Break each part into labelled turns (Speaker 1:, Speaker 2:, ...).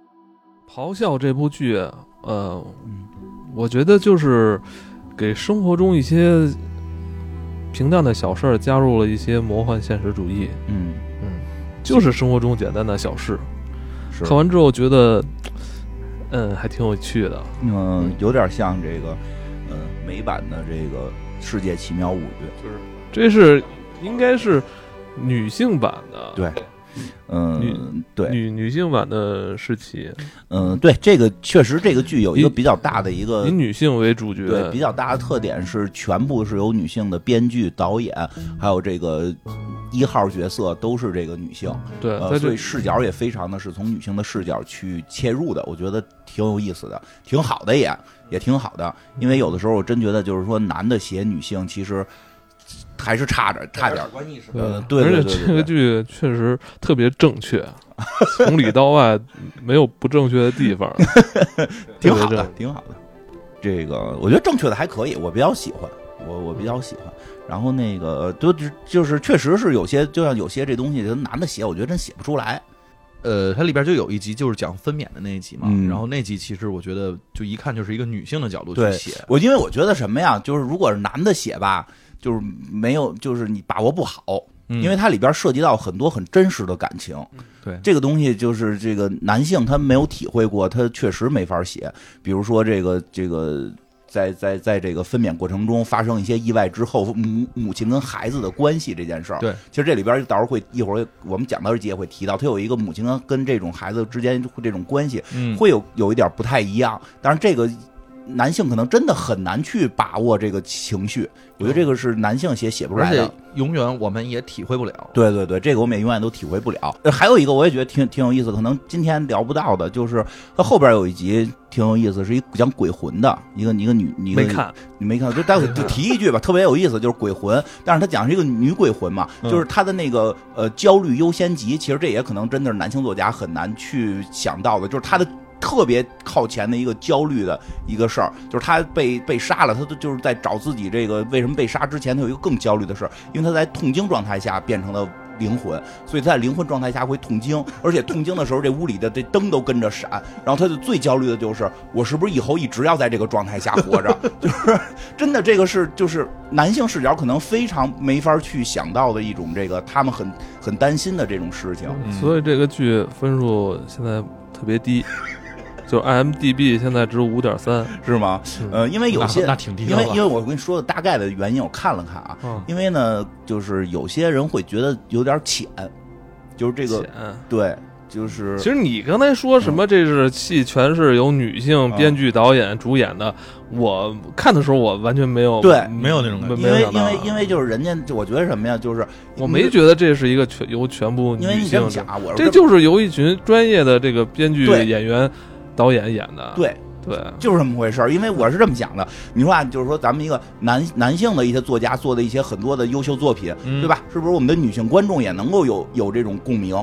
Speaker 1: 《咆哮》这部剧，呃，
Speaker 2: 嗯
Speaker 1: 我觉得就是给生活中一些平淡的小事儿加入了一些魔幻现实主义，
Speaker 2: 嗯，
Speaker 1: 就是生活中简单的小事。
Speaker 2: 是，
Speaker 1: 看完之后觉得，嗯，还挺有趣的。
Speaker 2: 嗯，有点像这个，呃，美版的这个《世界奇妙物语
Speaker 1: 这是应该是女性版的，》，
Speaker 2: 对，嗯，对，
Speaker 1: 女女性版的世奇，
Speaker 2: 嗯，对，这个确实这个剧有一个
Speaker 1: 以
Speaker 2: 比较大的一个
Speaker 1: 以女性为主角，
Speaker 2: 呃对比较大的特点是，全部是由女性的编剧、导演，还有这个一号角色都是这个女性，
Speaker 1: 对
Speaker 2: 呃，
Speaker 1: 在
Speaker 2: 所
Speaker 1: 这
Speaker 2: 以视角也非常的是从女性的视角去切入的，我觉得挺有意思的，挺好的也也挺好的，因为有的时候我真觉得就是说男的写女性其实还是差着差点儿，
Speaker 3: 关系是吧？
Speaker 2: 呃，对对
Speaker 1: 而
Speaker 2: 对
Speaker 1: 且
Speaker 2: 对
Speaker 1: 这个
Speaker 2: 对
Speaker 1: 剧确实特别正确， 从里到外没有不正确的地方，
Speaker 2: 挺好
Speaker 1: 对
Speaker 2: 的
Speaker 1: 对，
Speaker 2: 挺好的。这个我觉得正确的还可以，我比较喜欢，我我比较喜欢。然后那个就就就是确实是有些，就像有些这东西，就男的写，我觉得真写不出来。
Speaker 3: 呃，它里边就有一集就是讲分娩的那一集嘛，
Speaker 2: 嗯
Speaker 3: 然后那集其实我觉得就一看就是一个女性的角度去
Speaker 2: 对
Speaker 3: 写，
Speaker 2: 我因为我觉得什么呀，就是如果是男的写吧，就是没有，就是你把握不好，
Speaker 3: 嗯
Speaker 2: 因为它里边涉及到很多很真实的感情。
Speaker 3: 对
Speaker 2: 这个东西就是这个男性他没有体会过，他确实没法写。比如说这个这个。在在在这个分娩过程中发生一些意外之后，母母亲跟孩子的关系这件事儿，
Speaker 3: 对，
Speaker 2: 其实这里边到时候会一会儿我们讲到这节会提到，他有一个母亲跟跟这种孩子之间这种关系，
Speaker 3: 嗯，
Speaker 2: 会有有一点不太一样。但是这个男性可能真的很难去把握这个情绪，我觉得这个是男性写写不出
Speaker 3: 而
Speaker 2: 来
Speaker 3: 且
Speaker 2: 的。
Speaker 3: 永远我们也体会不了。
Speaker 2: 对对对，这个我们也永远都体会不了。呃还有一个我也觉得挺挺有意思，可能今天聊不到的，就是它后边有一集挺有意思，是一讲鬼魂的一个一个女一个
Speaker 1: 没看，
Speaker 2: 你没看，就待会就提一句吧，特别有意思，就是鬼魂，但是他讲是一个女鬼魂嘛，
Speaker 3: 嗯
Speaker 2: 就是她的那个呃焦虑优先级，其实这也可能真的是男性作家很难去想到的，就是她的。特别靠前的一个焦虑的一个事儿，就是她被被杀了，她都就是在找自己这个为什么被杀之前，她有一个更焦虑的事儿，因为她在痛经状态下变成了灵魂，所以她在灵魂状态下会痛经，而且痛经的时候这屋里的这灯都跟着闪，然后她就最焦虑的就是我是不是以后一直要在这个状态下活着， 就是真的，这个是就是男性视角可能非常没法去想到的一种这个他们很很担心的这种事情。
Speaker 3: 嗯
Speaker 1: 所以这个剧分数现在特别 低，就是 IMDB 现在只有五点三，
Speaker 2: 是吗？呃，因为有些
Speaker 3: 那那啊挺低
Speaker 2: 因
Speaker 3: 调
Speaker 2: 为
Speaker 3: 了
Speaker 2: 因为我跟你说的大概的原因，我看了看啊，
Speaker 1: 嗯，
Speaker 2: 因为呢，就是有些人会觉得有点浅，就是这个
Speaker 1: 浅。
Speaker 2: 对，就是
Speaker 1: 其实你刚才说什么这是戏全是由女性编剧、导演、主演的，我看的时候我完全没有
Speaker 2: 对
Speaker 3: 没有那种感觉
Speaker 1: 没
Speaker 2: 因为
Speaker 1: 有想到啊
Speaker 2: 因为因为就是人家，我觉得什么呀，就是
Speaker 1: 我没觉得这是一个全由全部
Speaker 2: 因为
Speaker 1: 女
Speaker 2: 你这
Speaker 1: 性
Speaker 2: 么想，啊，我是
Speaker 1: 这就是由一群专业的这个编剧、
Speaker 2: 对
Speaker 1: 演员、导演演的。
Speaker 2: 对。
Speaker 1: 对，
Speaker 2: 就是这么回事儿，因为我是这么想的。你说啊，就是说咱们一个男男性的一些作家做的一些很多的优秀作品，
Speaker 3: 嗯
Speaker 2: 对吧？是不是我们的女性观众也能够有有这种共鸣，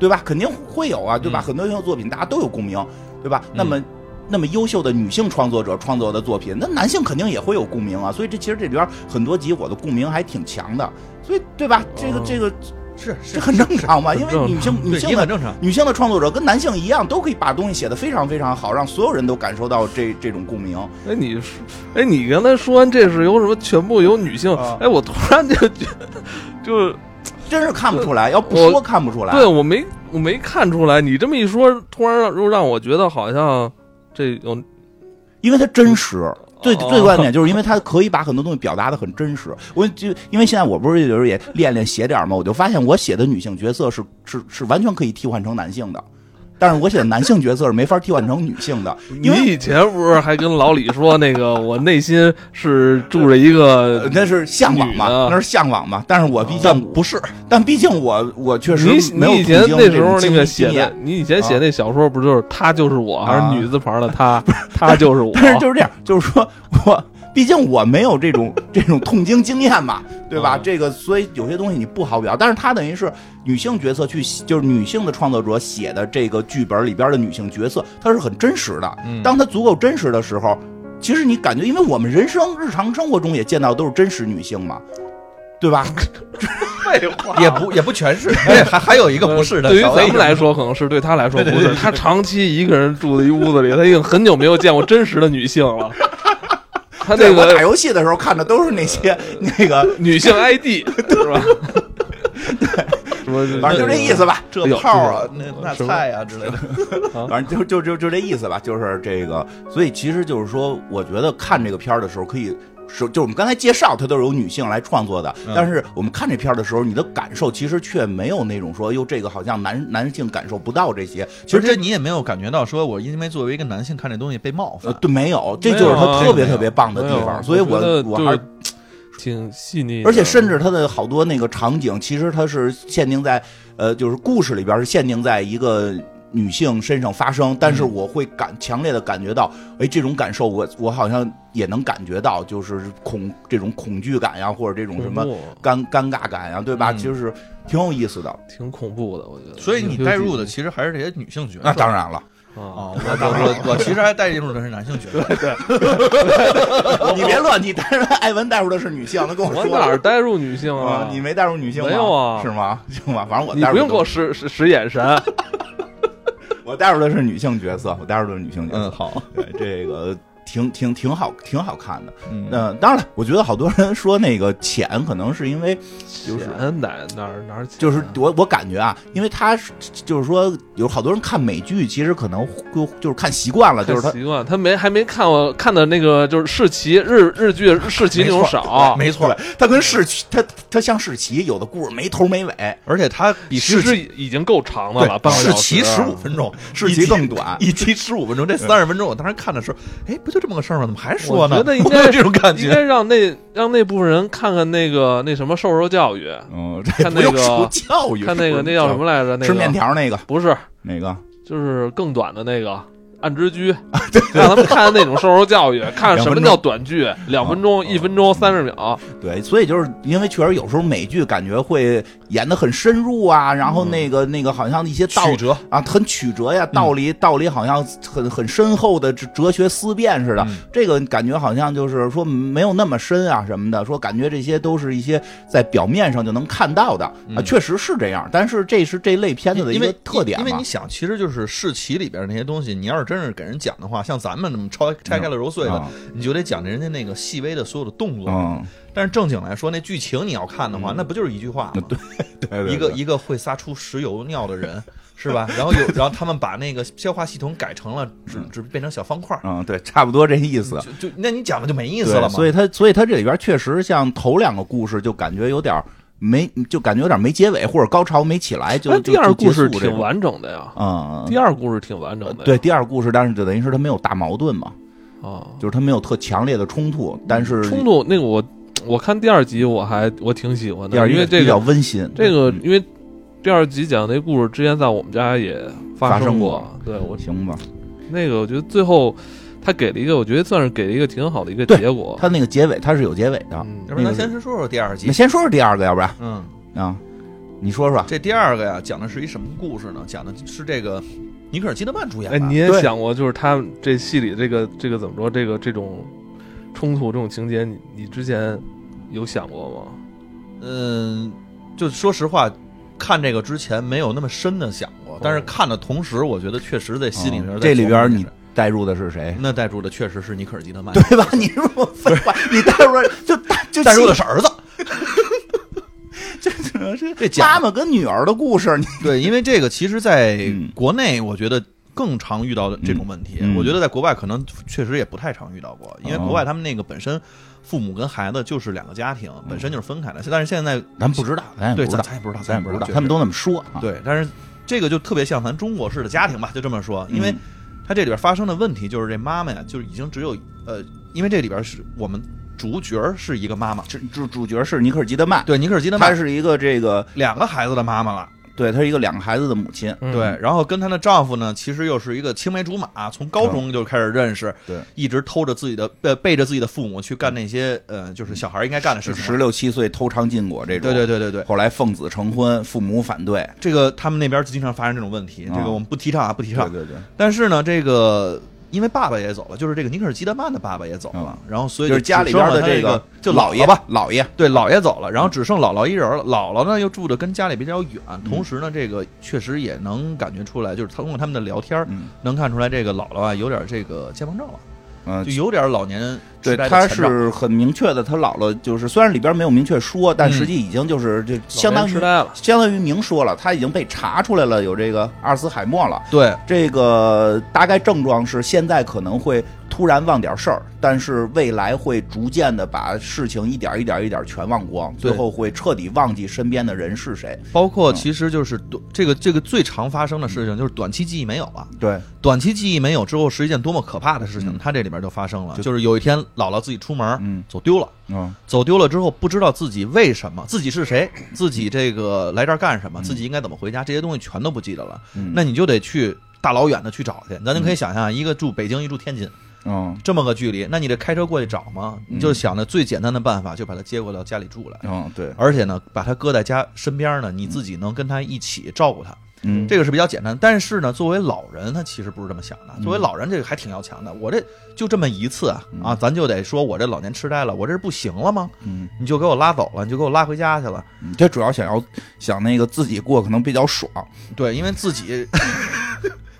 Speaker 2: 对吧？肯定会有啊，对吧？
Speaker 3: 嗯
Speaker 2: 很多优秀作品大家都有共鸣，对吧？
Speaker 3: 嗯
Speaker 2: 那么。那么优秀的女性创作者创作的作品，那男性肯定也会有共鸣啊，所以这其实这里边很多集我的共鸣还挺强的，所以对吧？这个
Speaker 1: 哦
Speaker 2: 这个
Speaker 3: 是是
Speaker 2: 这很正常嘛，因为
Speaker 1: 很正常
Speaker 2: 女性女
Speaker 3: 对，
Speaker 2: 性
Speaker 3: 也
Speaker 2: 的
Speaker 3: 很正常。
Speaker 2: 女性的创作者跟男性一样，都可以把东西写得非常非常好，让所有人都感受到这这种共鸣。
Speaker 1: 哎，你说，哎，你刚才说完这是由什么？全部由女性？
Speaker 2: 啊
Speaker 1: 哎，我突然就就就，
Speaker 2: 真是看不出来，要不
Speaker 1: 我
Speaker 2: 说看不出来。
Speaker 1: 对我没我没看出来。你这么一说，突然让又让我觉得好像这有
Speaker 2: 因为它真实。最
Speaker 1: 哦
Speaker 2: 最关键就是因为它可以把很多东西表达的很真实。我就因为现在我不是有时候也练练写点儿嘛，我就发现我写的女性角色是是是完全可以替换成男性的，但是我写的男性角色是没法替换成女性的，因
Speaker 1: 你
Speaker 2: 为
Speaker 1: 以前不是还跟老李说那个，我内心是住着一
Speaker 2: 呃
Speaker 1: 个。
Speaker 2: 那是向往嘛
Speaker 1: 女的，啊
Speaker 2: 那是向往嘛。但是我毕
Speaker 3: 但
Speaker 2: 竟
Speaker 3: 不是，
Speaker 2: 但毕竟我我呃确实
Speaker 1: 你
Speaker 2: 没有
Speaker 1: 你以前
Speaker 2: 曾经
Speaker 1: 那
Speaker 2: 这
Speaker 1: 时
Speaker 2: 种
Speaker 1: 候那
Speaker 2: 经
Speaker 1: 个
Speaker 2: 历
Speaker 1: 写
Speaker 2: 经验
Speaker 1: 的，你以前写那小说不就是他就是我，还
Speaker 2: 啊
Speaker 1: 是女字 旁的他，他就是我？
Speaker 2: 但是就是这样，就是说我毕竟我没有这种这种痛经经验嘛，对吧？
Speaker 1: 啊
Speaker 2: 这个所以有些东西你不好表达，但是它等于是女性角色去写，就是女性的创作者写的这个剧本里边的女性角色，它是很真实的。
Speaker 3: 嗯
Speaker 2: 当它足够真实的时候，其实你感觉，因为我们人生日常生活中也见到都是真实女性嘛，对吧？废话，
Speaker 3: 也不也不全 是，对还还有一个 不是的。
Speaker 1: 对于
Speaker 3: 稍
Speaker 1: 咱
Speaker 3: 微
Speaker 1: 们来说可能是，对他来说不是。他长期一个人住在一屋子里，他已经很久没有见过真实的女性了。他
Speaker 2: 对
Speaker 1: 那
Speaker 2: 我打
Speaker 1: 个
Speaker 2: 游戏的时候看的都是那些那个，
Speaker 1: 女性 ID 是吧？什么
Speaker 2: 反正就这意思吧。
Speaker 3: 这炮啊，那那
Speaker 1: 是吧
Speaker 3: 菜啊之类的，
Speaker 2: 反正就就就就这意思吧，就是这个，所以其实就是说，我觉得看这个片儿的时候可以。是，就是我们刚才介绍，它都是由女性来创作的，
Speaker 3: 嗯
Speaker 2: 但是我们看这片儿的时候，你的感受其实却没有那种说，哟，这个好像男男性感受不到这些，其
Speaker 3: 其
Speaker 2: 实
Speaker 3: 实
Speaker 2: 这
Speaker 3: 这你也没有感觉到，说我因为作为一个男性看这东西被冒
Speaker 2: 呃
Speaker 3: 犯。
Speaker 2: 对没有，这
Speaker 1: 没
Speaker 2: 就是
Speaker 1: 有
Speaker 2: 它
Speaker 1: 啊
Speaker 2: 特别
Speaker 3: 没有
Speaker 2: 特别棒的
Speaker 1: 没
Speaker 2: 地
Speaker 1: 有
Speaker 2: 方，所以
Speaker 1: 觉得
Speaker 2: 我我还是
Speaker 1: 就挺细腻的，
Speaker 2: 而且甚至它的好多那个场景，其实它是限定在，呃，就是故事里边是限定在一个女性身上发生，但是
Speaker 1: 嗯
Speaker 2: 我会感强烈的感觉到，哎，这种感受我我好像也能感觉到，就是恐这种恐惧感呀，或者这种什
Speaker 1: 恐
Speaker 2: 么
Speaker 1: 怖
Speaker 2: 尴尴尬感呀，对吧？
Speaker 3: 嗯
Speaker 2: 就是挺有意思的。
Speaker 1: 挺恐怖的，我觉得。
Speaker 3: 所以你带入的
Speaker 1: 啊
Speaker 3: 其实还是这些女性角色。
Speaker 2: 那当然了，，
Speaker 3: 啊，
Speaker 1: 哦
Speaker 3: 我我我我其实还带入的是男性角色。
Speaker 2: 你别乱，你当然艾文带入的是女性，他跟
Speaker 1: 我
Speaker 2: 说
Speaker 1: 哪儿
Speaker 2: 了。
Speaker 1: 带入女性
Speaker 2: 啊
Speaker 1: 啊？，
Speaker 2: 你没带入女性吗？
Speaker 1: 没有啊
Speaker 2: 是吗？ 是吗？反正我
Speaker 1: 你
Speaker 2: 带入
Speaker 1: 不用
Speaker 2: 的
Speaker 1: 给我使使使眼神，啊
Speaker 2: 我带入的是女性角色，我带入的是女性角色
Speaker 3: 嗯，。好，
Speaker 2: 对，这个挺挺挺好，挺好看的。
Speaker 3: 嗯，
Speaker 2: 那当然了，我觉得好多人说那个浅，可能是因为 就是
Speaker 1: 钱哪哪儿哪儿钱啊
Speaker 2: 就是我我感觉啊，因为他是就是说有好多人看美剧，其实可能就就是看习惯了，啊就是
Speaker 1: 太
Speaker 2: 他
Speaker 1: 习惯，他没还没看我看的那个就是世奇日日剧世奇那种少，
Speaker 3: 没错，
Speaker 2: 他
Speaker 1: 嗯
Speaker 2: 跟世奇，他他像世奇，有的故事没头没尾，
Speaker 3: 而且它比
Speaker 1: 其
Speaker 3: 世
Speaker 1: 实
Speaker 3: 奇
Speaker 1: 已经够长的了，半个
Speaker 3: 世
Speaker 1: 小
Speaker 3: 奇
Speaker 1: 时
Speaker 3: 十五分钟，
Speaker 2: 世
Speaker 3: 一
Speaker 2: 奇
Speaker 3: 集
Speaker 2: 更短。
Speaker 3: 一集十五分钟，这三十分钟我当时看的时候，哎，不就这么个事儿吗？怎么还说呢？
Speaker 1: 我觉得应该
Speaker 3: 我有这种感
Speaker 1: 应
Speaker 3: 觉。
Speaker 1: 该让那让那部分人看看那个那什么受受教育，
Speaker 2: 嗯，
Speaker 1: 看那个
Speaker 2: 不用受教育，
Speaker 1: 看那个
Speaker 2: 是不
Speaker 1: 那
Speaker 2: 是
Speaker 1: 叫什？么来着？那
Speaker 2: 吃面
Speaker 1: 个
Speaker 2: 条那个
Speaker 1: 不是，
Speaker 2: 哪个？
Speaker 1: 就是更短的那个。暗之 居，让他们看那种受受教育，看什么叫短剧，两分
Speaker 2: 啊
Speaker 1: 钟、一分钟、三十秒，
Speaker 2: 对，所以就是因为确实有时候美剧感觉会演的很深入啊，然
Speaker 1: 嗯
Speaker 2: 后那个、那个好像一些道
Speaker 3: 曲折，
Speaker 2: 啊，很曲折呀，道
Speaker 3: 嗯
Speaker 2: 理、道理好像很很深厚的哲哲学思辨似的。
Speaker 3: 嗯
Speaker 2: 这个感觉好像就是说没有那么深啊什么的，说感觉这些都是一些在表面上就能看到的啊，
Speaker 3: 嗯
Speaker 2: 确实是这样。但是这是这类片子的一
Speaker 3: 因为
Speaker 2: 个特点
Speaker 3: 因为
Speaker 2: 嘛
Speaker 3: 你。想，其实就是世奇里边那些东西，你要是真是给人讲的话，像咱们这么
Speaker 1: 嗯
Speaker 3: 拆拆开了揉碎
Speaker 1: 啊
Speaker 3: 的，你就得讲人家那个细微的所有的动作。
Speaker 2: 嗯，
Speaker 3: 但是正经来说，那剧情你要看的
Speaker 1: 嗯
Speaker 3: 话，那不就是一句话吗？
Speaker 2: 对嗯对
Speaker 3: 一个一个会撒出石油尿的人，是吧？然后有，然后他们把那个消化系统改成了只只变成小方块儿，
Speaker 2: 嗯，对，差不多这意思。
Speaker 3: 就就那你讲的就没意
Speaker 2: 意
Speaker 3: 思了嘛。
Speaker 2: 所以它所以它这里边确实像头两个故事就感觉有点儿没，就感觉有点没结尾或者高潮没起来，就
Speaker 1: 但
Speaker 2: 就
Speaker 1: 第二
Speaker 2: 就结
Speaker 1: 故事
Speaker 2: 束这
Speaker 1: 挺
Speaker 2: 种
Speaker 1: 完整的呀，
Speaker 2: 嗯，
Speaker 1: 第二故事挺完整的呀。
Speaker 2: 呃对第二故事，但是就等于是它没有大矛盾嘛。
Speaker 1: 啊，
Speaker 2: 就是他没有特强烈的冲突，但是
Speaker 1: 冲突那个我我看第二集我还我挺喜欢
Speaker 2: 第
Speaker 1: 的，
Speaker 2: 二
Speaker 1: 因为这
Speaker 2: 比较
Speaker 1: 个
Speaker 2: 温馨。
Speaker 1: 这个
Speaker 2: 嗯
Speaker 1: 因为第二集讲那故事之前在我们家也发
Speaker 2: 发生
Speaker 1: 过
Speaker 2: 过，
Speaker 1: 对我
Speaker 2: 行吧，
Speaker 1: 那个我觉得最后他给了一个我觉得算是给了一个挺好的一个
Speaker 2: 对
Speaker 1: 结果，
Speaker 2: 他那个结尾他是有结尾的。
Speaker 1: 哦嗯
Speaker 3: 要不然
Speaker 2: 那个
Speaker 3: 咱先说说第二
Speaker 2: 那
Speaker 3: 集。
Speaker 2: 先说说第二个，要不然
Speaker 3: 嗯，
Speaker 2: 啊，你说说。
Speaker 3: 这第二个呀，讲的是一什么故事呢？讲的是这个尼克尔基德曼主演
Speaker 1: 哎
Speaker 3: 的。
Speaker 1: 你也
Speaker 2: 对
Speaker 1: 想过就是他们这戏里这个这个怎么说这个这种冲突这种情节你你之前有想过吗？
Speaker 3: 嗯，就说实话，看这个之前没有那么深的想过，但是看的同时，我觉得确实在心里边、
Speaker 2: 嗯哦这里边你带入的是谁？
Speaker 3: 那带入的确实是尼克尔基德曼，
Speaker 2: 对吧？你是不是废话？你带入了就带就
Speaker 3: 带入的是儿子。
Speaker 2: 这这这
Speaker 3: 这
Speaker 2: 妈
Speaker 3: 讲
Speaker 2: 妈跟女儿的故事，你
Speaker 3: 对，因为这个其实在
Speaker 2: 嗯
Speaker 3: 国内，我觉得。更常遇到的这种问题，
Speaker 2: 嗯嗯
Speaker 3: 我觉得在国外可能确实也不太常遇到过，因为
Speaker 2: 哦
Speaker 3: 国外他们那个本身父母跟孩子就是两个家庭，本身就是分开的。但是现在
Speaker 2: 咱不知道，嗯咱也不
Speaker 3: 对，
Speaker 2: 知
Speaker 3: 咱
Speaker 2: 道，
Speaker 3: 咱也不知道，
Speaker 2: 咱也
Speaker 3: 不
Speaker 2: 不知道，
Speaker 3: 确
Speaker 2: 他们
Speaker 3: 实
Speaker 2: 都那么说啊。
Speaker 3: 对，但是这个就特别像咱中国式的家庭吧，就这么说，
Speaker 2: 嗯，
Speaker 3: 因为它这里边发生的问题就是这妈妈呀，就是已经只有呃，因为这里边是我们主角是一个妈妈，
Speaker 2: 这主主角是尼克尔基德曼，
Speaker 3: 对，尼克尔基德
Speaker 2: 她
Speaker 3: 曼
Speaker 2: 是一个这个，
Speaker 3: 两个孩子的妈妈了，
Speaker 2: 对，她是一个两个孩子的母亲。
Speaker 1: 嗯
Speaker 3: 对，然后跟她的丈夫呢，其实又是一个青梅竹马，从高中就开始认识，
Speaker 2: 对，
Speaker 3: 一直偷着自己的背背着自己的父母去干那些呃，就是小孩应该干的事
Speaker 2: 是
Speaker 3: 情
Speaker 2: 十
Speaker 3: 嘛。
Speaker 2: 六七岁偷尝禁果这种，
Speaker 3: 对对对对对，
Speaker 2: 后来奉子成婚，父母反对，
Speaker 3: 这个他们那边经常发生这种问题，这
Speaker 2: 啊
Speaker 3: 个我们不提倡啊，不提倡。
Speaker 2: 对对，
Speaker 3: 但是呢，这个因为爸爸也走了，就是这个尼克尔基德曼的爸爸也走了，然后所以
Speaker 2: 嗯就是家里边
Speaker 3: 只剩
Speaker 2: 的
Speaker 3: 了他这
Speaker 2: 个
Speaker 3: 就
Speaker 2: 姥
Speaker 3: 姥
Speaker 2: 爷嗯
Speaker 3: 爷吧，，
Speaker 2: 姥爷
Speaker 3: 对，姥爷走了，然后只剩姥姥一人了。姥姥呢又住的跟家里比较远，
Speaker 2: 嗯
Speaker 3: 同时呢，这个确实也能感觉出来，就是通过他们的聊天儿，
Speaker 2: 嗯
Speaker 3: 能看出来这个姥姥啊有点这个健忘症了，
Speaker 2: 嗯
Speaker 3: 就，有点老年
Speaker 2: 对
Speaker 3: 痴，呆的
Speaker 2: 他
Speaker 3: 前兆
Speaker 2: 是很明确的，他姥姥就是虽然里边没有明确说，但
Speaker 3: 嗯
Speaker 2: 实际已经就是就相当于
Speaker 1: 痴呆了，
Speaker 2: 相当于明说了，他已经被查出来了有这个阿尔茨海默了。
Speaker 3: 对
Speaker 2: 这个大概症状是现在可能会突然忘点事儿，但是未来会逐渐的把事情一点一点一点全忘光，
Speaker 3: 对
Speaker 2: 最后会彻底忘记身边的人是谁。
Speaker 3: 包
Speaker 2: 嗯
Speaker 3: 括其实就是短这个这个最常发生的事情就是短期记忆没有了，
Speaker 2: 对，
Speaker 3: 短期记忆没有之后是一件多么可怕的事情，
Speaker 2: 嗯
Speaker 3: 它这里边就发生了，
Speaker 2: 就
Speaker 3: 就是有一天姥姥自己出门、
Speaker 2: 嗯
Speaker 3: 走丢了，
Speaker 2: 嗯
Speaker 3: 走丢了之后不知道自己为什么，自己是谁，自己这个来这儿干什么，自己应该怎么回家，这些东西全都不记得了，
Speaker 2: 嗯
Speaker 3: 那你就得去。大老远的去找去，咱就可以想象，一个住北京，一住天津，
Speaker 2: 嗯
Speaker 3: 这么个距离，那你得开车过去找吗？
Speaker 2: 嗯
Speaker 3: 你就想着最简单的办法，就把他接过到家里住来。
Speaker 2: 嗯，对，
Speaker 3: 而且呢，把他搁在家身边呢，你自己能跟他一起照顾他，
Speaker 2: 嗯
Speaker 3: 这个是比较简单。但是呢，作为老人，他其实不是这么想的。作为老人，这个还挺要强的。我这就这么一次啊，啊，咱就得说我这老年痴呆了，我这是不行了吗？
Speaker 2: 嗯，
Speaker 3: 你就给我拉走了，你就给我拉回家去了。
Speaker 2: 你这主要想要想那个自己过可能比较爽，
Speaker 3: 对，因为自 己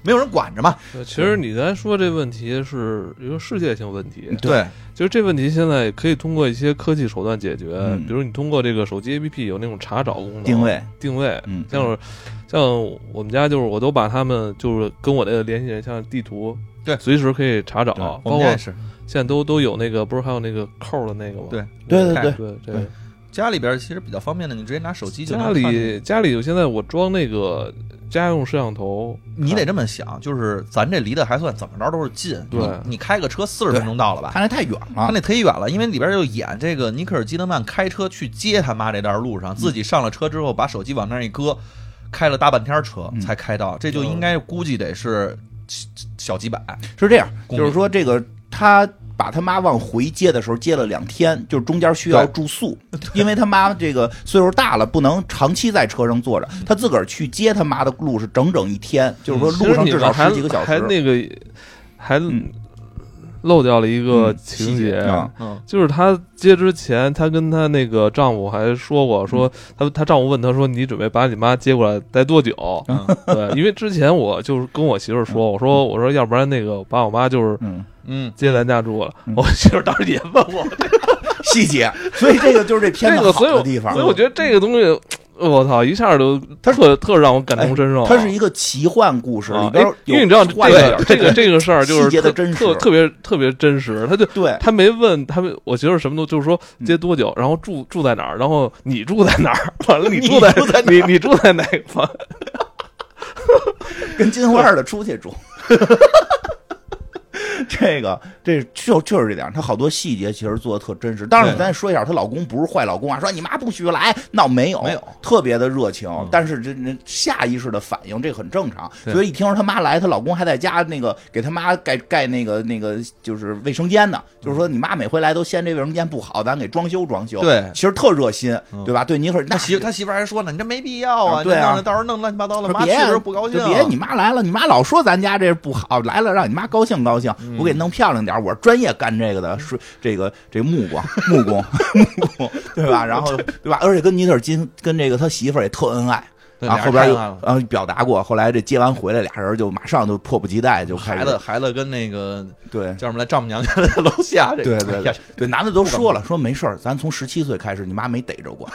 Speaker 3: 没有人管着嘛。
Speaker 1: 对其实你刚才说这问题是一个世界性问题，
Speaker 3: 对，
Speaker 1: 就是这问题现在也可以通过一些科技手段解决，
Speaker 2: 嗯
Speaker 1: 比如你通过这个手机 APP 有那种查找功能、
Speaker 2: 定位，
Speaker 1: 定位，
Speaker 2: 嗯
Speaker 1: 像是像我们家就是我都把他们就是跟我的联系人，像地图，
Speaker 3: 对
Speaker 1: 随时可以查找，
Speaker 2: 对
Speaker 1: 包
Speaker 3: 我们
Speaker 1: 括
Speaker 3: 家也是，
Speaker 1: 现在都都有那个不是还有那个扣的那个吗？
Speaker 3: 对
Speaker 2: 对
Speaker 3: 对
Speaker 2: 对
Speaker 1: 对对
Speaker 2: 对
Speaker 3: 家里边其实比较方便的，你直接拿手机就
Speaker 1: 家
Speaker 3: 能看见
Speaker 1: 里家里有现在我装那个家用摄像头，啊
Speaker 3: 你得这么想，就是咱这离得还算怎么着都是近。
Speaker 1: 对
Speaker 3: 你你开个车四十分钟到了吧？
Speaker 2: 他那太远
Speaker 3: 他
Speaker 2: 了，
Speaker 3: 那忒远了，因为里边就演这个尼克尔基德曼开车去接他妈这段路
Speaker 2: 嗯
Speaker 3: 上，自己上了车之后把手机往那儿一搁，开了大半天车
Speaker 2: 嗯
Speaker 3: 才开到，这就应该估计得是小小几百。
Speaker 2: 是这样，
Speaker 3: 公里
Speaker 2: 就是说这个他。把他妈往回接的时候接了两天，就是中间需要
Speaker 3: 对
Speaker 2: 住宿，因为他妈这个岁数大了，不能长期在车上坐着。
Speaker 1: 嗯
Speaker 2: 他自个儿去接他妈的路是整整一天，就是说
Speaker 1: 其
Speaker 2: 路
Speaker 1: 实
Speaker 2: 上
Speaker 1: 你
Speaker 2: 至
Speaker 1: 们
Speaker 2: 少
Speaker 1: 还
Speaker 2: 十几个小
Speaker 1: 还
Speaker 2: 时。
Speaker 1: 那个还
Speaker 2: 嗯
Speaker 1: 漏掉了一个
Speaker 2: 嗯
Speaker 1: 情
Speaker 3: 细
Speaker 1: 节
Speaker 3: 节
Speaker 2: 啊
Speaker 3: 嗯，
Speaker 1: 就是她接之前，她跟她那个丈夫还说过，说她她丈夫问她说：“你准备把你妈接过来待多久？”
Speaker 3: 嗯
Speaker 1: 对，因为之前我就是跟我媳妇儿说，我说我说要不然那个把我妈就是
Speaker 2: 嗯，
Speaker 3: 嗯，
Speaker 1: 接咱家住了
Speaker 2: 嗯。
Speaker 1: 我媳妇儿当时也问 我
Speaker 2: 细节，所以这个 就是这片
Speaker 1: 这
Speaker 2: 子
Speaker 1: 个，所
Speaker 2: 好
Speaker 1: 以
Speaker 2: 的
Speaker 1: 我
Speaker 2: 地方哎
Speaker 1: 所以。我觉得这个东西，我操，一下就特特让我感同身受。
Speaker 2: 它是一个奇幻故事，
Speaker 1: 啊
Speaker 2: 里边
Speaker 1: 哎因
Speaker 2: 有
Speaker 1: 为你知道，
Speaker 2: 坏点
Speaker 1: 对这个这个事儿就是
Speaker 2: 细节的
Speaker 1: 特
Speaker 2: 真实
Speaker 1: 特特别特别真实。他就
Speaker 2: 对嗯
Speaker 1: 他没问他们，我媳妇儿什么都就是说接多久，然后住住在哪儿，然后你住在哪儿，完了你住在
Speaker 2: 你住在哪
Speaker 1: 你你住在哪个 房？
Speaker 2: 跟金花似的出去住。 这个这就就是这点，她好多细节其实做的特真实。当然，
Speaker 3: 对
Speaker 2: 咱说一下，她老公不是坏老公啊，说你妈不许来，闹没有
Speaker 3: 没有嗯
Speaker 2: 特别的热情，但是这这下意识的反应这很正常。
Speaker 1: 对
Speaker 2: 所以一听说她妈来，她老公还在家那个给她妈盖盖那个那个就是卫生间呢，就是说你妈每回来都嫌这卫生间不好，咱给装修装修。
Speaker 3: 对
Speaker 2: 其实特热心，
Speaker 3: 嗯
Speaker 2: 对吧？对尼克尔那
Speaker 3: 他媳他媳妇儿还说呢，你这没必要啊，
Speaker 2: 啊对啊
Speaker 3: 你弄得到时候弄乱七八糟了，
Speaker 2: 说
Speaker 3: 妈去
Speaker 2: 别
Speaker 3: 的时候不高兴
Speaker 2: 就，别你妈来了，你妈老说咱家这不好，来了让你妈高兴高兴，
Speaker 3: 嗯
Speaker 2: 我给弄漂亮点儿，我是专业干这个的，是这个这木工木工木工，对吧？然后对吧？而且跟尼特尔金跟这个他媳妇儿也特恩爱。
Speaker 3: 对
Speaker 2: 啊，
Speaker 3: 俩人
Speaker 2: 后边又
Speaker 3: 太恩爱了
Speaker 2: 然后表达过，后来这接完回来，俩人就马上就迫不及待就开
Speaker 3: 孩
Speaker 2: 始
Speaker 3: 子孩子跟那个
Speaker 2: 对
Speaker 3: 叫什么来丈母娘家在楼下，这
Speaker 2: 对
Speaker 3: 个
Speaker 2: 对
Speaker 3: 哎
Speaker 2: 对
Speaker 3: 呀
Speaker 2: 对，男的都说了，说没事儿，咱从十七岁开始，你妈没逮着过。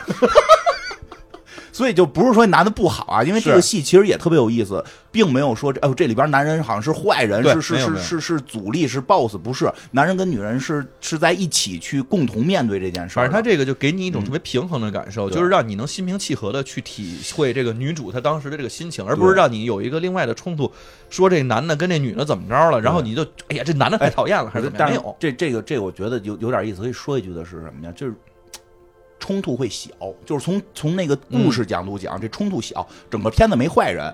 Speaker 2: 所以就不是说男的不好啊，因为这个
Speaker 3: 是
Speaker 2: 戏其实也特别有意思，并没有说这哎呦这里边男人好像是坏人，
Speaker 3: 对
Speaker 2: 是是
Speaker 3: 没有
Speaker 2: 是
Speaker 3: 没有
Speaker 2: 是是阻力，是 boss，不是男人跟女人是是在一起去共同面对这件事
Speaker 3: 反
Speaker 2: 儿的。嗯
Speaker 3: 正他这个就给你一种特别平衡的感受，
Speaker 2: 对
Speaker 3: 就是让你能心平气和的去体会这个女主她当时的这个心情，而不是让你有一个另外的冲突，说这男的跟这女的怎么着了，然后你就哎呀这男的太讨厌了，还是怎么样？
Speaker 2: 但
Speaker 3: 没
Speaker 2: 是
Speaker 3: 有，
Speaker 2: 这这个这个我觉得有有点意思，可以说一句的是什么呀？就是冲突会小，就是从从那个故事角度
Speaker 3: 嗯
Speaker 2: 讲，这冲突小，整个片子没坏人。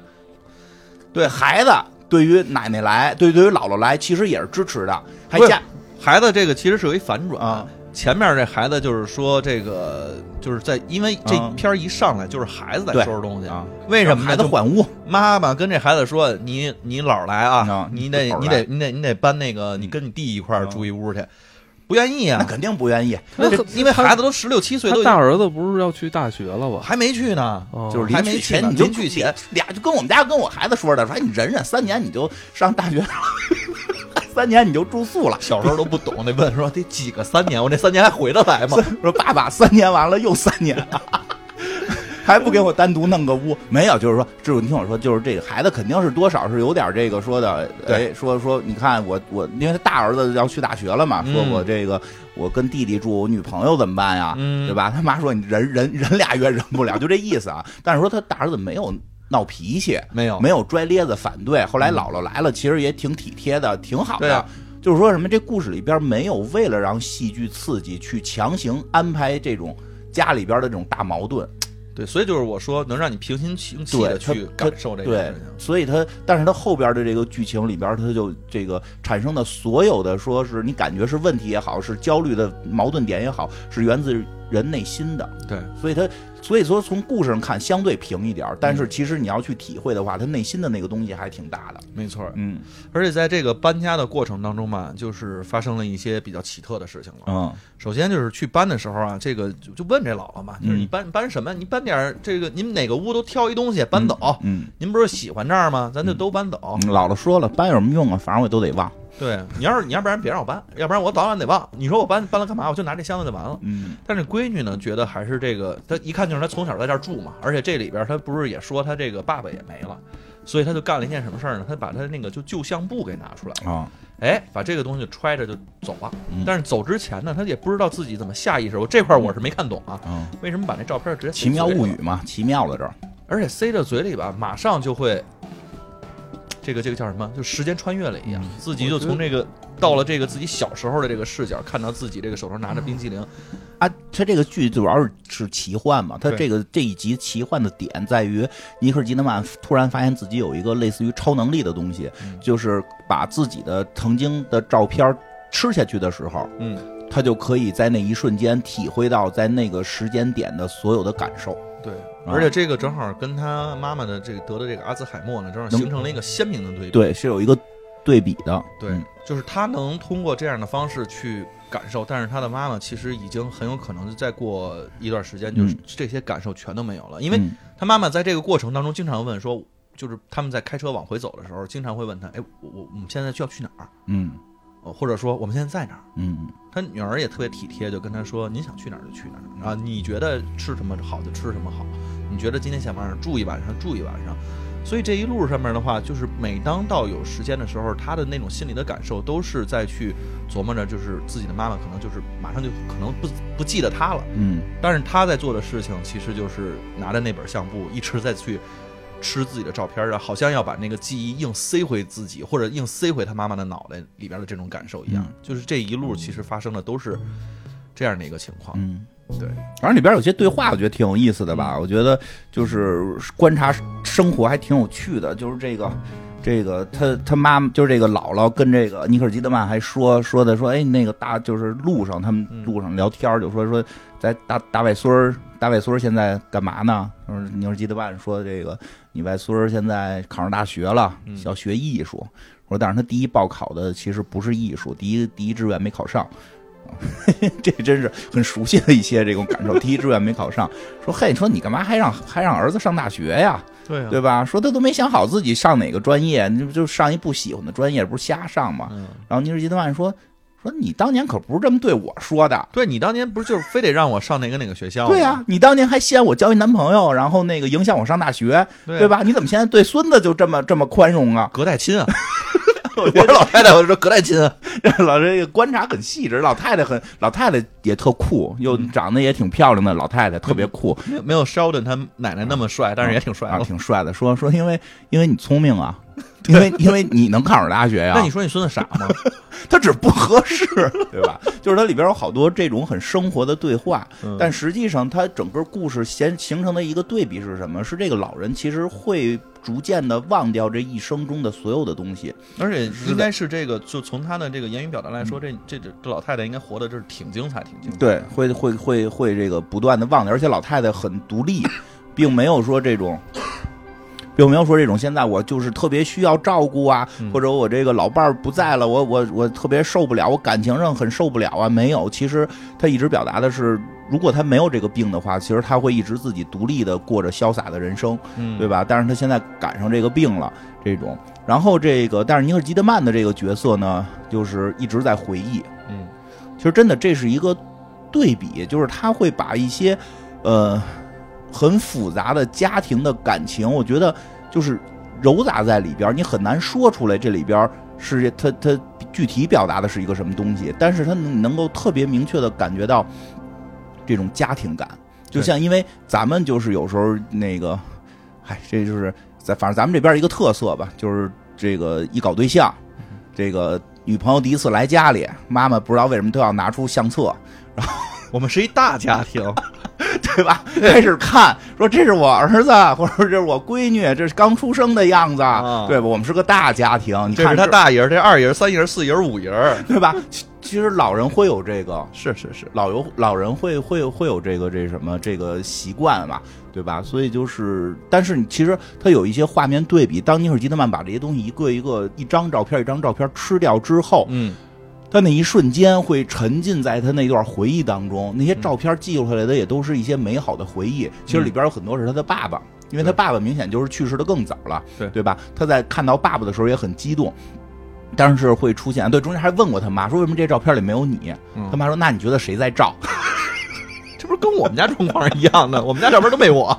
Speaker 2: 对孩子，对于奶奶来，对对于姥姥来，其实也是支持的，还
Speaker 3: 不是
Speaker 2: 加
Speaker 3: 孩子这个其实是有一反转
Speaker 2: 啊，
Speaker 3: 前面这孩子就是说这个就是在，因为这
Speaker 2: 嗯
Speaker 3: 片儿一上来就是孩子在收拾东西
Speaker 2: 啊，
Speaker 3: 为什么
Speaker 2: 孩
Speaker 3: 呢？
Speaker 2: 子
Speaker 3: 就
Speaker 2: 换屋，
Speaker 3: 妈妈跟这孩子说：“你你老来啊
Speaker 2: 啊，
Speaker 3: 你得
Speaker 2: 你老
Speaker 3: 你
Speaker 2: 来嗯啊
Speaker 3: 得你得你得搬那个，你跟你弟一块儿住一屋去。”不愿意
Speaker 2: 那
Speaker 3: 啊，
Speaker 2: 肯定不愿意，
Speaker 1: 那
Speaker 3: 这因为孩子都十六七岁，
Speaker 1: 他
Speaker 3: 都
Speaker 1: 大儿子不是要去大学了吧？
Speaker 3: 还没去呢，
Speaker 1: 哦
Speaker 2: 就是
Speaker 3: 还
Speaker 2: 临
Speaker 3: 没
Speaker 2: 去
Speaker 3: 去呢
Speaker 2: 前你就
Speaker 3: 临去前
Speaker 2: 俩就跟我们家跟我孩子说的，说哎你忍忍，三年你就上大学了， 三年你就住宿了。
Speaker 3: 小时候都不懂，得问说得几个三年，我这三年还回得来吗？
Speaker 2: 说爸爸三年完了又三年，还不给我单独弄个屋？没有，就是说，这你听我说，就是这个孩子肯定是多少是有点这个说的，
Speaker 3: 对
Speaker 2: 哎，说说你看我我，因为他大儿子要去大学了嘛，说
Speaker 3: 嗯
Speaker 2: 我这个我跟弟弟住，我女朋友怎么办呀？
Speaker 3: 嗯
Speaker 2: 对吧？他妈说你忍忍忍俩月忍不了，就这意思啊。但是说他大儿子没有闹脾气，
Speaker 3: 没有，
Speaker 2: 没有拽咧子反对。后来姥姥来了，其实也挺体贴的，挺好
Speaker 3: 嗯对
Speaker 2: 的。
Speaker 3: 啊
Speaker 2: 就是说什么，这故事里边没有为了让戏剧刺激去强行安排这种家里边的这种大矛盾，
Speaker 3: 对，所以就是我说能让你平心静气
Speaker 2: 对，
Speaker 3: 的去
Speaker 2: 他
Speaker 3: 感受这个
Speaker 2: 对
Speaker 3: 事情。，
Speaker 2: 所以他，但是他后边的这个剧情里边，他就这个产生的所有的，说是你感觉是问题也好，是焦虑的矛盾点也好，是源自人内心的。
Speaker 3: 对，
Speaker 2: 所以他，所以说从故事上看相对平一点儿，但是其实你要去体会的话，他内心的那个东西还挺大的。
Speaker 3: 没错儿。
Speaker 2: 嗯
Speaker 3: 而且在这个搬家的过程当中嘛，就是发生了一些比较奇特的事情了。
Speaker 2: 嗯。
Speaker 3: 首先就是去搬的时候啊，这个就就问这姥姥嘛，就是
Speaker 2: 嗯
Speaker 3: 你搬搬什么？你搬点儿这个，你们哪个屋都挑一东西搬走。
Speaker 2: 嗯，
Speaker 3: 您不是喜欢这儿吗？咱就都搬走。
Speaker 2: 姥姥说了，搬有什么用啊？反正我都得忘。
Speaker 3: 对你要是你要不然别让我搬，要不然我早晚得忘。你说我搬搬了干嘛？我就拿这箱子就完了。
Speaker 2: 嗯
Speaker 3: 但是闺女呢，觉得还是这个，她一看就是她从小在这儿住嘛，而且这里边她不是也说她这个爸爸也没了，所以她就干了一件什么事儿呢？她把她那个就旧相簿给拿出来，
Speaker 2: 啊，
Speaker 3: 哎，把这个东西揣着就走了
Speaker 2: 嗯。
Speaker 3: 但是走之前呢，她也不知道自己怎么下意识，我这块儿我是没看懂啊，
Speaker 2: 嗯，
Speaker 3: 为什么把那照片直接
Speaker 2: 奇妙
Speaker 3: 塞嘴
Speaker 2: 物
Speaker 3: 里
Speaker 2: 语
Speaker 3: 了？
Speaker 2: 嘛，奇妙了这儿。
Speaker 3: 而且塞到嘴里吧，马上就会，这个这个叫什么？就时间穿越了一样，自己就从这个到了这个自己小时候的这个视角，看到自己这个手上拿着冰淇淋，
Speaker 2: 啊，它这个剧主要是是奇幻嘛，它
Speaker 3: 对
Speaker 2: 这个这一集奇幻的点在于尼克尔基德曼突然发现自己有一个类似于超能力的东西，
Speaker 3: 嗯
Speaker 2: 就是把自己的曾经的照片吃下去的时候，
Speaker 3: 嗯，
Speaker 2: 他就可以在那一瞬间体会到在那个时间点的所有的感受。
Speaker 3: 对。而且这个正好跟他妈妈的这个得的这个阿兹海默呢，正好
Speaker 2: 能
Speaker 3: 形成了一个鲜明的对嗯比。
Speaker 2: 对，是有一个对比的。嗯
Speaker 3: 对，就是他能通过这样的方式去感受，但是他的妈妈其实已经很有可能就再过一段时间，就是
Speaker 2: 嗯
Speaker 3: 这些感受全都没有了，因
Speaker 2: 因
Speaker 3: 为他妈妈在这个过程当中经常问说，就是他们在开车往回走的时候，经常会问他，哎，我我我们现在就要去哪儿？
Speaker 2: 嗯
Speaker 3: 呃或者说我们现在在哪儿？
Speaker 2: 嗯
Speaker 3: 他女儿也特别体贴，就跟他说：“您想去哪儿就去哪儿啊，你觉得吃什么好就吃什么好，你觉得今天想晚上住一晚上住一晚上。”所以这一路上面的话，就是每当到有时间的时候，他的那种心理的感受都是在去琢磨着，就是自己的妈妈可能就是马上就可能不不记得他了，
Speaker 2: 嗯
Speaker 3: 但是他在做的事情其实就是拿着那本相簿一直在去吃自己的照片啊，好像要把那个记忆硬塞回自己，或者硬塞回他妈妈的脑袋里边的这种感受一样。
Speaker 2: 嗯
Speaker 3: 就是这一路其实发生的都是这样的一个情况。
Speaker 2: 嗯。
Speaker 3: 对，嗯
Speaker 2: 反正里边有些对话，我觉得挺有意思的吧。我觉得就是观察生活还挺有趣的，就是这个。这个他他妈妈就是这个姥姥跟这个尼克尔基德曼还说说的说哎那个大就是路上他们
Speaker 3: 嗯
Speaker 2: 路上聊天儿就说说在大大外孙儿大外孙儿现在干嘛呢？他说尼克尔基德曼说这个你外孙儿现在考上大学了
Speaker 3: 嗯，
Speaker 2: 要学艺术。我说但是他第一报考的其实不是艺术，第一第一志愿没考上。 这真是很熟悉的一些这种感受。第一志愿没考上，说嘿，说你干嘛还让还让儿子上大学呀？
Speaker 3: 对啊
Speaker 2: 对吧？说他都没想好自己上哪个专业，你就上一不喜欢的专业，不是瞎上吗？
Speaker 3: 嗯，
Speaker 2: 然后尼日基德曼说说你当年可不是这么对我说的。
Speaker 3: 对你当年不是就是非得让我上哪个哪个学校吗？
Speaker 2: 对呀、你当年还嫌我交一男朋友，然后那个影响我上大学，
Speaker 3: 对啊
Speaker 2: 对？吧？你怎么现在对孙子就这么这么宽容啊？
Speaker 3: 隔代亲啊！我是老太太，我说隔代亲啊，
Speaker 2: 老这个观察很细致，老太太很老太太也特酷，又长得也挺漂亮的，老太太特别酷。
Speaker 3: 没有没有 Sheldon 他奶奶那么帅，但是也挺帅
Speaker 2: 啊，
Speaker 3: 的。
Speaker 2: 挺嗯帅的。说 说因为因为你聪明啊，因为因为你能考上大学呀、
Speaker 3: 那你说你孙子傻吗？
Speaker 2: 它只是不合适，对吧？就是它里边有好多这种很生活的对话，
Speaker 3: 嗯
Speaker 2: 但实际上它整个故事形形成的一个对比是什么？是这个老人其实会逐渐的忘掉这一生中的所有的东西，
Speaker 3: 而且
Speaker 2: 是的
Speaker 3: 应该是嗯这个，就从他的这个言语表达来说，这这这这老太太应该活得这是挺精彩，挺精彩。
Speaker 2: 对，会会会会这个不断的忘掉，而且老太太很独 立，并没有说这种。并没有说这种现在我就是特别需要照顾啊，
Speaker 3: 嗯
Speaker 2: 或者我这个老伴儿不在了，我我我特别受不了，我感情上很受不了啊。没有，其实他一直表达的是，如果他没有这个病的话，其实他会一直自己独立的过着潇洒的人生。
Speaker 3: 嗯，
Speaker 2: 对吧？但是他现在赶上这个病了，这种。然后这个，但是尼克基德曼的这个角色呢，就是一直在回忆。
Speaker 3: 嗯，
Speaker 2: 其实真的这是一个对比，就是他会把一些呃很复杂的家庭的感情，我觉得就是揉杂在里边儿，你很难说出来这里边儿是他他具体表达的是一个什么东西，但是他能能够特别明确的感觉到这种家庭感，就
Speaker 3: 对
Speaker 2: 像因为咱们就是有时候那个，哎，这就是咱反正咱们这边儿一个特色吧，就是这个一搞对象，这个女朋友第一次来家里，妈妈不知道为什么都要拿出相 册，
Speaker 3: 我们是一大家庭，
Speaker 2: 对吧？开始看说这是我儿子，或者说这是我闺女，这是刚出生的样子，
Speaker 3: 啊
Speaker 2: 对吧？我们是个大家庭，你
Speaker 3: 这
Speaker 2: 看
Speaker 3: 是他，大爷儿，这二爷儿、三爷儿、四爷儿、五爷儿，
Speaker 2: 对吧？其其实老人会有这个，
Speaker 3: 是是是，
Speaker 2: 老有老人会会会有这个这什么这个习惯嘛，对吧？所以就是，但是你其实它有一些画面对比，当尼尔基德曼把这些东西一个一个一张照片一张照片吃掉之后，
Speaker 3: 嗯，
Speaker 2: 他那一瞬间会沉浸在他那段回忆当中，那些照片记录下来的也都是一些美好的回
Speaker 3: 嗯
Speaker 2: 忆。其实里边有很多是他的爸爸，因为他爸爸明显就是去世的更早了，
Speaker 3: 对
Speaker 2: 对吧？他在看到爸爸的时候也很激动，但是会出现对中间还问过他妈说为什么这照片里没有你？
Speaker 3: 嗯
Speaker 2: 他妈说那你觉得谁在照？
Speaker 3: 这不是跟我们家状况是一样的，我们家照片都没我，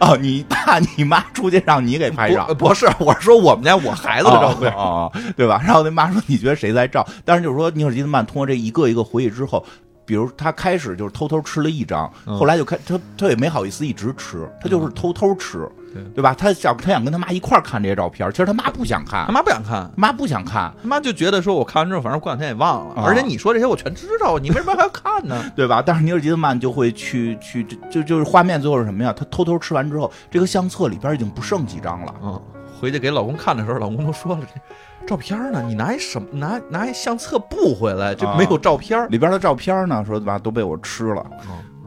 Speaker 2: 哦，你爸你妈出去让你给拍照
Speaker 3: 不，不是，我是说我们家我孩子的照片，
Speaker 2: 哦哦哦 对吧？然后那妈说：“你觉得谁在照？”但是就是说，尼尔基德曼通过这一个一个回忆之后，比如他开始就是偷偷吃了一张，
Speaker 3: 嗯
Speaker 2: 后来就开他他也没好意思一直吃，他就是偷偷吃，
Speaker 3: 对
Speaker 2: 对吧？他想他想跟他妈一块儿看这些照片，其实他妈不想看
Speaker 3: 他，妈不想看。
Speaker 2: 妈不想看，
Speaker 3: 他妈就觉得说，我看完之后，反正过两天也忘了。
Speaker 2: 啊
Speaker 3: 而且你说这些我全知道，你为什么还要看呢？
Speaker 2: 对吧？但是尼尔基德曼就会去去就就就是画面最后是什么呀？他偷偷吃完之后，这个相册里边已经不剩几张了。
Speaker 3: 嗯，回去给老公看的时候，老公都说了，这照片呢？你拿一什么拿拿一相册布回来，就
Speaker 2: 啊
Speaker 3: 没有照片儿。
Speaker 2: 里边的照片呢，说对吧，都被我吃了，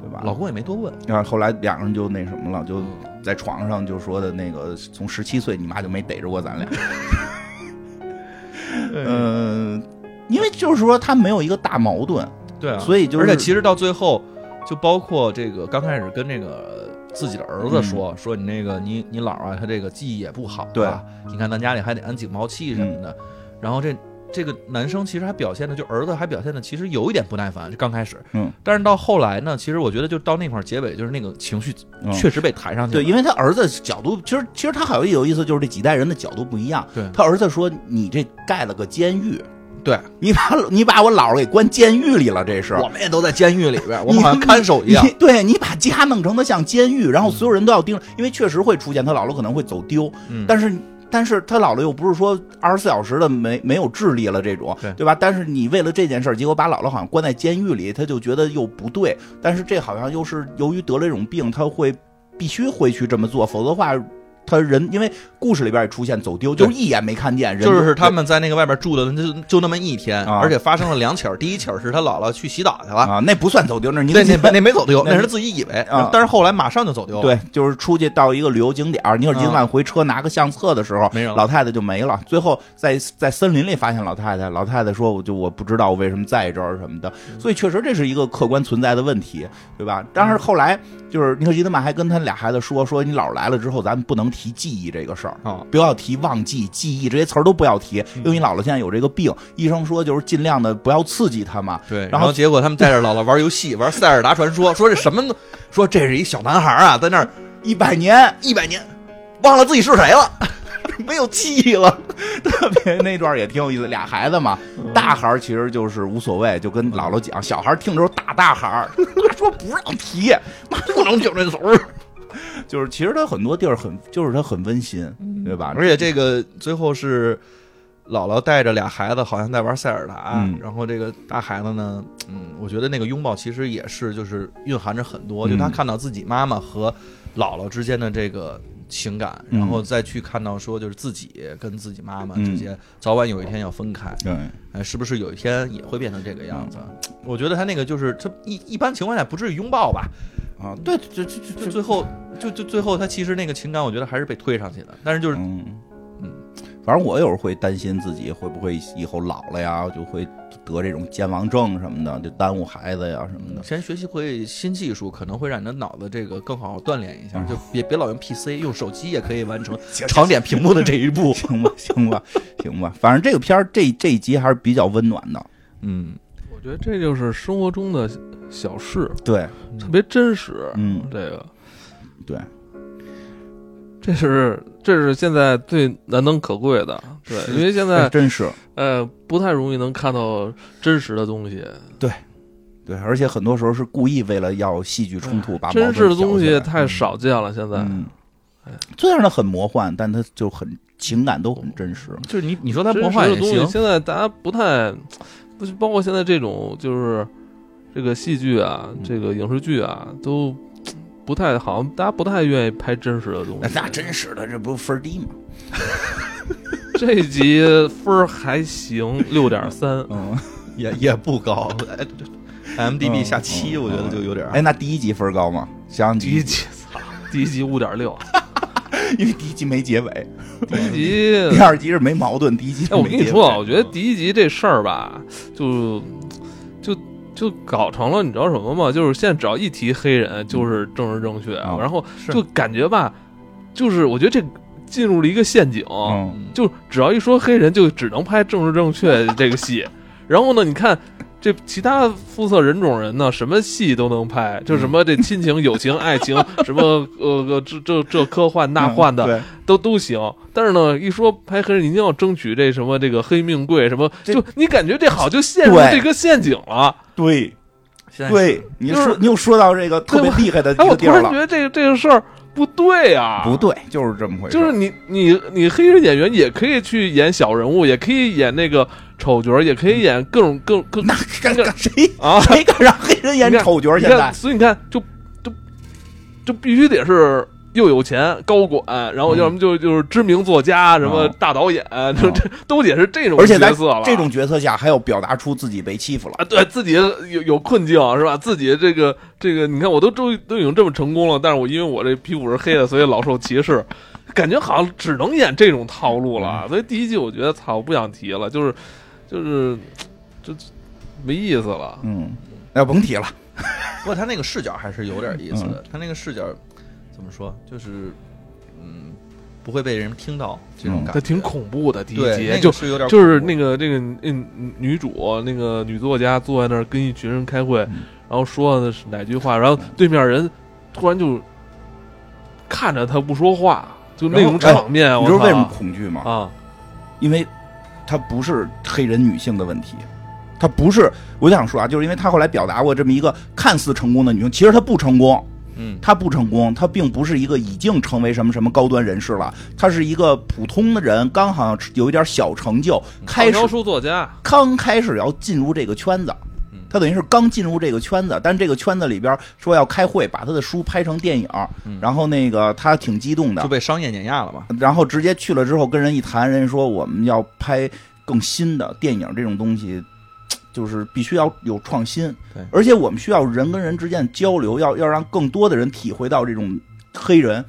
Speaker 2: 对吧？
Speaker 3: 老公也没多问，
Speaker 2: 然后后来两个人就那什么了，就
Speaker 3: 嗯
Speaker 2: 在床上就说的那个，从十七岁你妈就没逮着过 咱俩。嗯、因为就是说他没有一个大矛盾，
Speaker 3: 对啊，
Speaker 2: 所以就是
Speaker 3: 而且其实到最后，就包括这个刚开始跟这个自己的儿子说，说你那个你你姥儿啊，他这个记忆也不好、啊，
Speaker 2: 对，
Speaker 3: 你看咱家里还得安警报器什么的，然后这。这个男生其实还表现的，就儿子还表现的，其实有一点不耐烦，就刚开始，
Speaker 2: 嗯，
Speaker 3: 但是到后来呢，其实我觉得就到那块儿结尾，就是那个情绪
Speaker 2: 嗯
Speaker 3: 确实被抬上去了，
Speaker 2: 对，因为他儿子角度，其实其实他还有一有意思，就是这几代人的角度不一样。
Speaker 3: 对
Speaker 2: 他儿子说你这盖了个监狱，
Speaker 3: 对，
Speaker 2: 你把你把我姥儿给关监狱里了，这是。
Speaker 3: 我们也都在监狱里 边，我
Speaker 2: 你
Speaker 3: 们好像看守一
Speaker 2: 你
Speaker 3: 样，
Speaker 2: 对你把家弄成的像监狱，然后所有人都要盯着，因为确实会出现他姥姥可能会走丢，
Speaker 3: 嗯
Speaker 2: 但是。但是他姥姥又不是说二十四小时的没没有智力了这种，
Speaker 3: 对
Speaker 2: 吧？但是你为了这件事儿，结果把姥姥好像关在监狱里，他就觉得又不对。但是这好像又是由于得了这种病，他会必须会去这么做，否则的话，他人因为故事里边也出现走丢，
Speaker 3: 对
Speaker 2: 就是一眼没看见，人
Speaker 3: 就是他们在那个外边住的就就那么一天，
Speaker 2: 啊
Speaker 3: 而且发生了两起儿，第一起儿是他姥姥去洗澡去了，
Speaker 2: 啊，那不算走丢，那是你
Speaker 3: 那那那没走丢，
Speaker 2: 那
Speaker 3: 那
Speaker 2: 是
Speaker 3: 是自己以为
Speaker 2: 啊，
Speaker 3: 但是后来马上就走丢了。
Speaker 2: 对，就是出去到一个旅游景点儿，尼尔基德曼回车拿个相册的时候，
Speaker 3: 没人了
Speaker 2: 老太太就没了。最后在在森林里发现老太太，老太太说：“我就我不知道我为什么在这儿什么的。”所以确实这是一个客观存在的问题，对吧？但是后来就是尼克基德曼还跟他俩孩子说：“说你姥儿来了之后，咱们不能提记忆这个事儿。”
Speaker 3: 啊，
Speaker 2: 不要提忘记、记忆这些词儿都不要提，因为你姥姥现在有这个病，医生说就是尽量的不要刺激她嘛。
Speaker 3: 对，
Speaker 2: 然
Speaker 3: 然
Speaker 2: 后
Speaker 3: 后结果他们带着姥姥玩游戏，玩塞尔达传说，说这什么呢？说这是一小男孩啊，在那儿
Speaker 2: 一百年，
Speaker 3: 一百年，忘了自己是谁了， 没有记忆了。
Speaker 2: 特别那段儿也挺有意思，俩孩子嘛，
Speaker 3: 嗯
Speaker 2: 大孩儿其实就是无所谓，就跟姥姥讲，小孩儿听着时候打大孩儿， 妈说不让提，妈不能听这词儿， 就是
Speaker 3: 嗯
Speaker 2: 其实他很多地儿很，就是他很温馨，对吧？
Speaker 3: 而且这个最后是姥姥带着俩孩子，好像在玩塞尔达。
Speaker 2: 嗯
Speaker 3: 然后这个大孩子呢，嗯，我觉得那个拥抱其实也是，就是蕴含着很多，就他
Speaker 2: 嗯
Speaker 3: 看到自己妈妈和姥姥之间的这个情感，
Speaker 2: 嗯
Speaker 3: 然后再去看到说，就是自己跟自己妈妈
Speaker 2: 嗯
Speaker 3: 之间，早晚有一天要分开，
Speaker 2: 对，
Speaker 3: 哎，是不是有一天也会变成这个样子？
Speaker 2: 嗯
Speaker 3: 我觉得他那个就是，这一一般情况下不至于拥抱吧，
Speaker 2: 啊，对，这这这
Speaker 3: 就最后就就最后他其实那个情感，我觉得还是被推上去的，但是就是
Speaker 2: 嗯嗯，反正我有时候会担心自己会不会以后老了呀，就会得这种健忘症什么的，就耽误孩子呀什么的。
Speaker 3: 嗯先学习会新技术，可能会让你的脑子这个更好好锻炼一下，就别别老用 PC，用手机也可以完 成长点屏幕的这一步。
Speaker 2: 行吧，行吧，行吧，反正这个片儿这这一集还是比较温暖的，
Speaker 3: 嗯，
Speaker 1: 我觉得这就是生活中的小事，
Speaker 2: 对，
Speaker 1: 特别真实。
Speaker 2: 嗯，
Speaker 1: 这个，
Speaker 2: 对，
Speaker 1: 这是这是现在最难能可贵的，对，因为现在
Speaker 2: 真是
Speaker 1: 呃不太容易能看到真实的东西，
Speaker 2: 对，而且很多时候是故意为了要戏剧冲突，把矛
Speaker 1: 哎真
Speaker 2: 盾
Speaker 1: 实的
Speaker 2: 挑
Speaker 1: 东
Speaker 2: 起
Speaker 1: 西
Speaker 2: 来
Speaker 1: 太哎少见了。现在，
Speaker 2: 嗯，虽然它很魔幻，但它就很情感都很真实。
Speaker 3: 就是你你说它魔
Speaker 1: 真
Speaker 3: 幻
Speaker 1: 实的
Speaker 3: 也
Speaker 1: 东西
Speaker 3: 行，
Speaker 1: 现在大家不太，不是包括现在这种就是这个戏剧啊，这个影视剧啊，都不太好像大家不太愿意拍真实的东
Speaker 2: 那
Speaker 1: 西。
Speaker 2: 那真实的，这不分儿低吗？
Speaker 1: 这一集分儿还行，六点三。
Speaker 2: 嗯
Speaker 3: 也也不高。M D B 哎下七，
Speaker 2: 嗯
Speaker 3: 我觉得就有点儿。
Speaker 2: 哎，那第一集分儿高吗？想想
Speaker 1: 第一，集，操，第一集五点六，
Speaker 2: 因为第一集没结尾，
Speaker 1: 第一集
Speaker 2: 第二集是没矛盾，第一集
Speaker 1: 哎，
Speaker 2: 就
Speaker 1: 我
Speaker 2: 没
Speaker 1: 跟你
Speaker 2: 结
Speaker 1: 说
Speaker 2: 尾嗯
Speaker 1: 啊，我觉得第一集这事儿吧，就就就搞成了，你知道什么吗？就是现在只要一提黑人，就是政治正确，
Speaker 2: 啊
Speaker 1: 然后
Speaker 3: 是
Speaker 1: 就感觉吧，就是我觉得这进入了一个陷阱，
Speaker 2: 嗯，
Speaker 3: 嗯
Speaker 1: 就只要一说黑人，就只能拍政治正确这个戏。然后呢，你看这其他肤色人种人呢，什么戏都能拍，就什么
Speaker 2: 嗯
Speaker 1: 这亲情、友情、爱情，什么呃呃这这这科 幻那幻的，
Speaker 2: 嗯对，
Speaker 1: 都都行，但是呢，一说拍黑人，一定要争取这什么这个黑命贵什么，
Speaker 2: 这
Speaker 1: 就你感觉这好就陷入
Speaker 2: 对
Speaker 1: 这个陷阱了。
Speaker 2: 对
Speaker 3: 现在
Speaker 2: 对，你
Speaker 1: 就是
Speaker 2: 说你又说到这个特别厉害的一
Speaker 1: 哎，我
Speaker 2: 个地
Speaker 1: 突
Speaker 2: 儿
Speaker 1: 然觉得
Speaker 2: 了，
Speaker 1: 这个这个事儿不对啊，
Speaker 2: 不，对，就是这么回事，
Speaker 1: 就是你你你黑人演员也可以去演小人物，也可以演那个丑角，也可以演各种各各
Speaker 2: 那敢敢谁
Speaker 1: 啊，
Speaker 2: 谁敢让黑人演
Speaker 1: 你看
Speaker 2: 丑角？
Speaker 1: 你
Speaker 2: 现
Speaker 1: 看，
Speaker 2: 在
Speaker 1: 所以你看，就就就必须得是。又有钱高管，然后要么就就是知名作家，什么
Speaker 2: 嗯
Speaker 1: 大导演，就这都得是这种
Speaker 2: 而且在
Speaker 1: 角色了。
Speaker 2: 这种角色下，还要表达出自己被欺负了。
Speaker 1: 啊，对自己有有困境啊是吧？自己这个这个，你看我都都都已经这么成功了，但是我因为我这皮肤是黑的，所以老受歧视，感觉好像只能演这种套路了。啊
Speaker 3: 嗯
Speaker 1: 所以第一季我觉得操，我不想提了，就是就是这没意思了。
Speaker 2: 嗯，那甭提了。
Speaker 3: 不过他那个视角还是有点意思的，他那个视角怎么说，就是嗯，不会被人听到这种
Speaker 2: 嗯
Speaker 3: 感
Speaker 1: 这
Speaker 3: 觉。
Speaker 1: 挺恐怖的，第一
Speaker 3: 对，那
Speaker 1: 集
Speaker 3: 个
Speaker 1: 就是
Speaker 3: 有点
Speaker 1: 就是
Speaker 3: 恐怖
Speaker 1: 那个这个嗯女主那个女作家坐在那儿跟一群人开会，
Speaker 2: 嗯
Speaker 1: 然后说的是哪句话，然后对面人突然就看着她不说话，就那种
Speaker 2: 然后哎
Speaker 1: 场面，
Speaker 2: 你
Speaker 1: 我
Speaker 2: 知道
Speaker 1: 操
Speaker 2: 为什么恐惧吗？
Speaker 1: 啊？
Speaker 2: 因为它不是黑人女性的问题，它不是。我想说啊，就是因为她后来表达过这么一个看似成功的女性，其实她不成功，
Speaker 3: 嗯，
Speaker 2: 她不成功，她并不是一个已经成为什么什么高端人士了，她是一个普通的人，刚好像有一点小成就，开始
Speaker 1: 畅销书作家，
Speaker 2: 刚开始要进入这个圈子
Speaker 3: 嗯。
Speaker 2: 他等于是刚进入这个圈子，但这个圈子里边说要开会，把他的书拍成电影
Speaker 3: 嗯，
Speaker 2: 然后那个他挺激动的
Speaker 3: 就，被商业碾压了嘛。
Speaker 2: 然后直接去了之后跟人一谈，人家说我们要拍更新的电影，这种东西就是必须要有创新
Speaker 3: 对，
Speaker 2: 而且我们需要人跟人之间的交流，要要让更多的人体会到这种黑人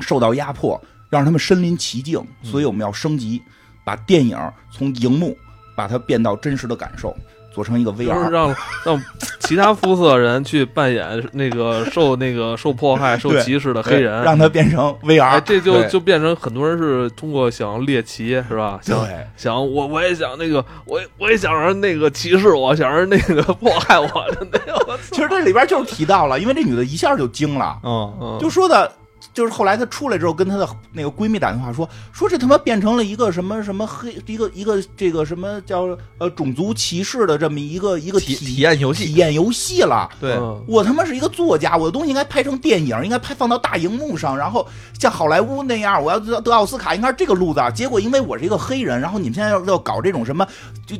Speaker 2: 受到压迫，让他们身临其境，所以我们要升级，把电影从荧幕把它变到真实的感受，做成一个
Speaker 1: 就是
Speaker 2: VR。
Speaker 1: 让让其他肤色人去扮演那个受那个受迫害、受
Speaker 2: 对
Speaker 1: 歧视的黑人，
Speaker 2: 让它变成
Speaker 1: 哎，
Speaker 2: VR，
Speaker 1: 这就
Speaker 3: 对
Speaker 1: 就变成很多人是通过想猎奇是吧？
Speaker 2: 对
Speaker 1: 想想我我也想那个，我也我也想让人那个歧视我，想让人那个 迫害我的那个，我操
Speaker 2: 其实这里边就是提到了，因为这女的一下就惊了，
Speaker 3: 嗯，
Speaker 2: 就说的就是后来她出来之后，跟她的那个闺蜜打电话说，说这他妈变成了一个什么什么黑，一个一个这个什么叫呃种族歧视的这么一个一个
Speaker 3: 体体
Speaker 2: 体
Speaker 3: 验游
Speaker 2: 体
Speaker 3: 戏，
Speaker 2: 验游戏了。
Speaker 3: 对，
Speaker 1: 嗯
Speaker 2: 我他妈是一个作家，我的东西应该拍成电影，应该拍放到大荧幕上，然后像好莱坞那样，我要得得奥斯卡，应该是这个路子啊。结果因为我是一个黑人，然后你们现在要要搞这种什么，就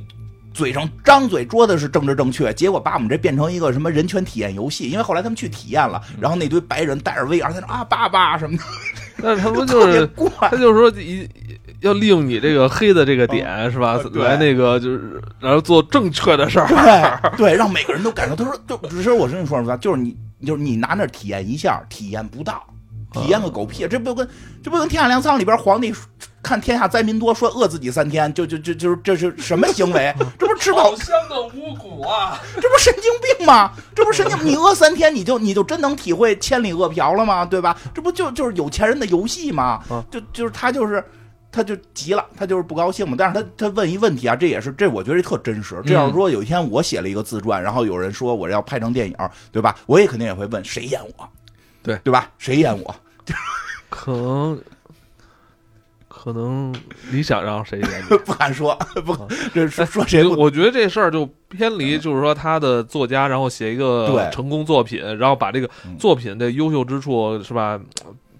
Speaker 2: 嘴上张嘴说的是政治正确，结果把我们这变成一个什么人权体验游戏。因为后来他们去体验了，然后那堆白人戴着 VR 在那啊爸爸什么的，
Speaker 1: 但是他不就
Speaker 2: 特别
Speaker 1: 是
Speaker 2: 怪。
Speaker 1: 他就是说一要利用你这个黑的这个点是吧
Speaker 2: 呃？对
Speaker 1: 来那个就是然后做正确的事儿，
Speaker 2: 对对，让每个人都感受。他说，就只是我跟你说实话，就是你，就是你拿那儿体验一下，体验不到，体验个狗屁！啊这不跟这不跟《天下粮仓》里边皇帝看天下灾民多，说饿自己三天，就就就就是这是什么行为？这不是吃饱，
Speaker 1: 香的五谷啊！
Speaker 2: 这不是神经病吗？这不是神经？你饿三天，你就你就真能体会千里饿殍了吗？对吧？这不就就是有钱人的游戏吗
Speaker 1: 啊？
Speaker 2: 就就是他就是。他就急了，他就是不高兴嘛。但是他他问一问题啊，这也是这我觉得特真实。这
Speaker 1: 嗯
Speaker 2: 要是说有一天我写了一个自传，然后有人说我要拍成电影，对吧？我也肯定也会问谁演我，
Speaker 1: 对
Speaker 2: 对吧？谁演我？
Speaker 1: 可能可能你想让谁演你？
Speaker 2: 不敢说，不这说说谁不
Speaker 1: 嗯哎
Speaker 2: 嗯
Speaker 1: 我觉得这事儿就偏离，就是说他的作家，然后写一个
Speaker 2: 对
Speaker 1: 成功作品，然后把这个
Speaker 2: 嗯
Speaker 1: 作品的优秀之处是吧？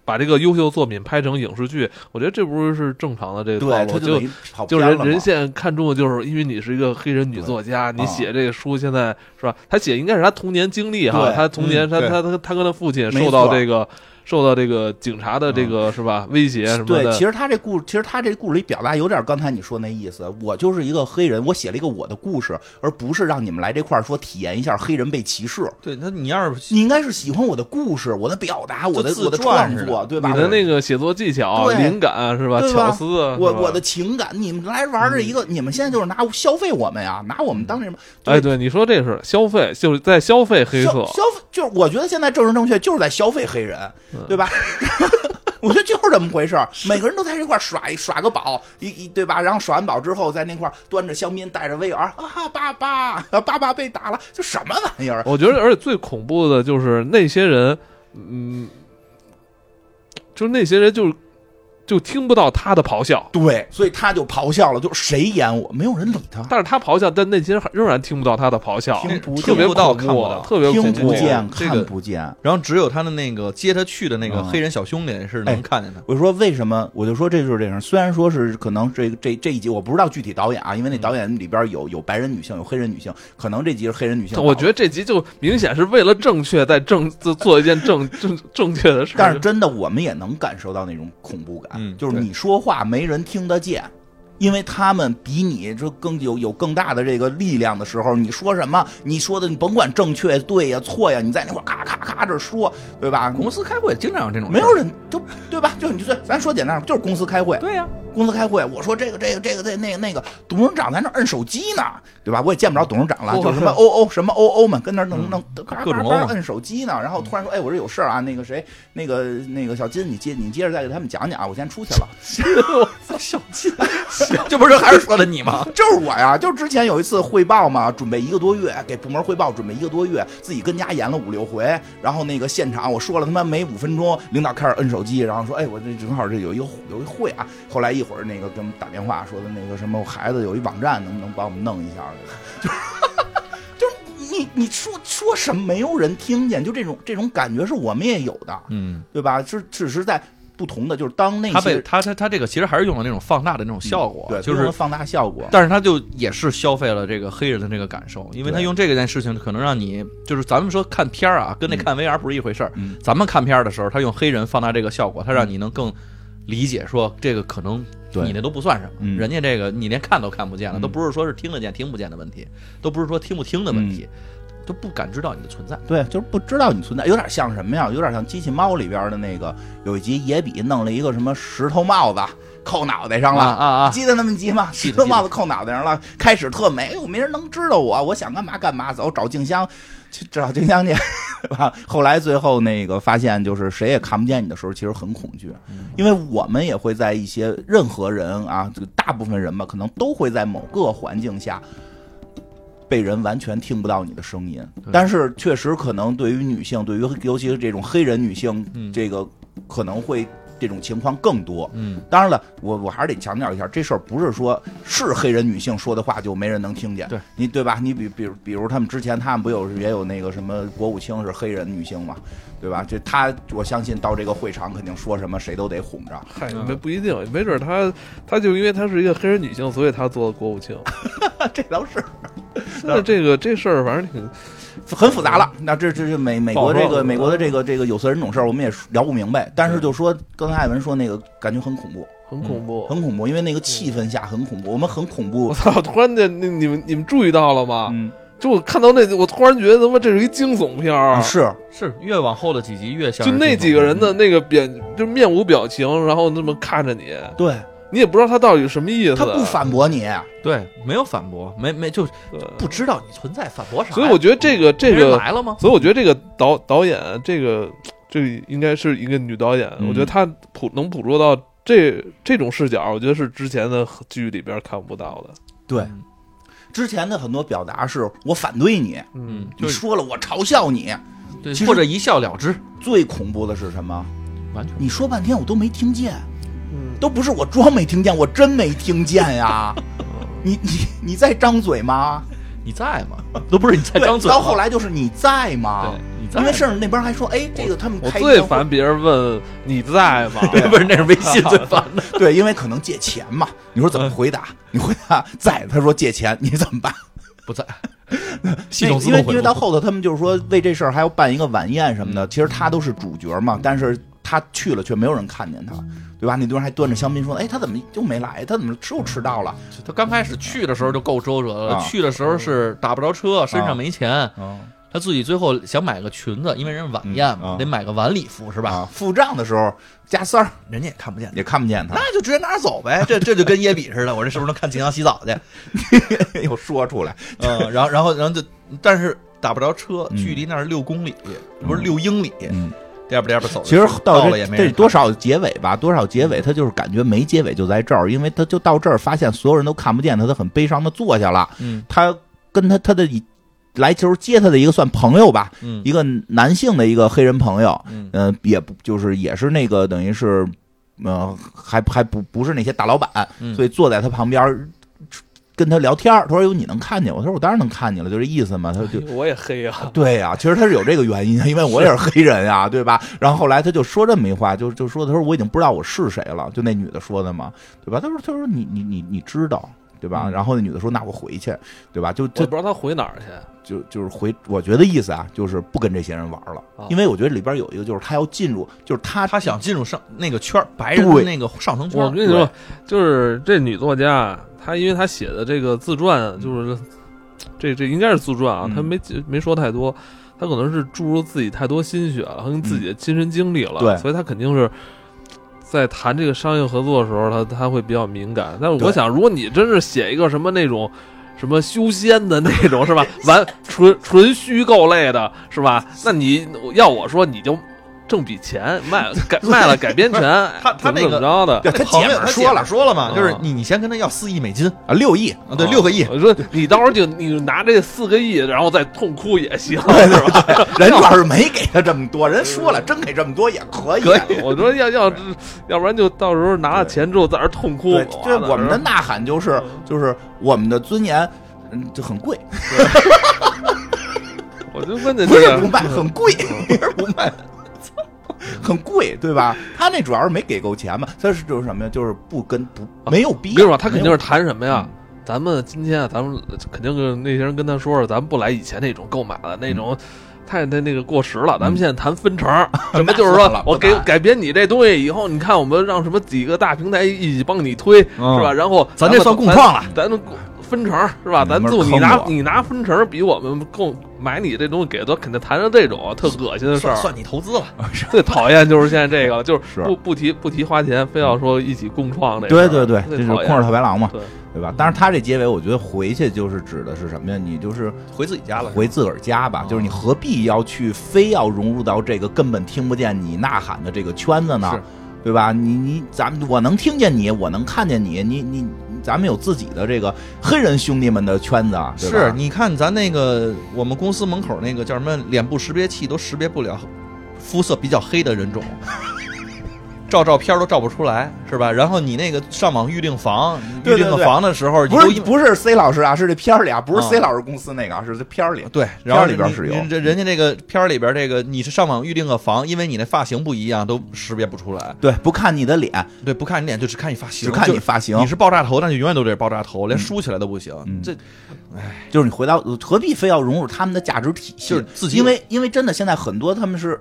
Speaker 1: 把这个优秀作品拍成影视剧，我觉得这不是正常的这个套路，
Speaker 2: 对，他
Speaker 1: 就
Speaker 2: 等于跑
Speaker 1: 就
Speaker 2: 偏
Speaker 1: 是
Speaker 2: 了
Speaker 1: 人
Speaker 2: 嘛。
Speaker 1: 人现在看中的就是因为你是一个黑人女作家，
Speaker 2: 对啊
Speaker 1: 你写这个书现在是吧？他写应该是他童年经历哈，
Speaker 2: 对
Speaker 1: 他童年
Speaker 3: 嗯
Speaker 1: 他
Speaker 3: 对
Speaker 1: 他他他跟他父亲
Speaker 2: 没
Speaker 1: 受到
Speaker 2: 错嗯
Speaker 1: 这个受到这个警察的这个是吧威胁啊什么
Speaker 2: 对，其
Speaker 1: 的，
Speaker 2: 实他这故，其实他这故事里表达有点刚才你说那意思。我就是一个黑人，我写了一个我的故事，而不是让你们来这块儿说体验一下黑人被歧视。
Speaker 3: 对，那你要是
Speaker 2: 你应该是喜欢我的故事，我的表达，我的
Speaker 3: 自
Speaker 2: 我的
Speaker 3: 传
Speaker 2: 创
Speaker 3: 似的
Speaker 2: 作，对吧？
Speaker 1: 你的那个写作技巧、
Speaker 2: 对
Speaker 1: 灵感是吧？
Speaker 2: 对吧
Speaker 1: 巧思啊，
Speaker 2: 我
Speaker 1: 是吧
Speaker 2: 我的情感，你们来玩这一个，你们现在就是拿消费我们呀，拿我们当什么？就是
Speaker 1: 嗯哎，对你说这是消费，就是在消费黑
Speaker 2: 消
Speaker 1: 色，
Speaker 2: 消费就是我觉得现在政治正确就是在消费黑人，对吧？ 我觉得就是这么回事儿，每个人都在这块儿耍一耍个宝，一一对吧？然后耍完宝之后，在那块儿端着香槟，带着威尔啊，爸爸，啊爸爸被打了，就什么玩意儿？
Speaker 1: 我觉得，而且最恐怖的就是那些人，嗯，就是那些人就就听不到他的咆哮。
Speaker 2: 对，所以他就咆哮了，就谁演我？没有人理他，
Speaker 1: 但是他咆哮，但内心还仍然听不到他的咆哮，
Speaker 2: 听不
Speaker 1: 特别
Speaker 3: 听嗯不到
Speaker 1: 恐
Speaker 3: 看
Speaker 1: 怖
Speaker 3: 不到
Speaker 1: 特别
Speaker 2: 听
Speaker 1: 恐
Speaker 2: 不
Speaker 1: 怖。
Speaker 2: 见，
Speaker 3: 这个
Speaker 2: 看不见。
Speaker 3: 然后只有他的那个接他去的那个
Speaker 2: 嗯
Speaker 3: 黑人小兄弟是
Speaker 2: 哎
Speaker 3: 能看见他。
Speaker 2: 我说为什么？我就说这就是这样。虽然说是可能这这这一集我不知道具体导演啊，因为那导演里边有有白人女性，有黑人女性，可能这集是黑人女性导的。
Speaker 1: 我觉得这集就明显是为了正确在正做做一件正正正确的事儿。
Speaker 2: 但是真的，我们也能感受到那种恐怖感，
Speaker 3: 嗯
Speaker 2: 就是
Speaker 3: 对
Speaker 2: 你说话没人听得见，因为他们比你这更有有更大的这个力量的时候，你说什么，你说的你甭管正确对呀错呀，你在那块儿咔咔咔这说，对吧？
Speaker 3: 公司开会经常有这种事
Speaker 2: 没
Speaker 3: 儿，
Speaker 2: 有人就对吧？就你就咱说简单，就是公司开会，
Speaker 3: 对呀、
Speaker 2: 公司开会，我说这个这个这个这那个那个，董事长在那儿摁手机呢，对吧？我也见不着董事长了，
Speaker 1: 我
Speaker 2: 就是什么欧欧什么欧欧们跟那儿弄
Speaker 3: 嗯
Speaker 2: 弄，嘎
Speaker 3: 各
Speaker 2: 嘎
Speaker 3: 种
Speaker 2: 嘎
Speaker 3: 欧嗯
Speaker 2: 摁手机呢。然后突然说，哎，我这有事儿啊，那个谁，那个那个小金，你接你接着再给他们讲讲啊，我先出去了。
Speaker 1: 小气，
Speaker 3: 这不是还是说的你吗？
Speaker 2: 就是我呀，就是之前有一次汇报嘛，准备一个多月，给部门汇报，准备一个多月，自己跟家演了五六回，然后那个现场我说了他妈没五分钟，领导开始摁手机，然后说，哎，我这正好这有一个有一会啊，后来一会儿那个给我们打电话说的那个什么，我孩子有一网站，能不能帮我们弄一下？就是。就是你你说说什么没有人听见，就这种这种感觉是我们也有的，
Speaker 3: 嗯，
Speaker 2: 对吧？是只是在不同的，就是当那些
Speaker 3: 他被他他他这个其实还是用了那种放大的那种效果，
Speaker 2: 对
Speaker 3: 就
Speaker 2: 不同的
Speaker 3: 是。
Speaker 2: 放大效果，
Speaker 3: 但是他就也是消费了这个黑人的这个感受，因为他
Speaker 2: 对
Speaker 3: 用这个件事情，可能让你就是咱们说看片儿啊，跟
Speaker 1: 嗯
Speaker 3: 那看 VR 不是一回事儿。
Speaker 2: 嗯
Speaker 3: 咱们看片儿的时候，他用黑人放大这个效果，他让你能更理解说这个可能
Speaker 2: 对
Speaker 3: 你那都不算什么，
Speaker 2: 嗯
Speaker 3: 人家这个你连看都看不见了，
Speaker 2: 嗯
Speaker 3: 都不是说是听得见听不见的问题，都不是说听不听的问题，
Speaker 1: 嗯
Speaker 3: 都不感知到你的存在。
Speaker 2: 对，就是不知道你存在，有点像什么呀？有点像《机器猫》里边的那个，有一集野比弄了一个什么石头帽子扣脑袋上了。
Speaker 3: 啊啊！
Speaker 2: 记得那么集吗？石
Speaker 3: 记得
Speaker 2: 头帽子扣脑袋上了，开始特美，哎呦，没人能知道我，我想干嘛干嘛，走，找静香， 去找静香去， 对吧？后来最后那个发现，就是谁也看不见你的时候，其实很恐惧，
Speaker 3: 嗯
Speaker 2: 因为我们也会在一些任何人啊，这个大部分人吧，可能都会在某个环境下被人完全听不到你的声音。
Speaker 3: 对
Speaker 2: 但是确实可能对于女性，对于尤其是这种黑人女性，
Speaker 3: 嗯
Speaker 2: 这个可能会这种情况更多。
Speaker 3: 嗯，
Speaker 2: 当然了，我我还是得强调一下，这事儿不是说是黑人女性说的话就没人能听见，
Speaker 1: 对
Speaker 2: 你对吧？你比比如比如他们之前他们不有也有那个什么国务卿是黑人女性嘛，对吧？这他我相信到这个会场肯定说什么谁都得哄着，
Speaker 1: 嗨，
Speaker 3: 嗯
Speaker 1: 没不一定，没准她她就因为她是一个黑人女性，所以她做的国务卿。
Speaker 2: 这倒是
Speaker 1: 那这个这事儿反正挺
Speaker 2: 很复杂了。那这这是美美国这
Speaker 1: 不好
Speaker 2: 个
Speaker 1: 说
Speaker 2: 美国的这个这个有色人种事儿，我们也聊不明白。但是就说刚才艾文说那个感觉很恐怖，
Speaker 1: 很
Speaker 3: 嗯
Speaker 1: 恐怖。
Speaker 2: 很恐怖，因为那个气氛下很恐怖，我们很恐
Speaker 1: 我
Speaker 2: 怖。
Speaker 1: 操！突然间，你你们你们注意到了吗？
Speaker 2: 嗯，
Speaker 1: 就我看到那，我突然觉得他妈这是一惊悚片儿、
Speaker 2: 啊
Speaker 1: 啊
Speaker 2: 是
Speaker 3: 是越往后的几集越像
Speaker 1: 就是那
Speaker 3: 这种
Speaker 1: 几个人
Speaker 2: 嗯
Speaker 1: 的那个表，就面无表情，然后那么看着你，
Speaker 2: 对
Speaker 1: 你也不知道他到底什么意思。
Speaker 2: 他不反驳你，
Speaker 3: 对，没有反驳，没没就
Speaker 1: 对
Speaker 3: 不知道你存在，反驳啥呀？
Speaker 1: 所以我觉得这个这
Speaker 3: 没人
Speaker 1: 个，
Speaker 3: 来了吗？
Speaker 1: 所以我觉得这个导导演这个这个应该是一个女导演，
Speaker 3: 嗯
Speaker 1: 我觉得她捕能捕捉到这这种视角，我觉得是之前的剧里边看不到的。
Speaker 2: 对。
Speaker 3: 嗯
Speaker 2: 之前的很多表达是我反对你，
Speaker 1: 嗯
Speaker 3: 嗯，
Speaker 2: 你
Speaker 3: 就是
Speaker 2: 说了我嘲笑你。
Speaker 3: 对
Speaker 2: 其，实
Speaker 3: 或者一笑了之，
Speaker 2: 最恐怖的是什么？
Speaker 3: 完全
Speaker 2: 你说半天我都没听见，
Speaker 1: 嗯，
Speaker 2: 都不是我装没听见，我真没听见 呀！你你你在张嘴吗？
Speaker 3: 你在 吗？都不是你在张嘴
Speaker 2: 对
Speaker 3: 吗，
Speaker 2: 到后来就是你在吗
Speaker 3: 对？，你在
Speaker 2: 因
Speaker 3: 吗，
Speaker 2: 为甚至那边还说，哎，这个他们
Speaker 1: 嗯我
Speaker 2: 开
Speaker 1: 最
Speaker 2: 宴会
Speaker 1: 烦别人问你在吗？
Speaker 3: 不是那是微信最烦的，
Speaker 2: 对，因为可能借钱嘛。你说怎么回答？你回答在，他说借钱，你怎么办？
Speaker 3: 不在，系
Speaker 2: 那
Speaker 3: 统自
Speaker 2: 因为
Speaker 3: 动
Speaker 2: 因
Speaker 3: 回
Speaker 2: 为
Speaker 3: 复
Speaker 2: 到后头他们就是说为这事儿还要办一个晚宴什么的，其实他都是主角嘛，但是他去了却没有人看见他，对吧？那堆人还端着香槟说，哎，他怎么就没来？他怎么又迟到了？
Speaker 3: 他刚 开始去的时候就够周折了，
Speaker 2: 啊
Speaker 3: 去的时候是打不着车，身上没钱，
Speaker 2: 嗯
Speaker 3: 他自己最后想买个裙子，因为人晚宴
Speaker 2: 嗯
Speaker 3: 嘛，
Speaker 2: 啊
Speaker 3: 得买个晚礼服是吧？
Speaker 2: 啊，付账的时候加三儿
Speaker 3: 人家也看不见。
Speaker 2: 也看不见他，
Speaker 3: 那就直接拿着走呗，这这就跟耶比似的，我这是不是能看秦阳洗澡去？
Speaker 2: 又说出来，
Speaker 3: 嗯，然后然后然后就，但是打不着车，
Speaker 2: 嗯
Speaker 3: 距离那儿六公里，
Speaker 2: 嗯
Speaker 3: 不是六英里，
Speaker 2: 嗯，
Speaker 3: 颠吧颠吧走着去。
Speaker 2: 其实
Speaker 3: 到
Speaker 2: 这
Speaker 3: 了也没人
Speaker 2: 这
Speaker 3: 看
Speaker 2: 多少结尾吧，多少结尾他就是感觉没结尾就在这儿，因为他就到这儿发现所有人都看不见他，他很悲伤的坐下了，
Speaker 3: 嗯
Speaker 2: 他跟他他的一来球接他的一个算朋友吧，
Speaker 3: 嗯
Speaker 2: 一个男性的一个黑人朋友，
Speaker 3: 嗯
Speaker 2: 嗯、也不就是也是那个等于是，呃，还还不不是那些大老板，
Speaker 3: 嗯
Speaker 2: 所以坐在他旁边儿跟他聊天儿。他说：“哎哟，你能看见我？”他说：“我当然能看见了，就这意思嘛。”
Speaker 3: 哎
Speaker 2: 他就。
Speaker 1: 我也黑啊，
Speaker 2: 对呀、其实他是有这个原因的，因为我也是黑人呀、对吧？然后后来他就说这么一话，就就说他说我已经不知道我是谁了，就那女的说的嘛，对吧？他说他说你你你你知道对吧？
Speaker 3: 嗯
Speaker 2: 然后那女的说那我回去，对吧？就
Speaker 1: 我
Speaker 2: 就
Speaker 1: 不知道他回哪儿去。
Speaker 2: 就就是回，我觉得意思啊，就是不跟这些人玩了
Speaker 1: 啊，
Speaker 2: 因为我觉得里边有一个就是他要进入，就是 他
Speaker 3: 他想进入上那个圈儿，白人的
Speaker 2: 对
Speaker 3: 那个上层圈
Speaker 1: 我
Speaker 3: 儿，
Speaker 1: 跟你说，就是这女作家，啊她因为她写的这个自传，啊
Speaker 3: 嗯
Speaker 1: 就是这这应该是自传啊，
Speaker 2: 嗯
Speaker 1: 她没没说太多，她可能是注入自己太多心血了，
Speaker 3: 嗯
Speaker 1: 跟自己的亲身经历了，
Speaker 2: 对
Speaker 1: 所以她肯定是。在谈这个商业合作的时候，她她会比较敏感。但是我
Speaker 2: 对
Speaker 1: 想，如果你真是写一个什么那种什么修仙的那种，是吧？完纯纯虚构类的，是吧？那你要我说，你就挣笔钱 卖改卖了改编权，
Speaker 3: 他他
Speaker 1: 怎么
Speaker 3: 那
Speaker 1: 怎么
Speaker 3: 个
Speaker 1: 着的？
Speaker 2: 对他
Speaker 3: 朋
Speaker 2: 姐
Speaker 3: 友
Speaker 2: 们儿说
Speaker 3: 他姐们
Speaker 2: 了
Speaker 3: 儿说了嘛，就是
Speaker 1: 啊
Speaker 3: 你你先跟他要四亿美金
Speaker 2: 啊六亿，
Speaker 3: 啊，对，六个亿，
Speaker 1: 我说你到时候就你拿这四个亿，然后再痛哭也行，
Speaker 2: 对对对，人主要是没给他这么多，人说了真给这么多也可以，啊
Speaker 3: 可以
Speaker 1: 我说要要要不然就到时候拿了钱之后在这儿痛哭
Speaker 2: 对，。这我们的呐喊就是就是我们的尊严。嗯，就很贵，
Speaker 1: 我就 问你
Speaker 2: 不
Speaker 1: 这
Speaker 2: 是
Speaker 1: 个
Speaker 2: 不卖，很贵， 不是不卖，很贵，对吧？他那主要是没给够钱嘛，他是就是什么呀？就是不跟不没有必
Speaker 1: 比如
Speaker 2: 要，
Speaker 1: 说他肯定是谈什么呀
Speaker 2: 嗯？
Speaker 1: 咱们今天啊，咱们肯定是那些人跟他说说，咱们不来以前那种购买了那
Speaker 2: 嗯
Speaker 1: 种。太那那个过时了，咱们现在谈分成， 什么就是说
Speaker 2: 那算了
Speaker 1: 我
Speaker 2: 不
Speaker 1: 给
Speaker 2: 谈
Speaker 1: 改编你这东西以后，你看我们让什么几个大平台一起帮你推，
Speaker 3: 嗯
Speaker 1: 是吧？然后
Speaker 3: 咱
Speaker 1: 们
Speaker 3: 这算共创了，
Speaker 1: 咱们分成是吧？
Speaker 2: 嗯
Speaker 1: 咱
Speaker 2: 慢慢
Speaker 1: 做你
Speaker 2: 坑
Speaker 1: 拿
Speaker 2: 我
Speaker 1: 你拿分成比我们更买你这东西给的多，肯定谈上这种特恶心的事儿
Speaker 3: 算。算你投资了，
Speaker 1: 最讨厌就是现在这个了，就是
Speaker 2: 是
Speaker 1: 不不提不提花钱，非要说一起共创这事
Speaker 2: 对
Speaker 1: 儿。
Speaker 2: 嗯对对，
Speaker 1: 最
Speaker 2: 这是
Speaker 1: 讨
Speaker 2: 空
Speaker 1: 厌
Speaker 2: 手套白狼嘛，
Speaker 1: 对
Speaker 2: 对吧？但是他这结尾，我觉得回去就是指的是什么呀？你就是
Speaker 3: 回自己家了，
Speaker 2: 回自个儿家吧
Speaker 3: 哦，
Speaker 2: 就是你何必要去非要融入到这个根本听不见你呐喊的这个圈子呢
Speaker 3: 是？
Speaker 2: 对吧？你你咱们我能听见你，我能看见你，你你咱们有自己的这个黑人兄弟们的圈子，啊，对吧
Speaker 3: 是，你看咱那个我们公司门口那个叫什么脸部识别器都识别不了肤色比较黑的人种，照照片都照不出来，是吧？然后你那个上网预订房，
Speaker 2: 对对
Speaker 3: 预订个
Speaker 2: 对
Speaker 3: 房的时候，
Speaker 2: 不
Speaker 3: 你
Speaker 2: 是
Speaker 3: 都
Speaker 2: 不是 C 老师啊，是这片儿里啊，不是
Speaker 3: 啊
Speaker 2: C 老师公司那个啊，是这片儿里。
Speaker 3: 对，然
Speaker 2: 片
Speaker 3: 后
Speaker 2: 儿里边
Speaker 3: 你
Speaker 2: 是有
Speaker 3: 人人人家这个片儿里边这个，你是上网预定个房，因为你那发型不一样，都识别不出来。
Speaker 2: 对，不看你的脸，
Speaker 3: 对，不看你脸，就只看你发型，
Speaker 2: 只看
Speaker 3: 就
Speaker 2: 你发型
Speaker 3: 你，是爆炸头，那就永远都得是爆炸头，连梳起来都不行。
Speaker 2: 嗯
Speaker 3: 这
Speaker 2: 就是你回到何必非要融入他们的价值体系？
Speaker 3: 就是自己
Speaker 2: 因为因为真的现在很多他们是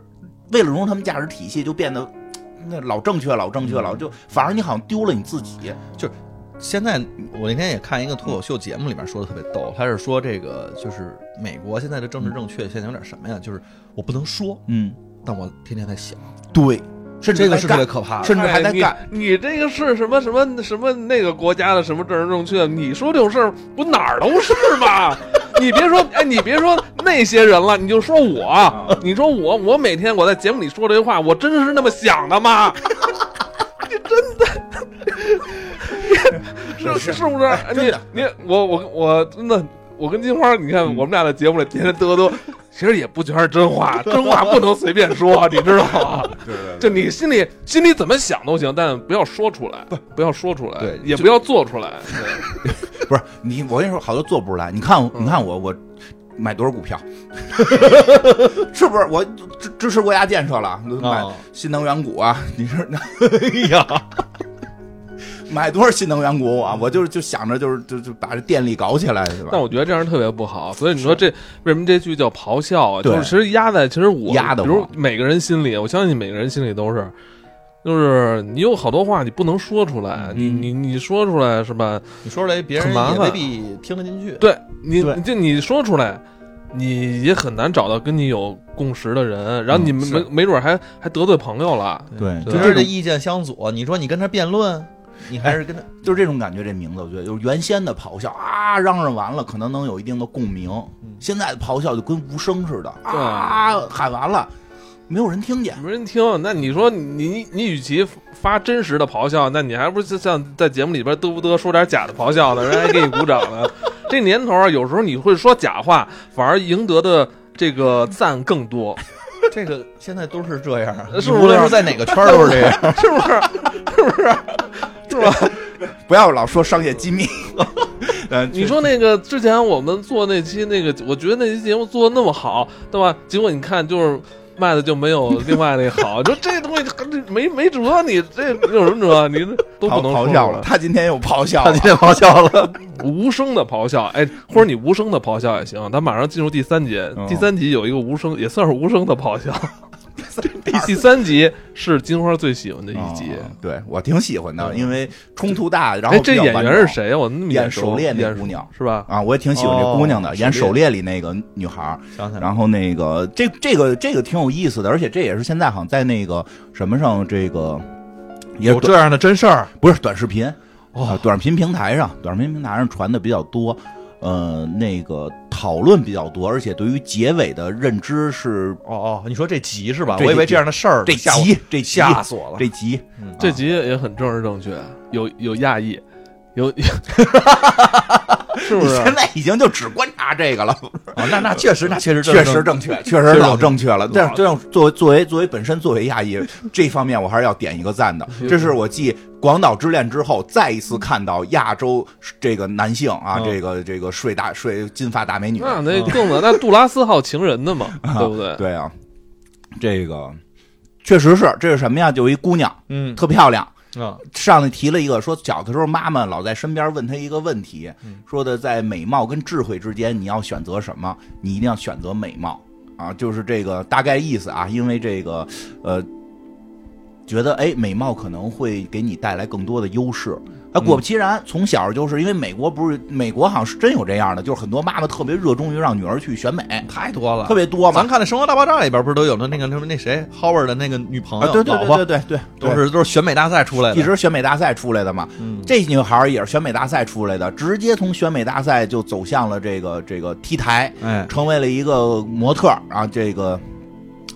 Speaker 2: 为了融入他们价值体系，就变得那老正确老正确
Speaker 3: 嗯
Speaker 2: 老就反而你好像丢了你自己。
Speaker 3: 现在我那天也看一个
Speaker 2: 嗯
Speaker 3: 脱口秀节目，里面说的特别逗，他是说这个就是美国现在的政治正确现在有点什么呀？就是我不能说，
Speaker 2: 嗯，
Speaker 3: 但我天天在想，
Speaker 2: 对，甚至
Speaker 3: 这个
Speaker 2: 还
Speaker 3: 是特
Speaker 2: 哎干
Speaker 3: 别可怕的。
Speaker 2: 甚至还在干。
Speaker 1: 哎你。你这个是什么什么什么那个国家的什么政治正确？你说这种事儿不哪儿都是吧？ 你别说，哎，你别说那些人了，你就说我，你说我，我每天我在节目里说这些话，我真是那么想的吗？ 你真的，是是不是？
Speaker 2: 真的
Speaker 1: 你你我我我真的。我跟金花，你看我们俩在节目里天天嘚嘚，其实也不全是真话，真话不能随便说，你知道吗？
Speaker 2: 对对
Speaker 1: 就你心里心里怎么想都行，但不要说出来，不不要说出来，
Speaker 3: 对
Speaker 1: 也
Speaker 3: 就
Speaker 1: 不要做出来。
Speaker 2: 不是你，我跟你说，好多做不出来。你看
Speaker 3: 嗯
Speaker 2: 我，你看我，我买多少股 票，是不是？我支支持国家建设了，买
Speaker 3: 啊
Speaker 2: 新能源股啊。 你是
Speaker 3: 哎呀，
Speaker 2: 买多少新能源股啊？我就是就想着就是就就把这电力搞起来，对吧
Speaker 1: 但？我觉得这样特别不好，所以你说这为什么这剧叫咆哮啊？
Speaker 2: 对
Speaker 1: 就是其实压在其实我
Speaker 2: 压得
Speaker 1: 比
Speaker 2: 慌
Speaker 1: 如每个人心里，我相信每个人心里都是，就是你有好多话你不能说出来，你你你说出来是吧？
Speaker 3: 你说出来别人
Speaker 1: 很麻
Speaker 3: 也
Speaker 1: 烦
Speaker 3: 未必听得进去。
Speaker 1: 对你
Speaker 2: 对
Speaker 1: 你就你说出来。你也很难找到跟你有共识的人，然后你
Speaker 3: 嗯
Speaker 1: 没、
Speaker 3: 是
Speaker 1: 没准还还得罪朋友了。
Speaker 2: 对
Speaker 1: 对
Speaker 3: 别人的意见相左，你说你跟他辩论，你
Speaker 2: 哎
Speaker 3: 还是跟他
Speaker 2: 就是这种感觉，这名字我觉得就是原先的咆哮啊，嚷嚷完了可能能有一定的共鸣，现在的咆哮就跟无声似的
Speaker 1: 对
Speaker 2: 啊，喊完了没有人听见，
Speaker 1: 没人听，那你说你你你与其发真实的咆哮，那你还不是像在节目里边嘚不嘚说点假的咆哮呢？人家还给你鼓掌呢。这年头啊，有时候你会说假话，反而赢得的这个赞更多，
Speaker 3: 这个现在都是这样，
Speaker 1: 是
Speaker 3: 你
Speaker 1: 不
Speaker 3: 无论
Speaker 1: 是
Speaker 3: 是在哪个圈儿都 是这样。
Speaker 1: 是不是？是不是？是吧？
Speaker 2: 不要老说商业机 密。呃，
Speaker 1: 你说那个之前我们做那期那个，我觉得那期节目做的那么好，对吧？结果你看就是。卖的就没有另外那好，就这东西这没没辙，你这有什么辙？你这都
Speaker 2: 咆
Speaker 1: 不能
Speaker 2: 咆
Speaker 1: 说
Speaker 2: 哮
Speaker 1: 了
Speaker 2: 了，他今天又咆哮
Speaker 3: 他
Speaker 2: 了
Speaker 3: 今，天咆哮 了，
Speaker 1: 无声的咆哮，哎，或者你无声的咆哮也行。咱马上进入第三节，
Speaker 2: 嗯
Speaker 1: 第三集有一个无声，也算是无声的咆 哮。第
Speaker 2: 哪儿
Speaker 1: 第三集是金花最喜欢的一集。
Speaker 2: 哦对我挺喜欢的，
Speaker 1: 嗯
Speaker 2: 因为冲突大，然后
Speaker 1: 哎，这
Speaker 2: 比较
Speaker 1: 演
Speaker 2: 完
Speaker 1: 员
Speaker 2: 整
Speaker 1: 是谁呀？我那么
Speaker 2: 演
Speaker 1: 眼熟
Speaker 2: 狩猎那
Speaker 1: 眼
Speaker 2: 姑
Speaker 1: 熟
Speaker 2: 娘
Speaker 1: 是吧？
Speaker 2: 啊？我也挺喜欢这姑娘的，
Speaker 3: 哦
Speaker 2: 演《
Speaker 3: 狩猎
Speaker 2: 狩猎》里那个嗯女孩儿。
Speaker 3: 想起来了
Speaker 2: 然后那个这这个这个挺有意思的，而且这也是现在好像在那个什么上这个也
Speaker 3: 有
Speaker 2: 短
Speaker 3: 这样的真事儿，
Speaker 2: 不是短视频啊，短视频平台上，短视频平台上传的比较多。呃，那个讨论比较多，而且对于结尾的认知是
Speaker 3: 哦哦，你说这集是吧？
Speaker 2: 这
Speaker 3: 我以为
Speaker 2: 集
Speaker 3: 这样的事儿，
Speaker 2: 这
Speaker 3: 吓我
Speaker 2: 集这集
Speaker 3: 吓死我了。
Speaker 2: 这集
Speaker 3: 嗯
Speaker 1: 这集也很正式正确，有有亚裔， 有， 是不
Speaker 2: 你
Speaker 1: 是
Speaker 2: 现？在已经就只观察这个了，
Speaker 3: 啊，那那确实，那确实
Speaker 2: 确实正确，确实老正确了。但是，这样作为作为作为本身作为亚裔这方面，我还是要点一个赞的。这是我继《广岛之恋》之后再一次看到亚洲这个男性啊，
Speaker 3: 嗯
Speaker 2: 这个这个睡大睡金发大美女，
Speaker 1: 啊那那更的，那杜拉斯号情人的嘛，对不对？
Speaker 2: 对 啊，这个确实是这是什么呀？就一姑娘
Speaker 3: 嗯
Speaker 2: 特漂亮，
Speaker 3: 啊，
Speaker 2: 上来提了一个说，小的时候妈妈老在身边问他一个问题
Speaker 3: 嗯，
Speaker 2: 说的在美貌跟智慧之间，你要选择什么？你一定要选择美貌啊，就是这个大概意思啊。因为这个，呃，觉得哎，美貌可能会给你带来更多的优势。啊，果不其然，从小就是因为美国不是美国好像是真有这样的，就是很多妈妈特别热衷于让女儿去选美，
Speaker 3: 太多了，
Speaker 2: 特别多嘛
Speaker 3: 咱。看那《生活大爆炸》里边不是都有那那个什么那谁 Howard 的那个女朋
Speaker 2: 啊，
Speaker 3: 友
Speaker 2: 对对
Speaker 3: 老
Speaker 2: 对
Speaker 3: 婆
Speaker 2: 对对对，
Speaker 3: 都是都是选美大赛出来的，
Speaker 2: 一直选美大赛出来的嘛。
Speaker 3: 嗯
Speaker 2: 这女孩儿也是选美大赛出来的，直接从选美大赛就走向了这个这个 T 台，
Speaker 3: 哎
Speaker 2: 成为了一个模特儿啊，这个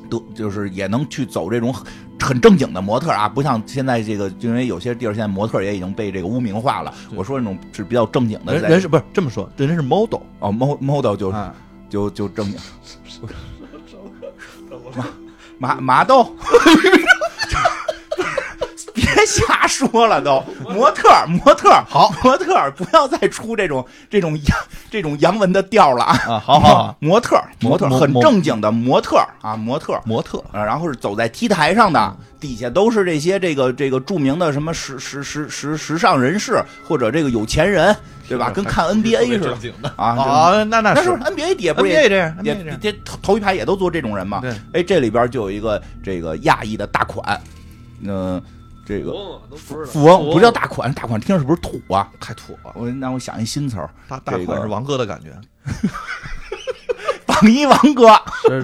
Speaker 2: 都就是也能去走这种很很正经的模特儿啊，不像现在这个，因为有些地儿现在模特儿也已经被这个污名化了。
Speaker 3: 对
Speaker 2: 我说那种是比较正经的
Speaker 3: 人
Speaker 2: 在，
Speaker 3: 人是不是这么说？人家是 model，
Speaker 2: 哦，mo- model 就、
Speaker 3: 哎
Speaker 2: 就就正经，麻麻麻豆。别瞎说了都，模特儿模特好，模特儿不要再出这种这种洋这种洋文的调了啊！
Speaker 3: 啊，好好好，
Speaker 2: 模特儿模特儿
Speaker 3: 模
Speaker 2: 很
Speaker 3: 模
Speaker 2: 正经的模特儿啊，模特儿
Speaker 3: 模特
Speaker 2: 啊，然后是走在 T 台上
Speaker 3: 嗯
Speaker 2: 的，底下都是这些这个这个著名的什么时时时时时尚人士或者这个有钱人，对吧？跟看 NBA 似的
Speaker 1: 的，
Speaker 2: 啊！这
Speaker 3: 啊，那那
Speaker 2: 那
Speaker 3: 是
Speaker 2: 时候 NBA 底下不是也
Speaker 3: ，NBA 这样
Speaker 2: 也
Speaker 3: ，NBA 这样，
Speaker 2: 这头头一排也都坐这种人嘛？
Speaker 3: 对，
Speaker 2: 哎，这里边就有一个这个亚裔的大款，嗯、这个
Speaker 1: 哦都不是
Speaker 2: 富翁不叫大款，大款听着是不是土啊？
Speaker 3: 太土了，
Speaker 2: 我让我想一新词儿，
Speaker 3: 大大
Speaker 2: 这
Speaker 3: 款
Speaker 2: 个
Speaker 3: 是王哥的感觉，
Speaker 2: 榜一王哥啊！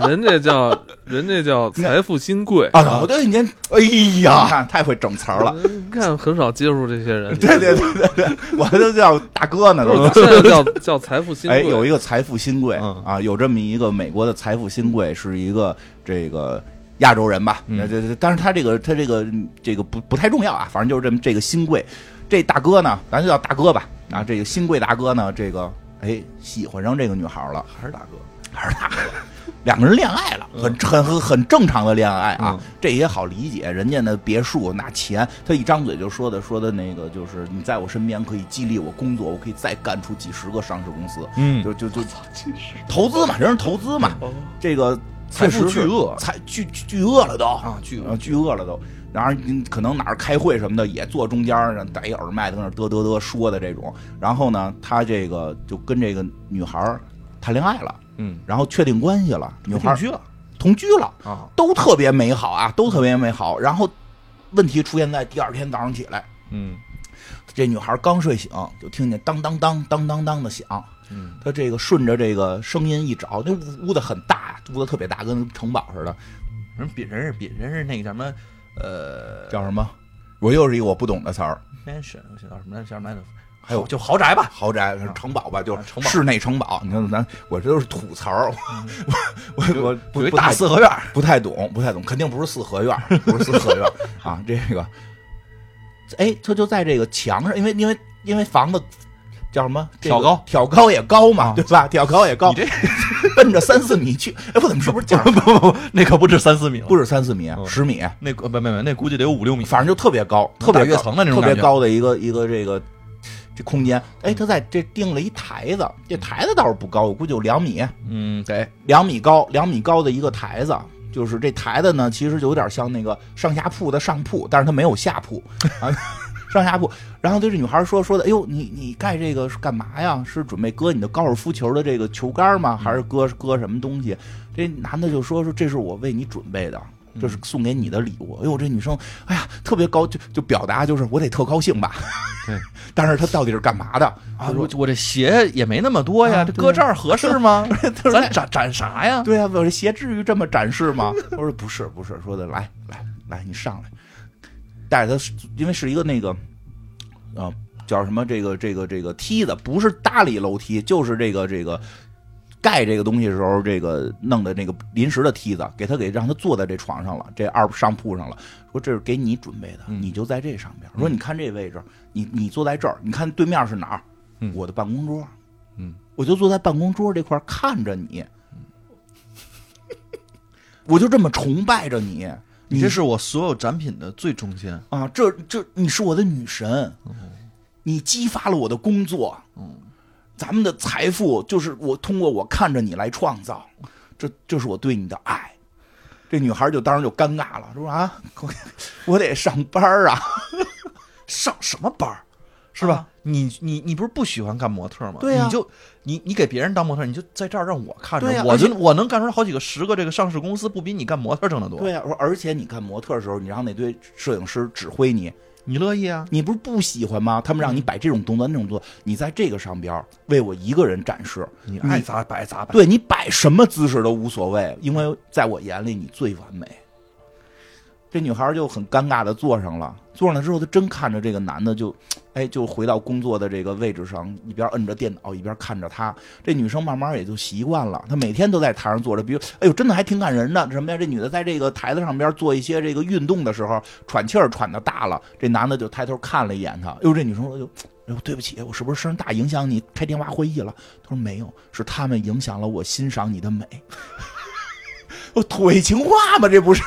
Speaker 1: 人家叫人家叫财富新贵。
Speaker 2: 我对你这，哎呀，你看太会整词儿了。
Speaker 1: 你看很少接触这些人，
Speaker 2: 对对对对对，我都叫大哥呢，都
Speaker 1: 现在叫叫财富新
Speaker 2: 哎，
Speaker 1: 贵。
Speaker 2: 有一个财富新贵、
Speaker 3: 嗯
Speaker 2: 啊，有这么一个美国的财富新贵，是一个这个亚洲人吧？呃
Speaker 3: 嗯
Speaker 2: 这这，但是他这个他这个这个不不太重要啊，反正就是这么这个新贵，这大哥呢，咱就叫大哥吧。啊，这个新贵大哥呢，这个哎喜欢上这个女孩了，
Speaker 3: 还是大哥，
Speaker 2: 还是大哥，两个人恋爱了，
Speaker 3: 嗯
Speaker 2: 很很很很正常的恋爱啊，这也好理解。人家那别墅那钱，他一张嘴就说的说的那个就是你在我身边可以激励我工作，我可以再干出几十个上市公司。
Speaker 3: 嗯
Speaker 2: 就就就投资嘛，人是投资嘛，
Speaker 1: 哦
Speaker 2: 这个
Speaker 3: 财富
Speaker 2: 确实是
Speaker 3: 巨鳄
Speaker 2: 财巨巨巨鳄了都
Speaker 3: 啊巨鳄
Speaker 2: 啊巨鳄了都。然后你可能哪儿开会什么的也坐中间儿，然后戴一耳麦在那儿嘚嘚嘚说的这种。然后呢，他这个就跟这个女孩儿谈恋爱了，
Speaker 3: 嗯，
Speaker 2: 然后确定关系了，女孩
Speaker 3: 定
Speaker 2: 儿
Speaker 3: 居了
Speaker 2: 同居了，
Speaker 3: 啊，
Speaker 2: 都特别美好啊，都特别美好。然后问题出现在第二天早上起来，
Speaker 3: 嗯
Speaker 2: 这女孩刚睡醒，就听见当当当当当当的响。
Speaker 3: 嗯，
Speaker 2: 她这个顺着这个声音一找，那屋屋子很大，屋子特别大，跟城堡似的。
Speaker 3: 人比人是比人是那个叫什么呃
Speaker 2: 叫什么？我又是一个我不懂的词儿。
Speaker 3: mansion 我想叫什么来叫什么来着？
Speaker 2: 还有
Speaker 3: 就豪宅吧，啊
Speaker 2: 豪宅、城堡吧，就是
Speaker 3: 城堡嗯
Speaker 2: 室内城堡。你看咱我这都是土词儿，我我我不
Speaker 3: 有一
Speaker 2: 不
Speaker 3: 大
Speaker 2: 太
Speaker 3: 四合院，
Speaker 2: 不太懂，不太懂，肯定不是四合院儿，不是四合院儿 啊。这个，哎，他就在这个墙上，因为因为因为房子叫什么、这个
Speaker 3: 挑高
Speaker 2: 挑高也高嘛，
Speaker 3: 啊
Speaker 2: 对吧？挑高也高，
Speaker 3: 你这啊
Speaker 2: 奔着三四米去。哎，不怎么是不是讲
Speaker 3: 不不不，那可不止三四米了，
Speaker 2: 不是三四
Speaker 3: 啊
Speaker 2: 米，啊十米，
Speaker 3: 那呃不不不，那估计得有五六米，
Speaker 2: 反正就特别高，
Speaker 3: 能
Speaker 2: 特别
Speaker 3: 打跃
Speaker 2: 高
Speaker 3: 层的那种
Speaker 2: 特别
Speaker 3: 感觉
Speaker 2: 高的一个一个这个这空间。哎，他在这定了一台子，这台子倒是不高，我估计有两米，
Speaker 3: 嗯，得
Speaker 2: 两米高，两米高的一个台子。就是这台子呢，其实就有点像那个上下铺的上铺，但是它没有下铺啊，上下铺。然后对这女孩说说的，哎呦，你你盖这个是干嘛呀？是准备搁你的高尔夫球的这个球杆吗？还是搁搁什么东西？这男的就说说这是我为你准备的，这是送给你的礼物。哎呦，这女生，哎呀，特别高，就就表达就是我得特高兴吧。
Speaker 3: 对，
Speaker 2: 但是她到底是干嘛的？
Speaker 3: 啊，我我这鞋也没那么多呀，
Speaker 2: 啊
Speaker 3: 这
Speaker 2: 对
Speaker 3: 搁这儿合 适吗？
Speaker 2: 她说
Speaker 3: 咱展展啥呀？
Speaker 2: 对啊，我这鞋至于这么展示吗？ 我说不是，不是，说的来来来，你上来，带着他，因为是一个那个，呃，叫什么这个这个这个梯子，不是搭理楼梯，就是这个这个盖这个东西的时候，这个弄的那个临时的梯子，给他给让他坐在这床上了，这二上铺上了。说这是给你准备的，
Speaker 3: 嗯
Speaker 2: 你就在这上边。说你看这位置，你你坐在这儿，你看对面是哪儿？
Speaker 3: 嗯
Speaker 2: 我的办公桌。
Speaker 3: 嗯，
Speaker 2: 我就坐在办公桌这块儿看着你， 我就这么崇拜着你。
Speaker 3: 嗯你这是我所有展品的最中间，
Speaker 2: 啊，这这你是我的女神，你激发了我的工作，咱们的财富就是我通过我看着你来创造，这这是我对你的爱。这女孩就当时就尴尬了，说啊，我我得上班儿啊，
Speaker 3: 上什么班儿？是吧？你你你不是不喜欢干模特吗？
Speaker 2: 对呀
Speaker 3: 你就你你给别人当模特，你就在这儿让我看着，
Speaker 2: 对呀
Speaker 3: 我
Speaker 2: 而且
Speaker 3: 就我能干出来好几个十个这个上市公司，不比你干模特挣得多。
Speaker 2: 对呀、我说而且你干模特的时候，你让那堆摄影师指挥你，
Speaker 3: 你乐意啊？
Speaker 2: 你不是不喜欢吗？他们让你摆这种动作那种动作，你在这个上边儿为我一个人展示，
Speaker 3: 你爱咋摆咋摆。
Speaker 2: 对你摆什么姿势都无所谓，因为在我眼里你最完美。这女孩就很尴尬的坐上了，坐上了之后，她真看着这个男的就，哎，就回到工作的这个位置上，一边摁着电脑，一边看着他。这女生慢慢也就习惯了，她每天都在台上坐着，比如，哎呦，真的还挺感人的。什么呀？这女的在这个台子上边做一些这个运动的时候，喘气儿喘的大了，这男的就抬头看了一眼她。哎呦，这女生说，哎呦，哎呦，对不起，我是不是声大影响你开电话会议了？他说没有，是他们影响了我欣赏你的美。 我土味情话吗？这不是，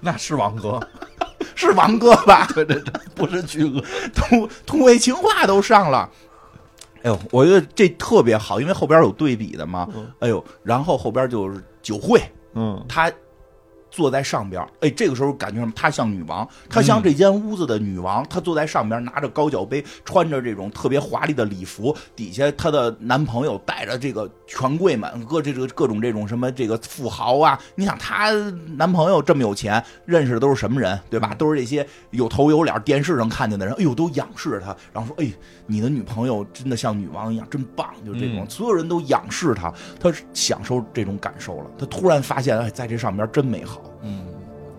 Speaker 3: 那是王哥，
Speaker 2: 是王哥吧？
Speaker 3: 对对对，不是巨鳄，
Speaker 2: 土土味情话都上了。哎呦，我觉得这特别好，因为后边有对比的嘛。
Speaker 1: 嗯
Speaker 2: 哎呦，然后后边就是酒会，
Speaker 1: 嗯，
Speaker 2: 她坐在上边儿，哎，这个时候感觉什么？她像女王，她像这间屋子的女王。她坐在上边儿，拿着高脚杯，穿着这种特别华丽的礼服，底下她的男朋友带着这个权贵们，各这个各种这种什么这个富豪啊。你想，她男朋友这么有钱，认识的都是什么人，对吧？都是这些有头有脸，电视上看见的人。哎呦，都仰视她，然后说：“哎，你的女朋友真的像女王一样，真棒！”就这种，
Speaker 3: 嗯
Speaker 2: 所有人都仰视她。他享受这种感受了。他突然发现，哎，在这上边真美好，
Speaker 3: 嗯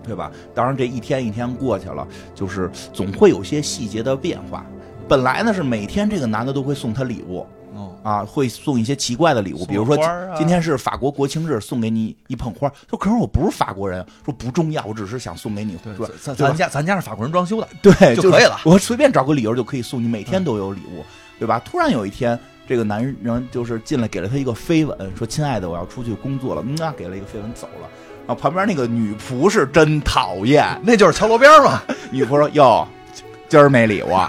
Speaker 2: 对吧？当然，这一天一天过去了，就是总会有些细节的变化。本来呢是每天这个男的都会送她礼物
Speaker 3: 哦，
Speaker 2: 啊，会送一些奇怪的礼物，
Speaker 3: 送
Speaker 2: 比如说
Speaker 3: 花儿啊
Speaker 2: 今天是法国国庆日，送给你一捧花。他说：“可是我不是法国人。”说不重要，我只是想送给你。
Speaker 3: 对，
Speaker 2: 对吧
Speaker 3: 咱
Speaker 2: 对吧
Speaker 3: 咱家咱家是法国人装修的，
Speaker 2: 对
Speaker 3: 就是可以了嗯
Speaker 2: 我随便找个理由就可以送你，每天都有礼物，对吧？突然有一天，这个男人就是进来给了他一个飞吻，说：“亲爱的，我要出去工作了。”嗯啊，给了一个飞吻走了。然后旁边那个女仆是真讨厌，
Speaker 3: 那就是敲锣边儿嘛。
Speaker 2: 女仆说：“哟，今儿没啊理 我。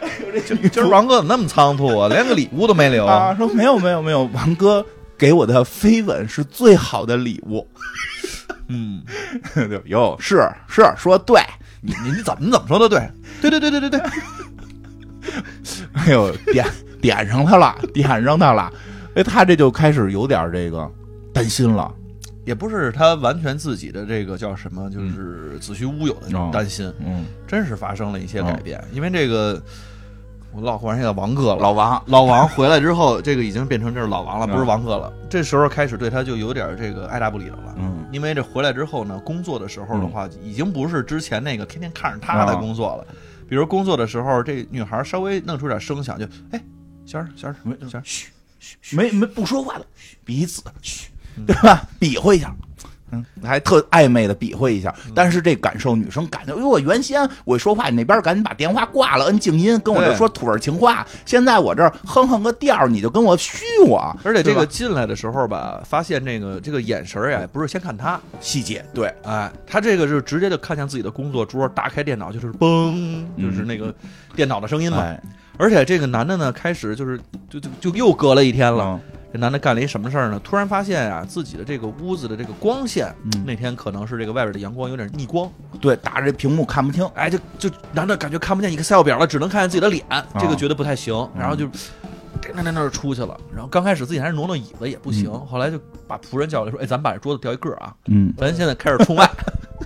Speaker 2: 哎呦”这女
Speaker 3: 今儿
Speaker 2: 仆
Speaker 3: 王哥怎么那么仓促啊，连个礼物都没留
Speaker 2: 啊，说没有没有没有，王哥给我的飞吻是最好的礼物。
Speaker 3: 嗯，
Speaker 2: 对哟，是是说得对，
Speaker 3: 你你你怎么怎么说的对？对对对对对对，
Speaker 2: 哎呦，点点上他了，点上他了，哎，他这就开始有点这个担心了。
Speaker 3: 也不是他完全自己的这个叫什么，就是子虚乌有的
Speaker 2: 哦
Speaker 3: 担心，
Speaker 2: 嗯，哦
Speaker 3: 真是发生了一些改变。因为这个，我老管人叫王哥了，
Speaker 2: 老王，
Speaker 3: 老王回来之后，这个已经变成这是老王了，
Speaker 2: 嗯
Speaker 3: 不是王哥了。这时候开始对他就有点这个爱答不理的了。
Speaker 2: 嗯，
Speaker 3: 因为这回来之后呢，工作的时候的话，已经不是之前那个天天看着他
Speaker 2: 啊
Speaker 3: 的工作了。比如工作的时候，这女孩稍微弄出点声响，就哎，小二，小二，小二，嘘，
Speaker 2: 没没不说话的，彼此嘘，对吧？比划一下。嗯，还特暧昧的比划一下，但是这感受女生感觉，因为我原先我说话，你那边赶紧把电话挂了，摁静音，跟我这
Speaker 3: 对
Speaker 2: 说土味情话。现在我这儿哼哼个调儿，你就跟我虚我，
Speaker 3: 而且这
Speaker 2: 对
Speaker 3: 个
Speaker 2: 吧
Speaker 3: 进来的时候吧，发现这个这个眼神儿呀，不是先看他，
Speaker 2: 细节对，
Speaker 3: 哎，他这个是直接就看向自己的工作桌，打开电脑就是嘣，就是那个电脑的声音嘛。
Speaker 2: 嗯哎，
Speaker 3: 而且这个男的呢，开始就是就就就又隔了一天了。
Speaker 2: 嗯
Speaker 3: 这男的干了一什么事儿呢？突然发现啊，自己的这个屋子的这个光线，
Speaker 2: 嗯
Speaker 3: 那天可能是这个外边的阳光有点逆光，
Speaker 2: 对，打着这屏幕看不清，
Speaker 3: 哎，就就男的感觉看不见 Excel 表了，只能看见自己的脸，这个觉得不太行，然后就。那那那就出去了，然后刚开始自己还是挪挪椅子也不行，后来就把仆人叫来说：“哎，咱们把这桌子调一个儿啊，
Speaker 2: 嗯
Speaker 3: 咱现在开始冲外。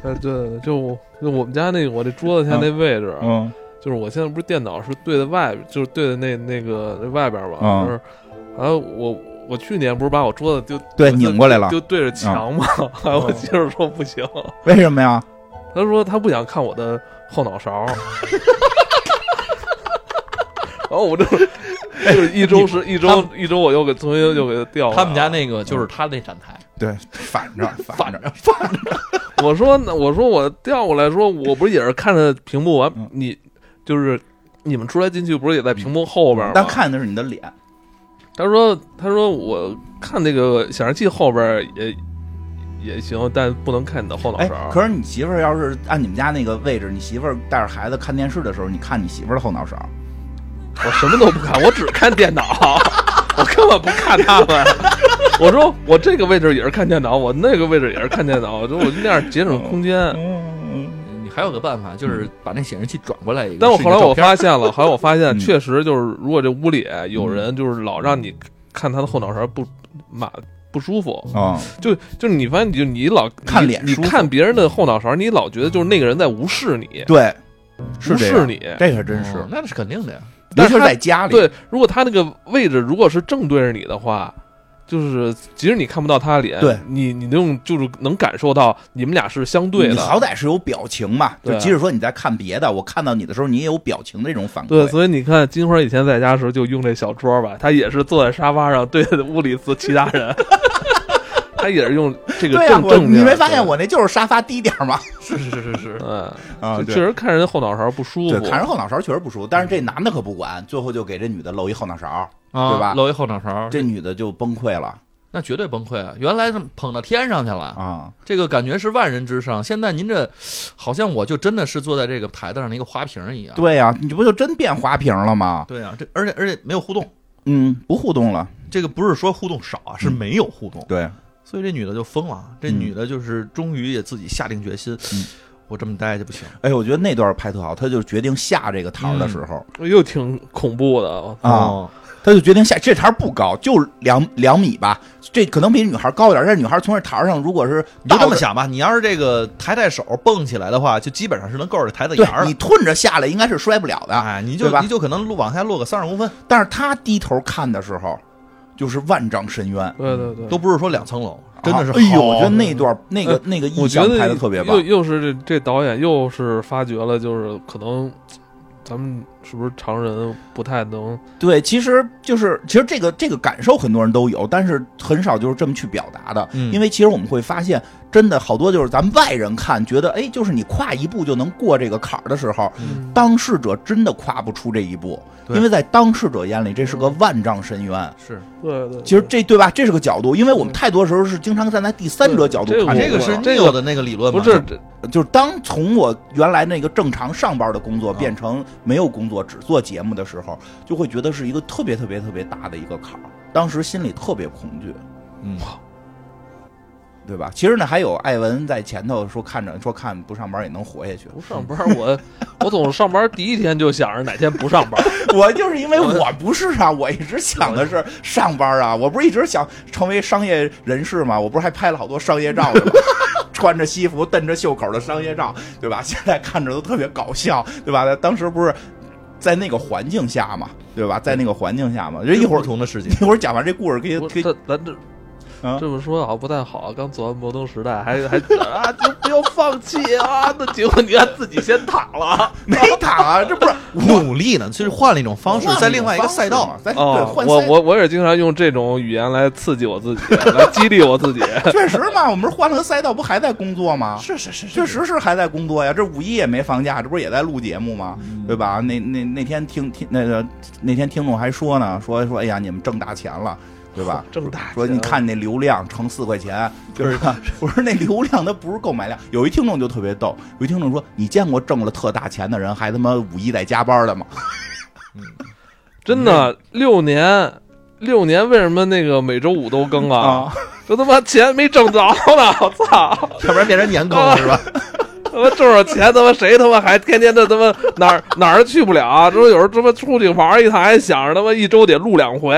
Speaker 1: 哎，对，就我就我们家那个我这桌子下那位置，
Speaker 2: 嗯
Speaker 1: 就是我现在不是电脑是对着外，就是对着那那个那外边嘛，
Speaker 2: 嗯
Speaker 1: 就是，然后我我去年不是把我桌子丢
Speaker 2: 对
Speaker 1: 就
Speaker 2: 拧过来了嗯
Speaker 1: 就对着墙嘛， 然后我媳妇儿说不行，
Speaker 2: 为什么呀？
Speaker 1: 她说她不想看我的后脑勺， 然后我这
Speaker 2: 哎
Speaker 1: 就是一周是一
Speaker 3: 他
Speaker 1: 周一周我又给重新又给它调回来了，
Speaker 3: 他们家那个就是他那展台，
Speaker 2: 对，反 着反着，
Speaker 1: 我说呢，我说我调过来说，我不是也是看着屏幕完、
Speaker 2: 嗯
Speaker 1: 你就是你们出来进去不是也在屏幕后边吗
Speaker 2: 嗯但？看的是你的脸，
Speaker 1: 他说他说我看那个显示器后边也也行，但不能看你的后脑
Speaker 2: 哎
Speaker 1: 勺。，
Speaker 2: 可是你媳妇儿要是按你们家那个位置，你媳妇儿带着孩子看电视的时候，你看你媳妇儿的后脑勺，
Speaker 1: 我什么都不看，我只看电脑， 我根本不看他们。我说我这个位置也是看电脑，我那个位置也是看电脑，我说我就那样节省空间。
Speaker 2: 嗯，
Speaker 3: 你还有个办法，就是把那显示器转过来一个。
Speaker 1: 但我
Speaker 3: 是一
Speaker 1: 后
Speaker 3: 个
Speaker 1: 来
Speaker 3: 照
Speaker 1: 我
Speaker 3: 片儿
Speaker 1: 发现 了，后来我发现
Speaker 2: 嗯
Speaker 1: 确实就是，如果这屋里有人就是老让你看他的后脑勺不马不舒服，
Speaker 2: 哦，
Speaker 1: 就就是你发现你就你老
Speaker 2: 看
Speaker 1: 你
Speaker 2: 脸
Speaker 1: 你
Speaker 2: 舒服
Speaker 1: 看别人的后脑勺，你老觉得就是那个人在无视你，
Speaker 2: 对，是
Speaker 1: 无
Speaker 2: 这
Speaker 1: 视
Speaker 2: 样，
Speaker 1: 你。
Speaker 2: 这个真是
Speaker 3: 哦，那是肯定的呀。
Speaker 2: 尤
Speaker 1: 但
Speaker 2: 其
Speaker 1: 是
Speaker 2: 是
Speaker 1: 他
Speaker 2: 在家里，
Speaker 1: 对，如果他那个位置如果是正对着你的话。就是，即使你看不到他的脸，
Speaker 2: 对
Speaker 1: 你，你用就是能感受到你们俩是相对
Speaker 2: 你
Speaker 1: 的，
Speaker 2: 好歹是有表情嘛，就
Speaker 1: 对啊
Speaker 2: 即使说你在看别的，我看到你的时候，你也有表情的这种反
Speaker 1: 对，
Speaker 2: 馈，
Speaker 1: 所以你看，金花以前在家的时候就用这小桌吧，她也是坐在沙发上对着屋里自其他 人，她也是用这个
Speaker 2: 对呀，
Speaker 1: 正
Speaker 2: 我
Speaker 1: 正面。
Speaker 2: 你没发现我那就是沙发低点 儿吗？
Speaker 3: 是是是是是，
Speaker 1: 嗯，
Speaker 2: 啊
Speaker 1: 就确。实看人后脑勺不舒
Speaker 2: 对，
Speaker 1: 服。嗯
Speaker 2: 看人后脑勺确实不舒服，但是这男的可不管，最后就给这女的露一后脑勺，
Speaker 3: 啊
Speaker 2: 对吧
Speaker 1: 嗯
Speaker 3: 露一后脑勺儿，
Speaker 2: 这女的就崩溃了。
Speaker 3: 那绝对崩溃啊！原来是捧到天上去了，
Speaker 2: 啊，
Speaker 3: 这个感觉是万人之上。现在您这，好像我就真的是坐在这个台子上的一个花瓶一样。
Speaker 2: 对呀、你不就真变花瓶了吗？
Speaker 3: 对啊，这而且而且没有互动，
Speaker 2: 嗯，不互动了，
Speaker 3: 这个不是说互动少啊，是没有互动。
Speaker 2: 对，
Speaker 3: 所以这女的就疯了，啊这
Speaker 2: 嗯
Speaker 3: 女的就是终于也自己下定决心，
Speaker 2: 嗯
Speaker 3: 我这么待着不行。
Speaker 2: 哎，我觉得那段拍特好，他就决定下这个台儿的时候、
Speaker 1: 又挺恐怖的啊。
Speaker 2: 啊，，嗯
Speaker 3: 哦
Speaker 2: 他就决定下这台儿不高，就两两米吧，这可能比女孩高点儿，但是女孩从这台儿上如果是
Speaker 3: 你就这
Speaker 2: 倒
Speaker 3: 么
Speaker 2: 着。
Speaker 3: 想吧，你要是这个抬抬手蹦起来的话，就基本上是能够着这台子沿
Speaker 2: 对
Speaker 3: 儿
Speaker 2: 你
Speaker 3: 了。
Speaker 2: 吞着下来应该是摔不了的，
Speaker 3: 哎，你就
Speaker 2: 对吧
Speaker 3: 你就可能落往下落个三十公分，
Speaker 2: 但是他低头看的时候，就是万丈深渊，
Speaker 1: 对对对，
Speaker 3: 嗯都不是说两层楼，真的是
Speaker 2: 啊哎呦，
Speaker 3: 好
Speaker 2: 我觉得那段那个那个
Speaker 1: 我
Speaker 2: 意
Speaker 1: 觉
Speaker 2: 象
Speaker 1: 得
Speaker 2: 拍的特别棒
Speaker 1: 又，又是这这导演又是发掘了，就是可能咱们是不是常人不太能
Speaker 2: 对，其实就是其实这个这个感受很多人都有，但是很少就是这么去表达的。
Speaker 3: 嗯
Speaker 2: 因为其实我们会发现，真的好多就是咱们外人看觉得，哎，就是你跨一步就能过这个坎儿的时候，
Speaker 3: 嗯
Speaker 2: 当事者真的跨不出这一步，
Speaker 3: 对
Speaker 2: 因为在当事者眼里这是个万丈深渊。
Speaker 3: 嗯是
Speaker 1: 对对，
Speaker 2: 其实这对吧？这是个角度，因为我们太多时候是经常站在第三者角度
Speaker 1: 对这
Speaker 2: 看
Speaker 1: 我
Speaker 3: 这个
Speaker 2: 事
Speaker 3: 是
Speaker 2: 儿
Speaker 1: 这个
Speaker 3: Neo 的那个理论吗
Speaker 1: 不是这
Speaker 2: 就是当从我原来那个正常上班的工作变成没有工作只做节目的时候，就会觉得是一个特别特别特别大的一个坎儿。当时心里特别恐惧，
Speaker 3: 嗯，
Speaker 2: 对吧？其实呢，还有艾文在前头说看着说看不上班也能活下去。
Speaker 1: 不上班，我 我总是上班第一天就想着哪天不上班，
Speaker 2: 我就是因为我不是啊，我一直想的是上班啊，我不是一直想成为商业人士吗？我不是还拍了好多商业照去吗？ 穿着西服、蹬着袖口的商业照，对吧？现在看着都特别搞笑，对吧？当时不是在那个环境下嘛，对吧？在那个环境下嘛，这一会儿
Speaker 3: 不同的世界。
Speaker 2: 一会儿讲完这故事，可以
Speaker 1: 不
Speaker 2: 可
Speaker 1: 是
Speaker 2: 以
Speaker 1: 这咱这
Speaker 2: 啊
Speaker 1: 这么说好像不太好，刚走完《摩登时代》还 还啊，就不要放弃啊！ 那结果你看自己先躺了，
Speaker 2: 没躺啊，这不是
Speaker 3: 努力呢，就是换了一种方式，在另外一个赛道
Speaker 2: 嘛，在对
Speaker 1: 哦，
Speaker 2: 换
Speaker 1: 我
Speaker 2: 赛
Speaker 1: 我我也经常用这种语言来刺激我自 己，来激励我自己。
Speaker 2: 确实嘛，我们换了个赛道，不还在工作吗？
Speaker 3: 是是是
Speaker 2: 确实是还在工作呀，这五一也没放假，这不是也在录节目吗？对吧？那那那天听听那个那天听众还说呢，说说哎呀，你们挣大钱了， 对吧？
Speaker 1: 挣大钱
Speaker 2: 说你看那流量乘四块钱，就是吧我说那流量它不是购买量。有一听众就特别逗，有一听众说你见过挣了特大钱的人还他妈五一在加班的吗？
Speaker 1: 真的六年。六年为什么那个每周五都更啊？，这他妈钱没挣着呢！我操！
Speaker 3: 要不然变成年更了是 吧？
Speaker 1: 他妈挣着钱，他妈谁他妈还天天的他妈哪儿哪儿去不了、啊？这不有时候他妈出去玩一趟，还想着他妈一周得录两回，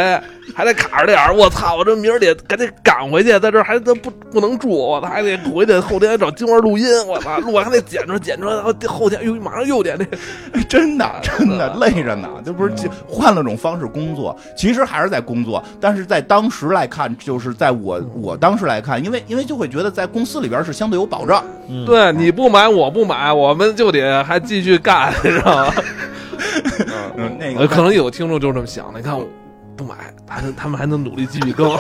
Speaker 1: 还得卡着点儿。我操！我这明儿得赶紧赶回去，在这儿还他不不能住，我操！还得回去后天还找金花录音，我操！录完还得剪出来剪出来，然后后天又马上又得那
Speaker 2: 嗯真 的，真的嗯累着呢。这不是就换了种方式工作，其实还是在工作，但是在当时来看，就是在我我当时来看，因为因为就会觉得在公司里边是相对有保障，
Speaker 1: 对，你不买我不买，我们就得还继续干，你知道吗？
Speaker 2: 嗯， 那
Speaker 1: 呃
Speaker 2: 个
Speaker 1: 可能有听众就这么想的，你看我不买，他们他们还能努力继续更。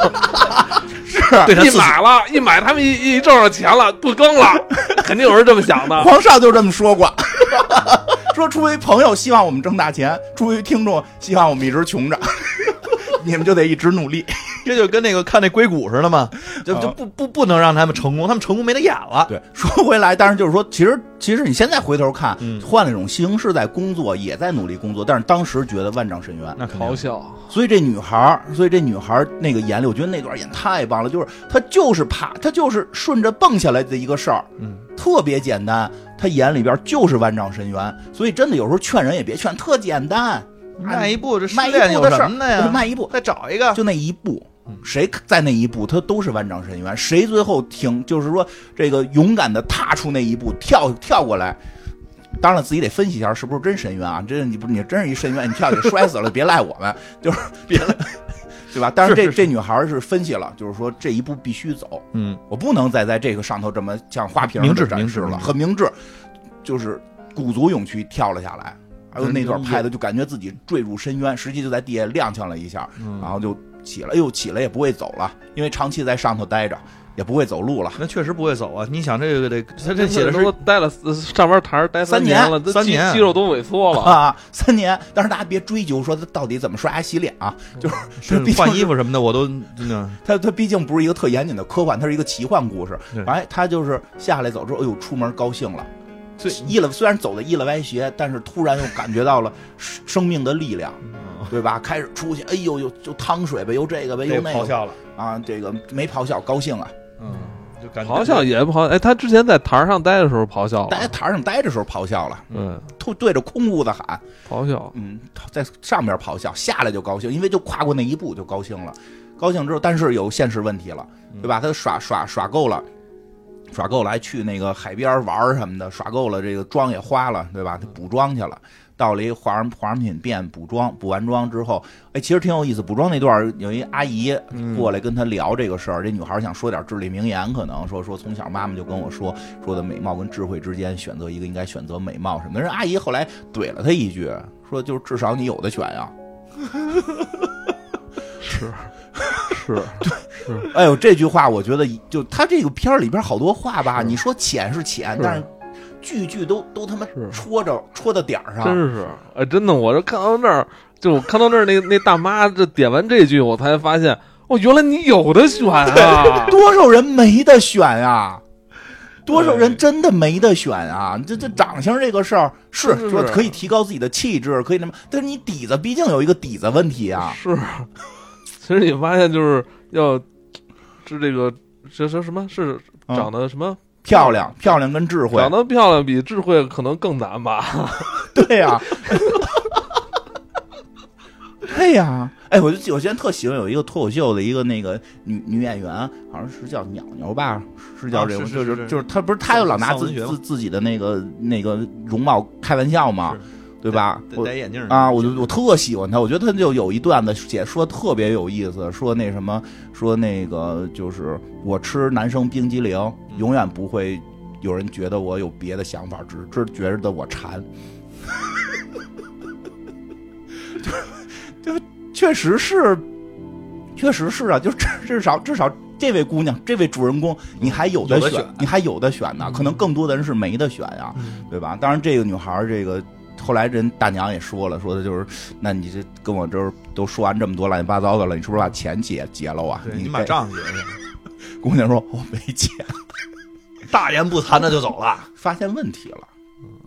Speaker 2: 是
Speaker 1: 一买了，一买他们一一挣着钱了，不更了，肯定有人这么想 的。
Speaker 2: 皇上就这么说过， 说出于朋友希望我们挣大钱，出于听众希望我们一直穷着， 你们就得一直努 力。
Speaker 3: 这就跟那个看那硅谷似的嘛，就就
Speaker 2: 啊
Speaker 3: 不不不能让他们成功，他们成功没得演了。
Speaker 2: 对， 说回来，当然就是说，其实其实你现在回头看，换了一种形式在工作，也在努力工作，但是当时觉得万丈深渊。
Speaker 3: 那肯定
Speaker 1: 咆哮，
Speaker 2: 所以这女孩儿，所以这女孩儿那个眼里，我觉得那段演太棒了，就是她就是爬，她就是顺着蹦下来的一个事儿，
Speaker 3: 嗯，
Speaker 2: 特别简单，她眼里边就是万丈深渊，所以真的有时候劝人也别劝，特简单，
Speaker 3: 迈一步这失
Speaker 2: 迈
Speaker 3: 恋
Speaker 2: 一步的
Speaker 3: 有什
Speaker 2: 事儿，
Speaker 3: 么的呀？
Speaker 2: 就迈一步，
Speaker 3: 再找一个，
Speaker 2: 就那一步。
Speaker 3: 嗯
Speaker 2: 谁在那一步，他都是万丈深渊。谁最后挺，就是说这个勇敢的踏出那一步，跳跳过来。当然了，自己得分析一下是不是真深渊啊？真你不你真是一深渊，你跳下去摔死了，别赖我们，就是 别赖，对吧？但是这
Speaker 3: 是是
Speaker 2: 这女孩是分析了，就是说这一步必须走，
Speaker 3: 嗯，
Speaker 2: 我不能再在这个上头这么像花瓶儿
Speaker 3: 明智
Speaker 2: 地展示
Speaker 3: 明智
Speaker 2: 了，
Speaker 3: 明智
Speaker 2: 很明智，就是鼓足勇气跳了下来。还
Speaker 3: 嗯
Speaker 2: 有那段拍的，就感觉自己坠入深渊，实际就在地下
Speaker 3: 嗯
Speaker 2: 踉跄了一下，然后就起了，哎呦，起来也不会走了，因为长期在上头待着，也不会走路了。
Speaker 3: 那确实不会走啊！你想这个得， 他这
Speaker 1: 这
Speaker 3: 写的
Speaker 1: 都
Speaker 3: 是
Speaker 1: 待了呃上班台儿待
Speaker 2: 三
Speaker 1: 年
Speaker 2: 年
Speaker 1: 了，都
Speaker 3: 三
Speaker 1: 肌
Speaker 3: 年
Speaker 1: 肌肉都萎缩了。
Speaker 2: 啊，三年，但是大家别追究说他到底怎么刷牙洗脸啊，就是
Speaker 3: 嗯是
Speaker 2: 这毕竟
Speaker 3: 换
Speaker 2: 是
Speaker 3: 衣服什么的，我都真的
Speaker 2: 它它毕竟不是一个特严谨的科幻，它是一个奇幻故事
Speaker 3: 对。
Speaker 2: 哎，他就是下来走之后，哎呦，出门高兴了。
Speaker 3: 最
Speaker 2: 一了，虽然走的一了歪斜，但是突然又感觉到了生生命的力量，对吧？开始出去，哎呦，又就趟水呗，又这个呗，又
Speaker 3: 被
Speaker 2: 那
Speaker 3: 咆
Speaker 2: 个
Speaker 3: 哮了，
Speaker 2: 啊，这个没咆哮，高兴啊！
Speaker 3: 嗯，就感觉
Speaker 1: 咆哮也不咆，哎，他之前在台儿上待的时候咆
Speaker 3: 哦
Speaker 1: 哮啊
Speaker 2: 待在
Speaker 1: 了，
Speaker 2: 台上待着时候咆哮了，
Speaker 1: 嗯，
Speaker 2: 吐对着空屋子喊，
Speaker 1: 咆 哮，
Speaker 2: 嗯，在上边咆哮，下来就高兴，因为就跨过那一步就高兴了。高兴之后，但是有现实问题了，对吧？他耍耍耍够了，耍够了还去那个海边玩儿什么的，耍够了，这个妆也花了，对吧？他补妆去了，到了一化妆化妆品店补妆，补完妆之后，哎，其实挺有意思。补妆那段儿有一阿姨过来跟他聊这个事儿，这女孩儿想说点至理名言，可能说说从小妈妈就跟我说说的美貌跟智慧之间选择一个，应该选择美貌什么的。人阿姨后来怼了他一句，说就是至少你有的选呀、
Speaker 1: 是是，是，
Speaker 2: 哎呦，这句话我觉得就他这个片儿里边好多话吧，你说浅是浅，
Speaker 1: 是
Speaker 2: 但是句句都都他妈
Speaker 1: 是
Speaker 2: 戳着戳到点儿
Speaker 3: 啊
Speaker 2: 上，
Speaker 1: 真是，哎，真的，我这看到那儿，就我看到那儿那那大妈这点完这句，我才发现，哦，原来你有的选 啊，
Speaker 2: 多少人没得选啊！多少人真的没得选啊！这这长相这个事儿是
Speaker 1: 是
Speaker 2: 说可以提高自己的气质，可以那么，但是你底子毕竟有一个底子问题啊。
Speaker 1: 是， 其实你发现就是要是这个这这什么是
Speaker 2: 嗯
Speaker 1: 长得什么、
Speaker 2: 漂亮，漂亮跟智慧
Speaker 1: 长，得漂亮比智慧可能更难吧？
Speaker 2: 对啊呀、对呀、哎，我就我现在特喜欢有一个脱口秀的一个那个女女演员，好像是叫鸟鸟吧，是叫
Speaker 3: 啊
Speaker 2: 这个，
Speaker 3: 是是
Speaker 2: 就是
Speaker 3: 是
Speaker 2: 就是她不是她又老拿
Speaker 3: 丧
Speaker 2: 自
Speaker 3: 文学嘛
Speaker 2: 自自己的那个那个容貌开玩笑嘛，对吧？
Speaker 3: 得
Speaker 2: 我
Speaker 3: 戴眼镜儿
Speaker 2: 啊，我就我特喜欢他，我觉得他就有一段子写说特别有意思，说那什么，说那个就是我吃男生冰激
Speaker 3: 嗯
Speaker 2: 凌，永远不会有人觉得我有别的想法，只是觉得我馋。 就就确实是，确实是啊，就至至少至少这位姑娘，这位主人公，你还有的
Speaker 3: 嗯有的
Speaker 2: 选，
Speaker 3: 选嗯
Speaker 2: 你还有的选呢，可能更多的人是没得选呀、对吧？当然，这个女孩儿，这个后来人大娘也说了，说的就是，那你这跟我这儿都说完这么多乱七八糟的了，你是不是把钱结结了啊？
Speaker 3: 对
Speaker 2: 你
Speaker 3: 你把
Speaker 2: 给
Speaker 3: 账结去，
Speaker 2: 姑娘说我没结，
Speaker 3: 大言不惭的就走了。
Speaker 2: 发现问题了，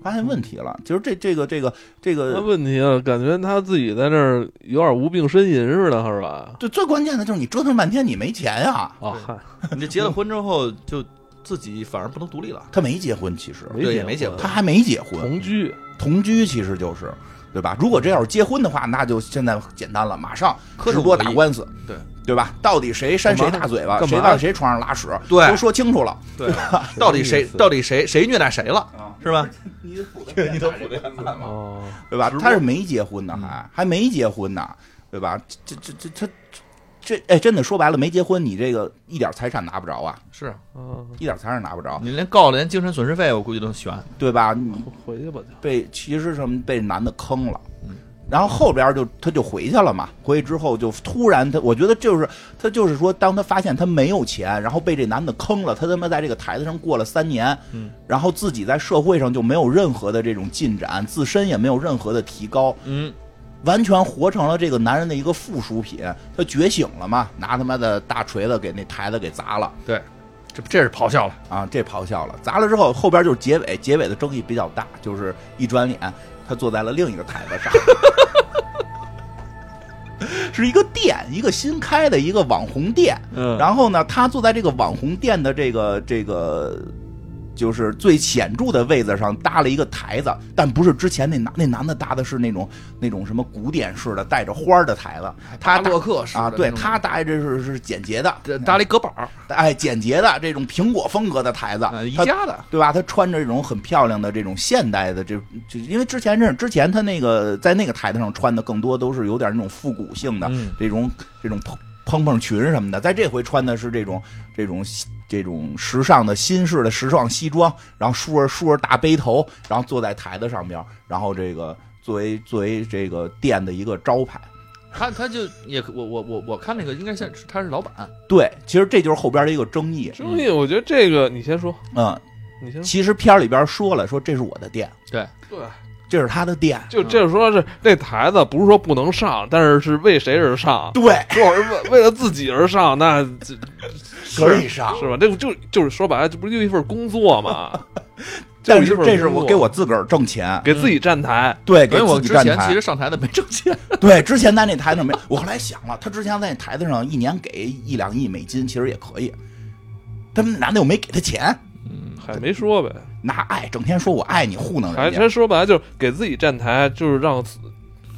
Speaker 2: 发现问题了。其实这这个这个这
Speaker 1: 那
Speaker 2: 个，
Speaker 1: 问题啊，感觉他自己在那儿有点无病呻吟似的，是吧？
Speaker 2: 对，最关键的就是你折腾半天你没钱呀。
Speaker 1: 啊，嗨，
Speaker 3: 你这结了婚之后，就自己反而不能独立了。
Speaker 2: 她没结婚，其实
Speaker 1: 没
Speaker 3: 对
Speaker 1: 结
Speaker 3: 也没结
Speaker 1: 婚
Speaker 2: 她还没结婚，
Speaker 1: 同居，
Speaker 2: 同居其实就是。对吧？如果这要是结婚的话，那就现在简单了，马上
Speaker 3: 克
Speaker 2: 直
Speaker 3: 种
Speaker 2: 播
Speaker 3: 主
Speaker 2: 打
Speaker 3: 义
Speaker 2: 官司，
Speaker 3: 对
Speaker 2: 对吧？到底谁扇谁
Speaker 1: 干嘛
Speaker 2: 大嘴巴，
Speaker 1: 干
Speaker 2: 谁
Speaker 1: 嘛
Speaker 2: 往谁床上拉屎，
Speaker 3: 对
Speaker 2: 都说清楚了。
Speaker 3: 对，到底谁
Speaker 1: 什么意思
Speaker 3: 到底谁谁虐待谁了，
Speaker 2: 啊，
Speaker 3: 是吧？
Speaker 2: 你得补个你得补个嘛，
Speaker 1: 哦，
Speaker 2: 对吧
Speaker 3: 直？播嗯
Speaker 2: 他是没结婚呢，还还没结婚呢，对吧？这这这这这这哎，真的说白了，没结婚，你这个一点财产拿不着啊，
Speaker 3: 是
Speaker 1: 啊，
Speaker 2: 一点财产拿不着，
Speaker 3: 你连告连精神损失费，我估计都悬。
Speaker 2: 对吧？你
Speaker 1: 回去吧，就
Speaker 2: 被其实什么被男的坑了
Speaker 3: 嗯。
Speaker 2: 然后后边就他就回去了嘛，回去之后就突然他，我觉得就是他就是说，当他发现他没有钱，然后被这男的坑了，他他妈在这个台子上过了三年，
Speaker 3: 嗯，
Speaker 2: 然后自己在社会上就没有任何的这种进展，自身也没有任何的提高，
Speaker 3: 嗯，
Speaker 2: 完全活成了这个男人的一个附属品。他觉醒了嘛，拿他妈的大锤子给那台子给砸了
Speaker 3: 对，这这是咆哮了。
Speaker 2: 啊！这咆哮了，砸了之后，后边就是结尾，结尾的争议比较大，就是一转脸，他坐在了另一个台子上。 是一个店，一个新开的一个网红店。
Speaker 1: 嗯
Speaker 2: 然后呢，他坐在这个网红店的这个这个，就是最显著的位子上搭了一个台子，但不是之前那男那男的搭的是那种那种什么古典式的带着花儿的台子，他
Speaker 3: 巴
Speaker 2: 搭
Speaker 3: 洛克式的
Speaker 2: 啊，对
Speaker 3: 那种
Speaker 2: 他搭这是是简洁的，
Speaker 3: 这搭了一隔板儿，
Speaker 2: 哎简洁的这种苹果风格的台子，
Speaker 3: 啊呃宜
Speaker 2: 啊他
Speaker 3: 家的，
Speaker 2: 对吧？他穿着这种很漂亮的这种现代的这，就因为之前是之前他那个在那个台子上穿的更多都是有点那种复古性的、
Speaker 3: 嗯
Speaker 2: 这种这种蓬蓬蓬裙什么的，在这回穿的是这种这种这种时尚的新式的时尚西装，然后梳着梳着大背头，然后坐在台子上边，然后这个作为作为这个店的一个招牌。
Speaker 4: 他他就也我我我我看那个应该像是他是老板，
Speaker 2: 对，其实这就是后边的一个争议。
Speaker 1: 生意，我觉得这个你先说，
Speaker 2: 嗯，
Speaker 1: 你先说。
Speaker 2: 其实片儿里边说了，说这是我的店，
Speaker 1: 对，
Speaker 2: 这是他的店。
Speaker 1: 就这说是那台子不是说不能上，但是是为谁而上？
Speaker 2: 对，
Speaker 1: 如果是为为了自己而上，那这
Speaker 2: 可以上，
Speaker 1: 是吧？这个就就是说白了，这不就一份工作嘛？
Speaker 2: 但
Speaker 1: 就是一份
Speaker 2: 这是
Speaker 1: 工
Speaker 2: 我
Speaker 1: 作
Speaker 2: 给我嗯自个儿挣钱，
Speaker 1: 给自己站台，
Speaker 2: 对，
Speaker 4: 因
Speaker 2: 给
Speaker 4: 为我
Speaker 2: 自己
Speaker 4: 之
Speaker 2: 站
Speaker 4: 前其
Speaker 2: 台
Speaker 4: 实。上台的没挣钱，
Speaker 2: 对，之前在那台子上没，我后来想了，他之前在那台子上一年给一两亿美金，其实也可以。他们男的又没给他钱，嗯
Speaker 1: 还没说呗，
Speaker 2: 拿爱，整天说我爱你，糊弄
Speaker 1: 还
Speaker 2: 人家。
Speaker 1: 还说白了就是给自己站台，就是让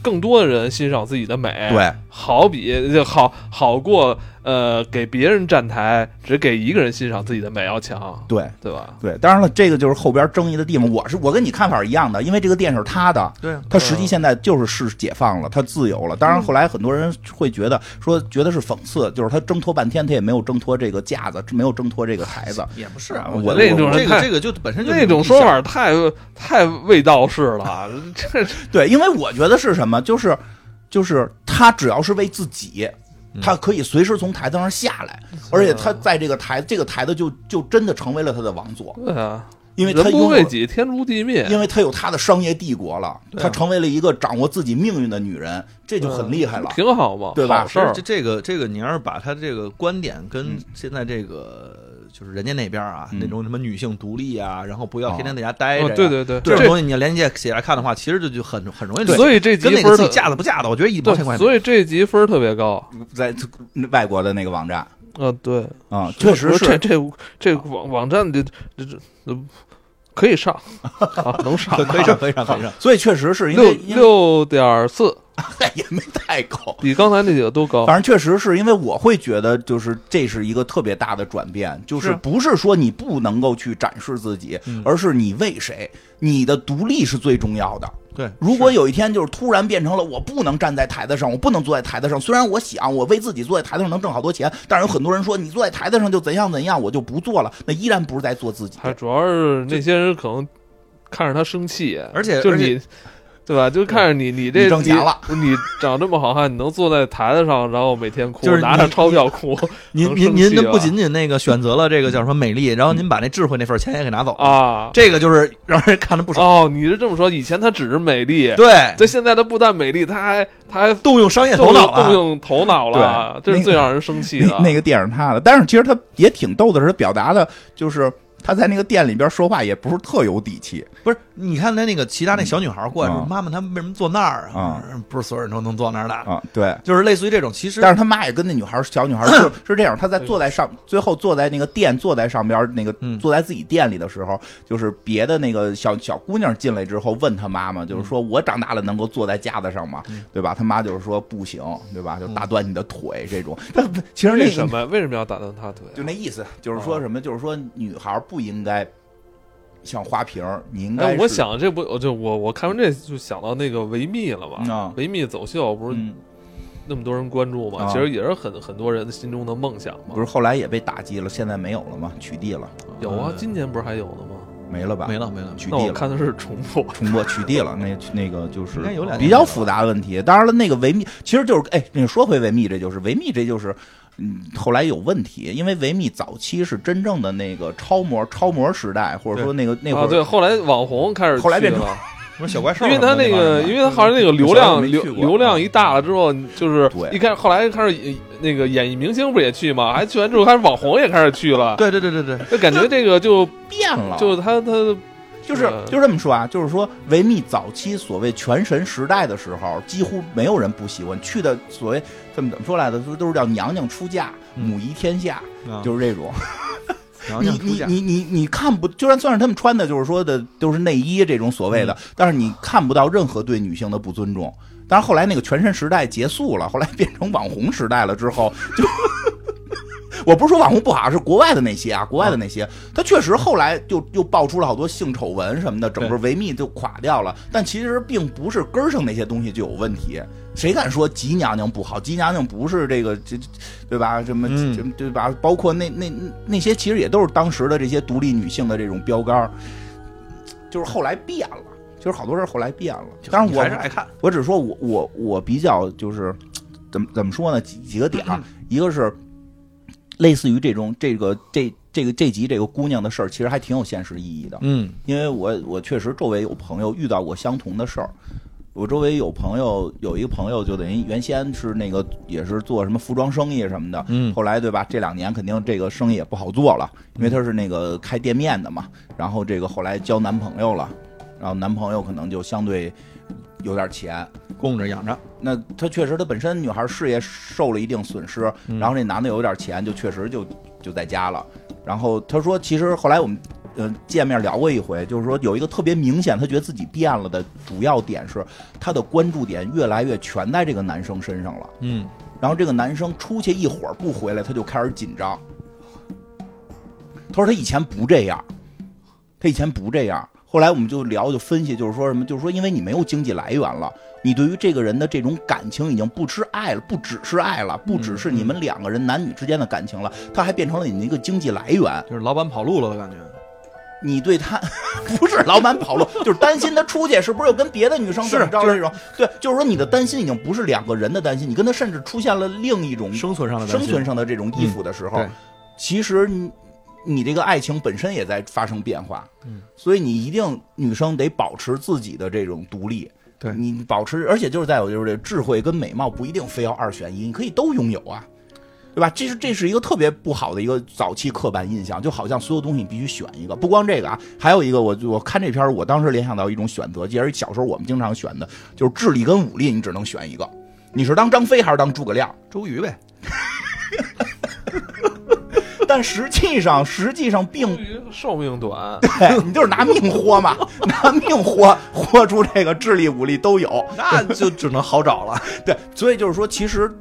Speaker 1: 更多的人欣赏自己的美。，
Speaker 2: 对，
Speaker 1: 好比就好好过呃给别人站台，只给一个人欣赏自己的美要强，
Speaker 2: 对，
Speaker 1: 对吧？
Speaker 2: 对，当然了，这个就是后边争议的地方。我是我跟你看法一样的，因为这个店是他的，
Speaker 4: 对啊
Speaker 2: 他实际现在就是是解放了，他自由了。当
Speaker 1: 嗯
Speaker 2: 然，后来很多人会觉得说，觉得是讽刺，就是他挣脱半天，他也没有挣脱这个架子，没有挣脱这个台子。
Speaker 4: 也不是
Speaker 2: 啊
Speaker 4: 我
Speaker 2: 我
Speaker 1: 那
Speaker 2: 我
Speaker 1: 种
Speaker 3: 这
Speaker 1: 人
Speaker 3: 个
Speaker 1: 太
Speaker 3: 这个就本身就
Speaker 1: 那种说法太太味道式 了，这是
Speaker 2: 对，因为我觉得是什么，就是就是他只要是为自己。
Speaker 1: 嗯
Speaker 2: 他可以随时从台子上下来，而且他在这个台这个台子就就真的成为了他的王座，
Speaker 1: 对啊，
Speaker 2: 因为他
Speaker 1: 人
Speaker 2: 拥有
Speaker 1: 不为己，啊天诛地灭。
Speaker 2: 因为她有她的商业帝国了，她成为了一个掌握自己命运的女人，这就很厉害了。
Speaker 1: 嗯挺好嘛，
Speaker 2: 对吧
Speaker 1: 好事儿嗯
Speaker 3: 这，这个这个，你要是把他这个观点跟现在这个就是人家那边啊，
Speaker 2: 嗯
Speaker 3: 那种什么女性独立啊，然后不要
Speaker 2: 哦
Speaker 3: 天天在家待着
Speaker 1: 哦
Speaker 3: 呀，
Speaker 1: 对对对
Speaker 3: 这种
Speaker 1: 这
Speaker 3: 东西你要连接起来看的话，其实这就很很容易理解。
Speaker 1: 所以这集
Speaker 3: 跟那
Speaker 1: 分
Speaker 3: 个
Speaker 1: 儿
Speaker 3: 自己
Speaker 1: 特
Speaker 3: 架子不架子，我觉得一毛钱
Speaker 1: 对，
Speaker 3: 嗯关系没有。
Speaker 1: 所以这集分儿特别高。
Speaker 2: 在外国的那个网站
Speaker 1: 呃，对，
Speaker 2: 啊，确实
Speaker 1: 这
Speaker 2: 是
Speaker 1: 这这网网站的这这这可以 上啊，能上
Speaker 3: 可可以上，可以上，可以上。
Speaker 2: 所以确实是因
Speaker 1: 六
Speaker 2: 为因为
Speaker 1: 六点四，
Speaker 2: 也没太高。
Speaker 1: 比刚才那几个都高。
Speaker 2: 反正确实是因为我会觉得，就是这是一个特别大的转变，就是
Speaker 1: 是
Speaker 2: 不是说你不能够去展示自己，而是你为谁，你的独立是最重要的。
Speaker 3: 对，
Speaker 2: 如果有一天就是突然变成了我不能站在台子上，我不能坐在台子上。虽然我想我为自己坐在台子上能挣好多钱，但是有很多人说你坐在台子上就怎样怎样，我就不做了，那依然不是在做自己。
Speaker 1: 还主要是那些人可能看着他生气，
Speaker 3: 而且
Speaker 1: 就
Speaker 3: 而
Speaker 1: 是
Speaker 3: 且嗯
Speaker 1: 你，对吧？就看着你，你
Speaker 2: 你
Speaker 1: 这
Speaker 2: 挣钱了，
Speaker 1: 你你长这么好看，你能坐在台子上，然后每天哭，
Speaker 3: 就是
Speaker 1: 拿着钞票 哭，
Speaker 3: 您
Speaker 1: 能
Speaker 3: 您
Speaker 1: 生
Speaker 3: 您
Speaker 1: 气啊嗯
Speaker 3: 这不
Speaker 1: 吧
Speaker 3: 仅仅那个选择了这个叫什么美丽，然后您把那智慧那份钱也给拿走了，
Speaker 1: 啊。
Speaker 3: 这个就是让人看着不爽。
Speaker 1: 哦，你是这么说？以前她只是美丽，
Speaker 3: 对，
Speaker 1: 哦对，现在她不但美丽，她还她还
Speaker 3: 动 用商业
Speaker 1: 动
Speaker 3: 头脑啊
Speaker 1: 用动
Speaker 3: 了。
Speaker 1: 用头脑了，
Speaker 2: 啊
Speaker 1: 这
Speaker 2: 对那
Speaker 1: 是最
Speaker 2: 个
Speaker 1: 让人生气的
Speaker 2: 那。那个电影他的，但是其实他也挺逗的是，他表达的就是他在那个店里边说话也不是特有底气，
Speaker 3: 不是，你看他那个其他那小女孩过来说
Speaker 2: 嗯：“
Speaker 3: 妈妈，他们为什么坐那儿
Speaker 2: 啊？
Speaker 1: 嗯
Speaker 3: 不是所有人都能坐那儿的，
Speaker 2: 啊，对。
Speaker 3: 就是类似于这种。其实
Speaker 2: 但是他妈也跟那女孩儿小女孩儿是是这样，他在坐在上最后坐在那个店坐在上边儿那个
Speaker 3: 嗯
Speaker 2: 坐在自己店里的时候，就是别的那个小小姑娘进来之后问他妈妈，就是说
Speaker 1: 嗯
Speaker 2: 我长大了能够坐在架子上吗？对吧？他妈就是说不行，对吧？就打断你的腿这 种。他其实那
Speaker 1: 为
Speaker 2: 个
Speaker 1: 什么为什么要打断她腿？啊
Speaker 2: 就那意思，就是
Speaker 1: 嗯
Speaker 2: 说什么？就是说女孩儿不应该像花瓶儿，你应该
Speaker 1: 哎，我
Speaker 2: 是
Speaker 1: 想这不，我就我我看完这就想到那个维密了
Speaker 2: 嗯
Speaker 1: 嘛
Speaker 2: 啊，
Speaker 1: 维密走秀不是
Speaker 2: 嗯，
Speaker 1: 那么多人关注嘛，
Speaker 2: 啊
Speaker 1: 其实也是很很多人心中的梦想嘛
Speaker 2: 不。是后来也被打击了，现在没有了吗？取缔了，
Speaker 1: 有啊，今年不是还有呢吗？
Speaker 2: 没了吧？
Speaker 3: 没了没了，
Speaker 2: 嗯取
Speaker 1: 那
Speaker 2: 缔
Speaker 1: 我
Speaker 2: 了。
Speaker 1: 看的是重播，
Speaker 2: 重播取缔了，那那个就是
Speaker 3: 应该有两
Speaker 2: 比较复杂的问题。当然了，那个维密其实就是，哎，你说回维密，这就是维密，这就是，嗯，后来有问题，因为维密早期是真正的那个超模，超模时代，或者说那个那会
Speaker 1: 啊，
Speaker 2: 儿，
Speaker 1: 对，后来网红开始
Speaker 2: 后来
Speaker 1: 去
Speaker 2: 变成
Speaker 1: 了，
Speaker 3: 不是小怪兽
Speaker 1: 因
Speaker 3: 吗，
Speaker 1: 为他那个，因为
Speaker 2: 嗯
Speaker 1: 他后来那个流
Speaker 2: 我
Speaker 1: 量
Speaker 2: 没去
Speaker 1: 流
Speaker 2: 过
Speaker 1: 流量一大了之后，就是
Speaker 2: 对
Speaker 1: 一开始后来开始演那个演艺明星不是也去嘛，还去完之后开始网红也开始去了，
Speaker 3: 对对对对对，
Speaker 1: 就感觉这个就
Speaker 2: 变了，
Speaker 1: 就他他
Speaker 2: 就是
Speaker 1: 嗯
Speaker 2: 就这么说啊，就是说维密早期所谓全神时代的时候，几乎没有人不喜欢去的，所谓怎么怎么说来的，都都是叫娘娘出嫁，
Speaker 3: 嗯
Speaker 2: 母仪天下，
Speaker 3: 啊
Speaker 2: 就是这种。
Speaker 3: 然后
Speaker 2: 你
Speaker 3: 像出
Speaker 2: 你
Speaker 3: 价
Speaker 2: 你你你看不，就算算是他们穿的，就是说的都是内衣这种所谓
Speaker 3: 嗯
Speaker 2: 的，但是你看不到任何对女性的不尊重。当然后来那个全身时代结束了，后来变成网红时代了之后，就 我不是说网红不好，是国外的那些啊，国外的那
Speaker 3: 嗯
Speaker 2: 些，他确实后来就又爆出了好多性丑闻什么的，整个维密就垮掉了。但其实并不是根儿上那些东西就有问题，谁敢说吉娘娘不好？吉娘娘不是这个这这对吧？什么
Speaker 3: 嗯
Speaker 2: 这对吧？包括那那那那些，其实也都是当时的这些独立女性的这种标杆儿，就是后来变了，就是好多事儿后来变了。当然
Speaker 3: 你
Speaker 2: 我
Speaker 3: 还是爱看，
Speaker 2: 我只是说我我我比较就是怎么怎么说呢？几几个点儿，一个是类似于这种这个这这个这集这个姑娘的事儿，其实还挺有现实意义的。
Speaker 3: 嗯
Speaker 2: 因为我我确实周围有朋友遇到过相同的事儿。我周围有朋友，有一个朋友就等于原先是那个也是做什么服装生意什么的，
Speaker 3: 嗯，
Speaker 2: 后来对吧？这两年肯定这个生意也不好做了，因为她是那个开店面的嘛。然后这个后来交男朋友了，然后男朋友可能就相对有点钱。
Speaker 3: 供着养着，
Speaker 2: 那她确实，她本身女孩事业受了一定损失，
Speaker 3: 嗯
Speaker 2: 然后那男的有点钱，就确实就就在家了。然后她说，其实后来我们呃见面聊过一回，就是说有一个特别明显，她觉得自己变了的主要点是，她的关注点越来越全在这个男生身上了。
Speaker 3: 嗯，
Speaker 2: 然后这个男生出去一会儿不回来，他就开始紧张。他说他以前不这样，他以前不这样。后来我们就聊，就分析，就是说什么，就是说因为你没有经济来源了，你对于这个人的这种感情已经不吃爱了，不只是爱了，不只是
Speaker 3: 嗯
Speaker 2: 你们两个人男女之间的感情了，他还变成了你的一个经济来源。
Speaker 3: 就是老板跑路了的感觉。
Speaker 2: 你对他 不是老板跑路，就是担心他出去是不是又跟别的女生怎么着
Speaker 3: 是就
Speaker 2: 的
Speaker 3: 是
Speaker 2: 那种。对，就是说你的担心已经不是两个人的担心，你跟他甚至出现了另一种
Speaker 3: 生存上的担
Speaker 2: 生
Speaker 3: 心
Speaker 2: 存上的这种依附的时候，
Speaker 3: 对
Speaker 2: 其实你你这个爱情本身也在发生变化，
Speaker 3: 嗯，
Speaker 2: 所以你一定女生得保持自己的这种独立，
Speaker 3: 对
Speaker 2: 你保持，而且就是在我就是这智慧跟美貌不一定非要二选一，你可以都拥有啊。对吧？这是这是一个特别不好的一个早期刻板印象，就好像所有东西你必须选一个。不光这个啊，还有一个我我看这片儿，我当时联想到一种选择，其实小时候我们经常选的就是智力跟武力，你只能选一个。你是当张飞还是当诸葛亮？
Speaker 3: 周瑜 呗，
Speaker 2: 但实际上，实际上并
Speaker 1: 由于寿命短，
Speaker 2: 对，你就是拿命豁嘛，拿命豁，豁出这个智力、武力都有。
Speaker 3: 那就只能好找了。
Speaker 2: 对，所以就是说，其实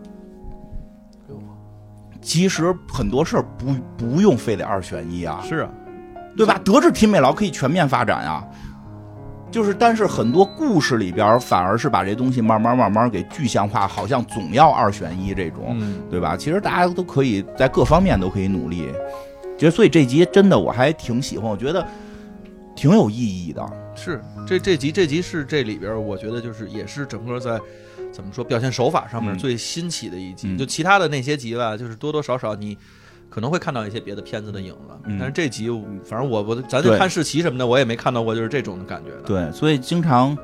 Speaker 2: 其实很多事儿不不用非得二选一啊，
Speaker 3: 是啊，
Speaker 2: 对吧？德智体美劳可以全面发展啊。就是，但是很多故事里边儿反而是把这东西慢慢慢慢给具象化，好像总要二选一这种。
Speaker 3: 嗯，
Speaker 2: 对吧？其实大家都可以在各方面都可以努力，觉得所以这集真的我还挺喜欢，我觉得挺有意义的。
Speaker 3: 嗯是这这集这集是这里边儿我觉得就是也是整个在怎么说表现手法上面
Speaker 2: 嗯
Speaker 3: 最新奇的一集。
Speaker 2: 嗯
Speaker 3: 就其他的那些集吧，就是多多少少你。可能会看到一些别的片子的影子，
Speaker 2: 嗯
Speaker 3: 但是这集反正我我咱就
Speaker 2: 对
Speaker 3: 看世奇什么的，我也没看到过就是这种的感觉的。
Speaker 2: 对，所以经常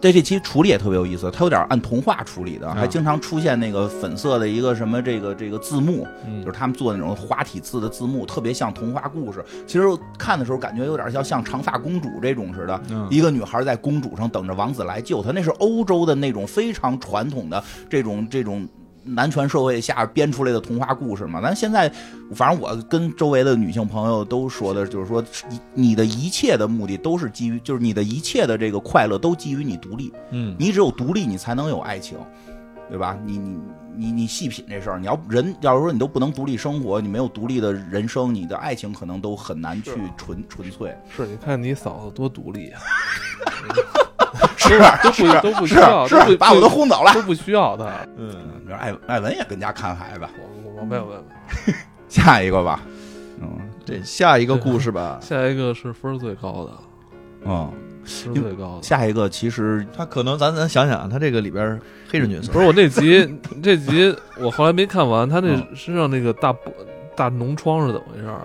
Speaker 2: 在这期处理也特别有意思，它有点按童话处理的，
Speaker 3: 啊
Speaker 2: 还经常出现那个粉色的一个什么这个这个字幕，
Speaker 3: 嗯
Speaker 2: 就是他们做那种花体字的字幕，特别像童话故事。其实看的时候感觉有点像像长发公主这种似的，
Speaker 3: 嗯
Speaker 2: 一个女孩在公主上等着王子来救她，那是欧洲的那种非常传统的这种这种。男权社会下编出来的童话故事嘛，咱现在，反正我跟周围的女性朋友都说的，就是说，你你的一切的目的都是基于，就是你的一切的这个快乐都基于你独立，
Speaker 3: 嗯，
Speaker 2: 你只有独立，你才能有爱情，对吧？你你你你细品这事儿，你要人要是说你都不能独立生活，你没有独立的人生，你的爱情可能都很难去
Speaker 1: 是
Speaker 2: 纯纯粹。
Speaker 1: 是你看你嫂子多独立啊，
Speaker 2: 是
Speaker 1: 都不都不需
Speaker 2: 是
Speaker 1: 要，都
Speaker 2: 是，
Speaker 1: 不
Speaker 2: 把我都轰走了。
Speaker 1: 都不需要他。
Speaker 2: 嗯，你说艾艾文也跟家看孩子，
Speaker 1: 我我我没有没有。没有
Speaker 2: 下一个吧。嗯
Speaker 3: 这下一个故事吧，
Speaker 1: 下一个是分儿最高的，
Speaker 2: 嗯，
Speaker 1: 分儿最高的。
Speaker 2: 下一个其实
Speaker 3: 他可能咱咱想想啊，他这个里边儿黑人角色
Speaker 1: 不是我那集， 这集我后来没看完，他那
Speaker 2: 嗯
Speaker 1: 身上那个大玻大脓疮是怎么回事儿？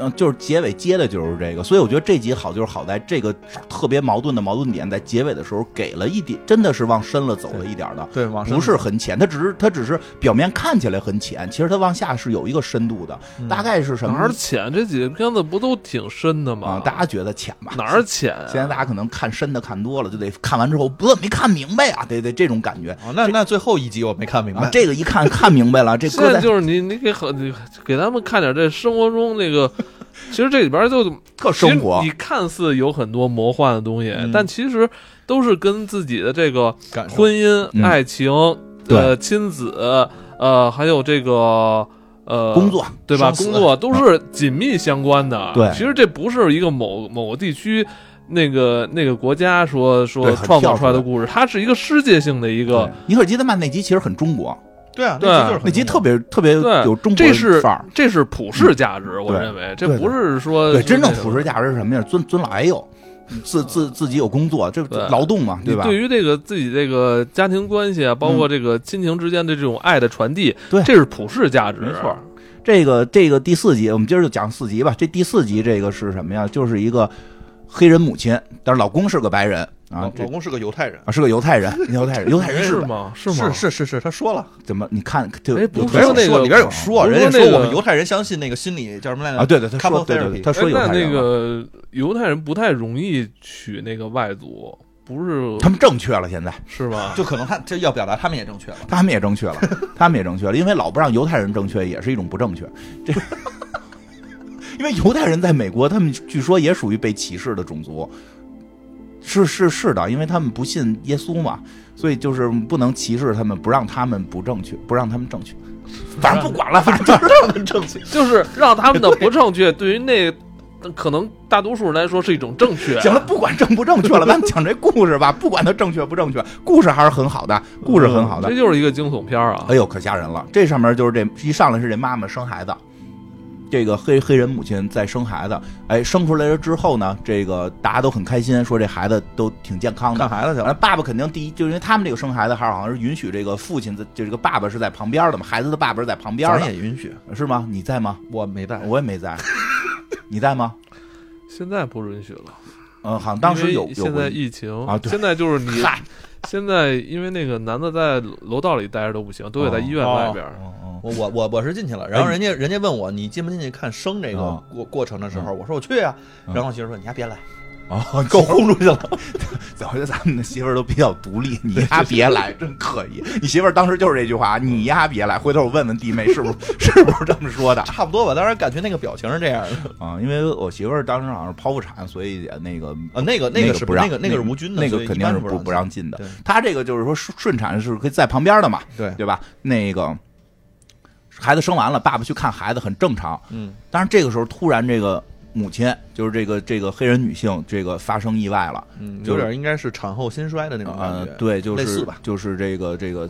Speaker 2: 嗯就是结尾接的就是这个，所以我觉得这集好就是好在这个特别矛盾的矛盾点在结尾的时候给了一点，真的是往深了走了一点的。
Speaker 3: 对往上
Speaker 2: 不是很浅，它只是它只是表面看起来很浅，其实它往下是有一个深度的，
Speaker 3: 嗯
Speaker 2: 大概是什
Speaker 1: 哪
Speaker 2: 么
Speaker 1: 儿浅？这几个片子不都挺深的吗？
Speaker 2: 啊？大家觉得浅吧？
Speaker 1: 哪儿浅啊？
Speaker 2: 现在大家可能看深的看多了，就得看完之后不没看明白啊，得得这种感觉
Speaker 3: 哦，那那最后一集我没看明
Speaker 2: 啊
Speaker 3: 白。。
Speaker 2: 这个一看看明白了，这
Speaker 1: 现
Speaker 2: 搁
Speaker 1: 在
Speaker 2: 在
Speaker 1: 就是你，你给很你给他们看点这生活中那个，其实这里边就
Speaker 2: 特
Speaker 1: 其实
Speaker 2: 生活
Speaker 1: 你，看似有很多魔幻的东西，
Speaker 3: 嗯
Speaker 1: 但其实都是跟自己的这个
Speaker 3: 感受
Speaker 1: 婚姻、
Speaker 2: 嗯
Speaker 1: 爱情、呃亲子、呃还有这个呃
Speaker 2: 工作
Speaker 1: 对吧？
Speaker 3: 生死
Speaker 1: 工作都是紧密相关的。
Speaker 2: 对
Speaker 1: 其实这不是一个某某个地区。那个那个国家说说
Speaker 2: 对很
Speaker 1: 创造
Speaker 2: 跳
Speaker 1: 出来的
Speaker 2: 出来
Speaker 1: 故事，它是一个世界性的一个
Speaker 2: 对尼可基德曼那集其实很中国，
Speaker 3: 对啊，
Speaker 1: 对
Speaker 3: 那集就是很
Speaker 2: 那集特
Speaker 3: 中国
Speaker 2: 别特别
Speaker 1: 对，
Speaker 2: 有中国
Speaker 1: 这是
Speaker 2: 范儿。嗯
Speaker 1: 这是普世价值，我
Speaker 2: 对
Speaker 1: 认为这
Speaker 2: 对
Speaker 1: 不是说
Speaker 2: 对，真正
Speaker 1: 呃就是
Speaker 2: 普世价值是什么呀？尊尊老爱幼，自自自己有工作，这
Speaker 1: 对
Speaker 2: 劳动嘛，对吧？嗯
Speaker 1: 对于这个自己这个家庭关系啊，包括这个亲情之间的这种爱的传递，
Speaker 2: 对
Speaker 1: 这是普世价值，啊
Speaker 2: 没错。这个这个第四集，我们今儿就讲四集吧。这第四集这个是什么呀？就是一个黑人母亲，但是老公是个白人啊
Speaker 3: 老，
Speaker 2: 这
Speaker 3: 嗯老公是个犹太人，
Speaker 2: 啊是个犹太人，犹太人，犹太人
Speaker 1: 是
Speaker 2: 是吧
Speaker 1: 吗？是吗？
Speaker 3: 是是是是，他说了，
Speaker 2: 怎么？你看，就
Speaker 1: 哎不
Speaker 2: 有
Speaker 1: 是
Speaker 2: 特
Speaker 1: 说
Speaker 2: 有
Speaker 1: 那个
Speaker 3: 里边有说，
Speaker 1: 不是
Speaker 3: 人家
Speaker 1: 说那
Speaker 3: 说
Speaker 1: 个
Speaker 3: 我们犹太人相信那个心理叫什么来着？
Speaker 2: 啊，对对，他说
Speaker 3: Couple
Speaker 2: 对对
Speaker 3: therapy
Speaker 2: 对，他
Speaker 1: 哎
Speaker 2: 说犹
Speaker 1: 那
Speaker 2: 太人
Speaker 1: 那
Speaker 2: 嘛，
Speaker 1: 个犹太人不太容易娶那个外族，不是
Speaker 2: 他们正确了，现在
Speaker 1: 是吗？
Speaker 3: 就可能他这要表达他们也正确了。
Speaker 2: 他们也正 确了，他们也正确了，因为老不让犹太人正确也是一种不正确，这。 因为犹太人在美国，他们据说也属于被歧视的种族，是是是的，因为他们不信耶稣嘛，所以就是不能歧视他们，不让他们不正确，不让他们正确，反正不管了，反正就是他们正确。
Speaker 1: 就是让他们的不正确，对于那可能大多数人来说是一种正确。啊
Speaker 2: 行了，不管正不正确了，咱们讲这故事吧，不管它正确不正确，故事还是很好的，故事很好的
Speaker 1: 这。就是一个惊悚片儿啊
Speaker 2: 哎！呦，可吓人了！这上面就是这一上来是这妈妈生孩子，这个黑黑人母亲在生孩子，哎，生出来了之后呢，这个大家都很开心，说这孩子都挺健康的。
Speaker 3: 看孩子去
Speaker 2: 完
Speaker 3: 了，
Speaker 2: 了，爸爸肯定第一，就因为他们这个生孩子还是好像是允许这个父亲的，就这个爸爸是在旁边的嘛，孩子的爸爸是在旁边
Speaker 3: 咱
Speaker 2: 的，
Speaker 3: 也允许，
Speaker 2: 是吗？你在吗？
Speaker 3: 我没带。
Speaker 2: 我也没 在，你在吗？
Speaker 1: 现在不允许了，
Speaker 2: 嗯，好像当时有
Speaker 1: 因为现
Speaker 2: 有
Speaker 1: 在
Speaker 2: 过
Speaker 1: 疫情
Speaker 2: 啊对
Speaker 1: 现在就是你
Speaker 2: 嗨，
Speaker 1: 现在因为那个男的在楼道里待着都不行，都得在医院外边儿。
Speaker 2: 哦 哦
Speaker 3: 我我我我是进去了，然后人家人家问我你进不进去看生这个
Speaker 2: 啊
Speaker 3: 过过程的时候，我说我去啊，然后我媳妇说你还别来，
Speaker 2: 哦，够轰出去了。早就咱们的媳妇儿都比较独立，你丫别来，真可以。你媳妇儿当时就是这句话，你丫别来。回头我问问弟妹是 不是是不是这么说的
Speaker 3: 差不多吧，当然感觉那个表情是这样的，
Speaker 2: 啊？因为我媳妇儿当时好像是剖腹产，所以也那个。
Speaker 3: 呃，那个
Speaker 2: 那
Speaker 3: 个是
Speaker 2: 不让，
Speaker 3: 那个那个是无菌的，
Speaker 2: 那
Speaker 3: 所
Speaker 2: 个
Speaker 3: 以
Speaker 2: 肯
Speaker 3: 一
Speaker 2: 定
Speaker 3: 般
Speaker 2: 是
Speaker 3: 是
Speaker 2: 不不
Speaker 3: 让
Speaker 2: 让进的
Speaker 3: 对。
Speaker 2: 他这个就是说顺顺产是可以在旁边的嘛，
Speaker 3: 进对，
Speaker 2: 对吧？那个孩子生完了，爸爸去看孩子很正常。
Speaker 3: 嗯，
Speaker 2: 但是这个时候突然这个母亲就是这个这个黑人女性这个发生意外了，
Speaker 3: 嗯，
Speaker 2: 就
Speaker 3: 有
Speaker 2: 是
Speaker 3: 点应该是产后心衰的那种感
Speaker 2: 呃
Speaker 3: 觉，，，
Speaker 2: 对，就
Speaker 3: 类似
Speaker 2: 是
Speaker 3: 吧
Speaker 2: 就是这个这个，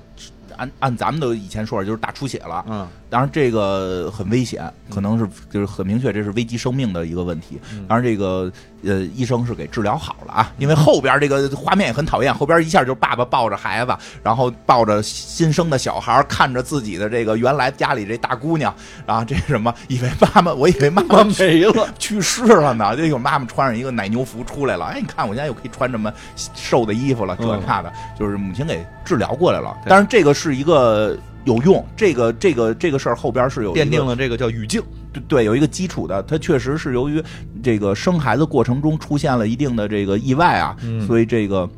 Speaker 2: 按按咱们的以前说法，就是大出血了。
Speaker 3: 嗯，
Speaker 2: 当然，这个很危险，可能是就是很明确，这是危及生命的一个问题
Speaker 3: 嗯。
Speaker 2: 当然，这个呃，医生是给治疗好了啊，因为后边这个画面也很讨厌，后边一下就是爸爸抱着孩子，然后抱着新生的小孩，看着自己的这个原来家里这大姑娘，然后这什么，以为妈妈，我以为妈妈
Speaker 3: 没了，
Speaker 2: 去世了呢， 这个妈妈穿上一个奶牛服出来了，哎，你看我现在又可以穿这么 瘦的衣服了，这
Speaker 3: 嗯
Speaker 2: 那的，就是母亲给治疗过来了。
Speaker 3: 对
Speaker 2: 但是这个是一个有用，这个这个这个事儿后边是有一个
Speaker 3: 奠定了这个叫语境，
Speaker 2: 对对有一个基础的，它确实是由于这个生孩子过程中出现了一定的这个意外啊，
Speaker 3: 嗯
Speaker 2: 所以这个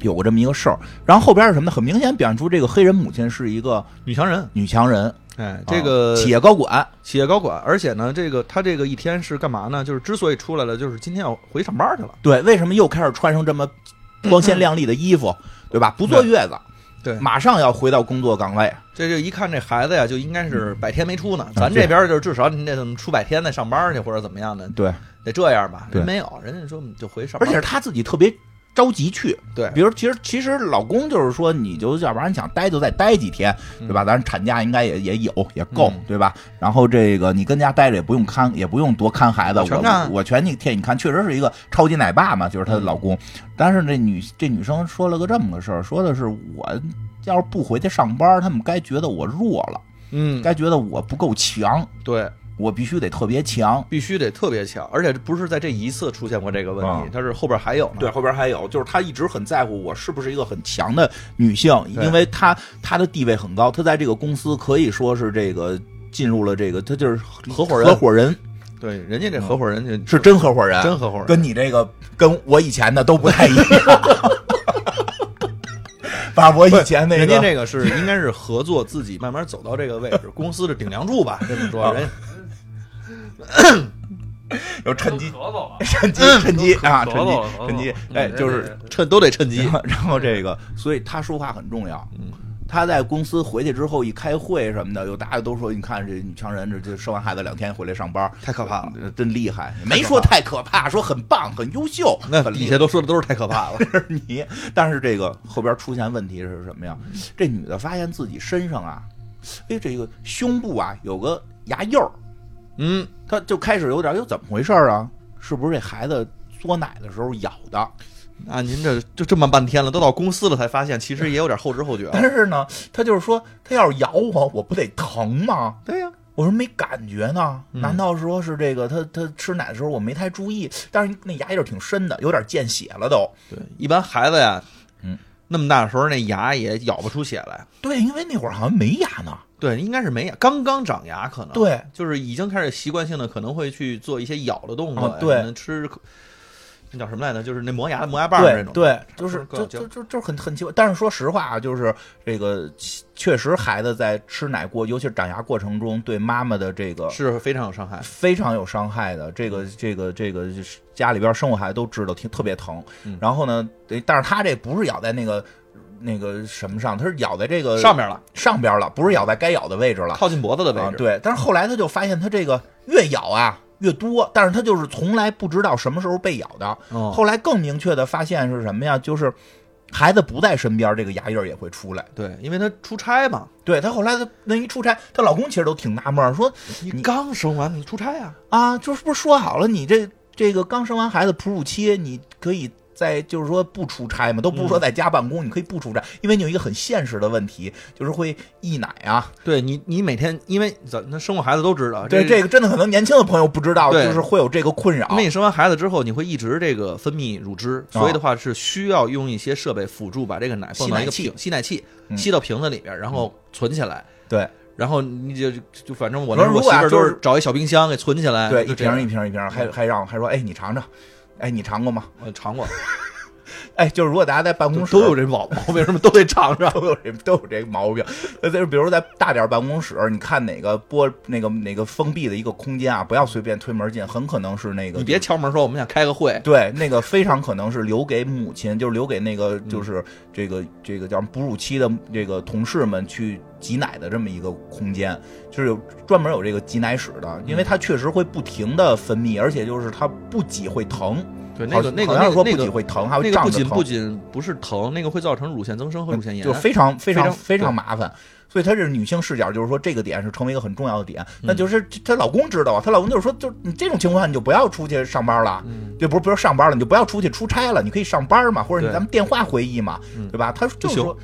Speaker 2: 有过这么一个事儿。然后后边是什么呢？很明显表现出这个黑人母亲是一个
Speaker 3: 女强人，
Speaker 2: 女强人，
Speaker 3: 哎，
Speaker 2: 啊
Speaker 3: 这个
Speaker 2: 企业高管，
Speaker 3: 企业高管，而且呢，这个他这个一天是干嘛呢？就是之所以出来了，就是今天要回上班去了。
Speaker 2: 对，为什么又开始穿上这么光鲜亮丽的衣服，对吧？不坐月子，
Speaker 3: 嗯对
Speaker 2: 马上要回到工作岗位，
Speaker 3: 这就一看这孩子呀，就应该是
Speaker 2: 嗯
Speaker 3: 百天没出
Speaker 2: 啊
Speaker 3: 呢。咱这边就是至少你得怎么出百天再上班去，或者怎么样的，
Speaker 2: 对，
Speaker 3: 得这样吧。
Speaker 2: 对
Speaker 3: 人没有，人家说就回上
Speaker 2: 而
Speaker 3: 班。
Speaker 2: 且是她自己特别着急去，
Speaker 3: 对
Speaker 2: 比如其实其实老公就是说，你就要不然想待就再待几天，对吧？咱产假应该也也有也够
Speaker 3: 嗯，
Speaker 2: 对吧？然后这个你跟家待着也不用看，也不用多看孩子，
Speaker 3: 我全看啊嗯
Speaker 2: 我我全替你看，确实是一个超级奶爸嘛，就是她的老公。但是这女这女生说了个这么个事儿，说的是我要是不回去上班，他们该觉得我弱了。
Speaker 3: 嗯，
Speaker 2: 该觉得我不够强，
Speaker 3: 对，
Speaker 2: 我必须得特别强。
Speaker 3: 必须得特别强，而且这不是在这一次出现过这个问
Speaker 2: 啊
Speaker 3: 题，他是后边还有呢。
Speaker 2: 对，，后边还有，就是她一直很在乎我是不是一个很强的女性，
Speaker 3: 对
Speaker 2: 因为她她的地位很高，她在这个公司可以说是这个进入了这个，她就是合
Speaker 3: 伙人
Speaker 2: 合伙人
Speaker 3: 对，人家这合伙人就是
Speaker 2: 真合伙人，
Speaker 3: 真合伙人，
Speaker 2: 嗯啊跟你这个跟我以前的都不太一 样。把我以前那个，
Speaker 3: 人家这个是应该是合作，自己慢慢走到这个位 置，公司的顶梁柱吧，这么
Speaker 2: 啊
Speaker 3: 说，人
Speaker 2: 有趁
Speaker 1: 都
Speaker 2: 机
Speaker 1: 咳嗽了
Speaker 2: 趁机
Speaker 3: 嗯
Speaker 2: 趁机啊，
Speaker 1: 咳
Speaker 2: 趁
Speaker 1: 嗽
Speaker 2: 机
Speaker 3: 哦
Speaker 1: 了咳嗽
Speaker 2: 趁机
Speaker 1: 了，
Speaker 2: 哎，
Speaker 1: 嗯
Speaker 2: 就是
Speaker 1: 这个
Speaker 3: 趁都得趁机
Speaker 2: 然。后然后这个，所以他说话很重要。
Speaker 3: 嗯，
Speaker 2: 他在公司回去之后一开会什么的，有大家都说，你看这女强人，这这生完孩子两天回来上班，
Speaker 3: 太可怕了
Speaker 2: 呃，真厉害。没说太可怕，说很棒，很优秀，
Speaker 3: 那
Speaker 2: 很
Speaker 3: 底
Speaker 2: 厉
Speaker 3: 下
Speaker 2: 害。
Speaker 3: 都说的都是太可 怕了。嗯
Speaker 2: 你，但是这个后边出现问题是什么呀？这女的发现自己身上啊哎，这个胸部啊有个牙釉儿，
Speaker 3: 嗯，
Speaker 2: 他就开始有点，哎呦，怎么回事儿啊？是不是这孩子嘬奶的时候咬的？
Speaker 3: 那您这就这么半天了，都到公司了才发现，其实也有点后知后觉。
Speaker 2: 但是呢，他就是说，他要是咬我，我不得疼吗？
Speaker 3: 对呀、
Speaker 2: 我说没感觉呢，
Speaker 3: 嗯
Speaker 2: 难道说是这个他他吃奶的时候我没太注意？但是那牙印儿挺深的，有点见血了都。
Speaker 3: 对，一般孩子呀，
Speaker 2: 嗯，
Speaker 3: 那么大的时候那牙也咬不出血来。
Speaker 2: 对，因为那会儿好像没牙呢。
Speaker 3: 对，应该是没牙，刚刚长牙可能。，
Speaker 2: 对，
Speaker 3: 就是已经开始习惯性的可能会去做一些咬的动作呀，
Speaker 2: 啊对
Speaker 3: 可能吃那叫什么来着？就是那磨牙磨牙棒儿那
Speaker 2: 对
Speaker 3: 种。
Speaker 2: 对，就
Speaker 3: 不
Speaker 2: 是
Speaker 3: 是各
Speaker 2: 就
Speaker 3: 有
Speaker 2: 就就
Speaker 3: 各
Speaker 2: 就很很奇怪。但是说实话啊，就是这个确实孩子在吃奶过，尤其是长牙过程中，对妈妈的这个
Speaker 3: 是非常有伤害。
Speaker 2: 非常有伤害的。这
Speaker 3: 嗯
Speaker 2: 个这个这个就是家里边生过孩子都知道，挺特别疼
Speaker 3: 嗯。
Speaker 2: 然后呢，对但是他这不是咬在那个那个什么上，他是咬在这个
Speaker 3: 上面了，
Speaker 2: 上边了，不是咬在该咬的位置了。
Speaker 3: 靠近脖子的位
Speaker 2: 啊，
Speaker 3: 置。
Speaker 2: 对。但是后来他就发现他这个越咬啊越多，但是他就是从来不知道什么时候被咬的。
Speaker 3: 嗯
Speaker 2: 后来更明确的发现是什么呀？就是孩子不在身边，这个牙印儿也会出来。
Speaker 3: 对，因为他出差嘛，
Speaker 2: 对她后来她那一出差，她老公其实都挺纳闷儿，说
Speaker 3: 你刚生完你出差啊，
Speaker 2: 啊，就是不是说好了，你这这个刚生完孩子哺乳期，你可以在就是说不出差嘛，都不是
Speaker 3: 嗯
Speaker 2: 说在家办公，你可以不出差，因为你有一个很现实的问题，就是会溢奶啊。
Speaker 3: 对你，你每天因为咱那生过孩子都知道，
Speaker 2: 对这个真的可能年轻的朋友不知道，
Speaker 3: 啊对
Speaker 2: 就是会有这个困扰
Speaker 3: 因。为你生完孩子之后，你会一直这个分泌乳汁，所以的话是需要用一些设备辅助把这个奶放到一
Speaker 2: 啊吸奶
Speaker 3: 个
Speaker 2: 器
Speaker 3: 瓶吸奶器
Speaker 2: 嗯
Speaker 3: 吸到瓶子里边，然后存起来。
Speaker 2: 对
Speaker 3: 然后你就就就反正我
Speaker 2: 我
Speaker 3: 那
Speaker 2: 说
Speaker 3: 时候
Speaker 2: 如
Speaker 3: 我
Speaker 2: 果
Speaker 3: 媳
Speaker 2: 啊
Speaker 3: 妇儿都
Speaker 2: 就是
Speaker 3: 是找一小冰箱给存起来，
Speaker 2: 对，
Speaker 3: 啊就
Speaker 2: 一
Speaker 3: 这样嗯
Speaker 2: 瓶一瓶一瓶，还还让我还说，哎，你尝尝，哎，你尝过吗？
Speaker 3: 我呃尝过，
Speaker 2: 哎，就是如果大家在办公室
Speaker 3: 都有这毛 毛病，什么都得尝尝。
Speaker 2: 都有这都有这个毛病。呃，就是比如在大点儿办公室，你看哪个玻那个哪个封闭的一个空间啊，不要随便推门进，很可能是那个
Speaker 3: 你别敲门说我们想开个会，
Speaker 2: 对，那个非常可能是留给母亲，就是留给那个就是这个这个叫什么哺乳期的这个同事们去挤奶的这么一个空间，就是有专门有这个挤奶室的，因为它确实会不停的分泌，而且就是它不挤会疼，
Speaker 3: 对那个
Speaker 2: 好
Speaker 3: 那个
Speaker 2: 好像是说
Speaker 3: 那
Speaker 2: 不
Speaker 3: 个
Speaker 2: 挤会疼，还
Speaker 3: 那
Speaker 2: 会
Speaker 3: 个
Speaker 2: 胀
Speaker 3: 不
Speaker 2: 着
Speaker 3: 仅
Speaker 2: 疼嗯
Speaker 3: 不，仅不是疼，那个会造成乳腺增生和乳腺炎，
Speaker 2: 就非常非常
Speaker 3: 常
Speaker 2: 非常麻烦。所以她这是女性视角，就是说这个点是成为一个很重要的点。那
Speaker 3: 嗯
Speaker 2: 就是她老公知道啊，她老公就是说，就是你这种情况下你就不要出去上班了，
Speaker 3: 嗯
Speaker 2: 对，不是不是上班了，你就不要出去出差了，你可以上班嘛，或者你
Speaker 3: 对
Speaker 2: 咱们电话会议嘛，
Speaker 3: 嗯
Speaker 2: 对吧？他就是
Speaker 3: 行
Speaker 2: 说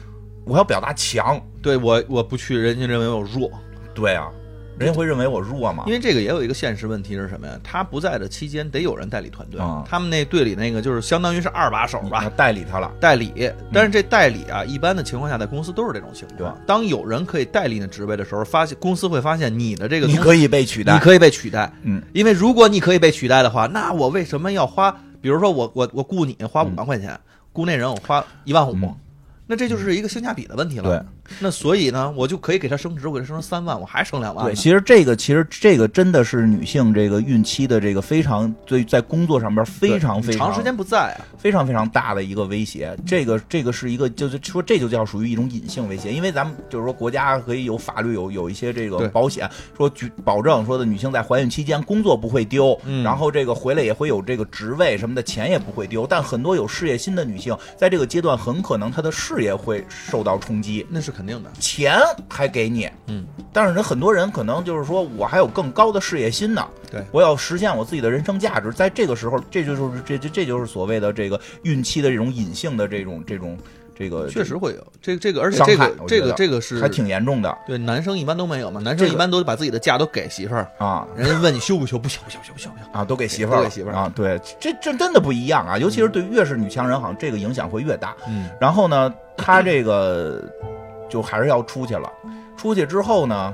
Speaker 2: 我要表达强，
Speaker 3: 对我我不去，人家认为我弱，
Speaker 2: 对啊，人家会认为我弱嘛
Speaker 3: 因。为这个也有一个现实问题是什么呀？他不在的期间得有人代理团队，
Speaker 2: 啊嗯
Speaker 3: 他们那队里那个就是相当于是二把手
Speaker 2: 你
Speaker 3: 吧。
Speaker 2: 代理他了，
Speaker 3: 代理，
Speaker 2: 嗯
Speaker 3: 但是这代理啊，一般的情况下在公司都是这种情况。当有人可以代理你的职位的时候，发现公司会发现你的这个
Speaker 2: 你
Speaker 3: 东
Speaker 2: 可以被取代，
Speaker 3: 你可以被取代，
Speaker 2: 嗯，
Speaker 3: 因为如果你可以被取代的话，那我为什么要花？比如说我我我雇你花五万块钱，雇那人我花一万五，
Speaker 2: 嗯
Speaker 3: 那这就是一个性价比的问题了。
Speaker 2: 对，
Speaker 3: 那所以呢，我就可以给他升职，我给他升成三万，我还升两万呢。
Speaker 2: 对，其实这个其实这个真的是女性这个孕期的这个非常对在工作上边非常
Speaker 3: 对
Speaker 2: 非
Speaker 3: 你
Speaker 2: 常
Speaker 3: 长时间不在啊，
Speaker 2: 非常非常大的一个威胁。这个这个是一个，就是说这就叫属于一种隐性威胁，因为咱们就是说国家可以有法律有有一些这个
Speaker 3: 对
Speaker 2: 保险，说举保证说的女性在怀孕期间工作不会丢，
Speaker 3: 嗯
Speaker 2: 然后这个回来也会有这个职位什么的，钱也不会丢。但很多有事业心的女性，在这个阶段很可能她的事业会受到冲击。
Speaker 3: 那是肯定的。
Speaker 2: 钱还给你，
Speaker 3: 嗯，
Speaker 2: 但是人很多人可能就是说我还有更高的事业心呢，
Speaker 3: 对
Speaker 2: 我要实现我自己的人生价值，在这个时候，这就是这这这就是所谓的这个孕期的这种隐性的这种这种这个，
Speaker 3: 确实会有这这个，而且
Speaker 2: 伤害
Speaker 3: 这个
Speaker 2: 我觉
Speaker 3: 这
Speaker 2: 得
Speaker 3: 个这个是
Speaker 2: 还挺严重的
Speaker 3: 对男生一般都没有嘛，男
Speaker 2: 这
Speaker 3: 生
Speaker 2: 个
Speaker 3: 一般都把自己的假都给媳妇儿，
Speaker 2: 啊
Speaker 3: 人家问你休不休，不休不休不休不休不休，
Speaker 2: 啊，都给媳妇儿了，
Speaker 3: 都给媳妇儿了
Speaker 2: 啊，对，这这真的不一样啊，尤其是对越是女强人，好像这个影响会越大。
Speaker 3: 嗯，
Speaker 2: 然后呢，她这个 就还是要出去了。出去之后呢，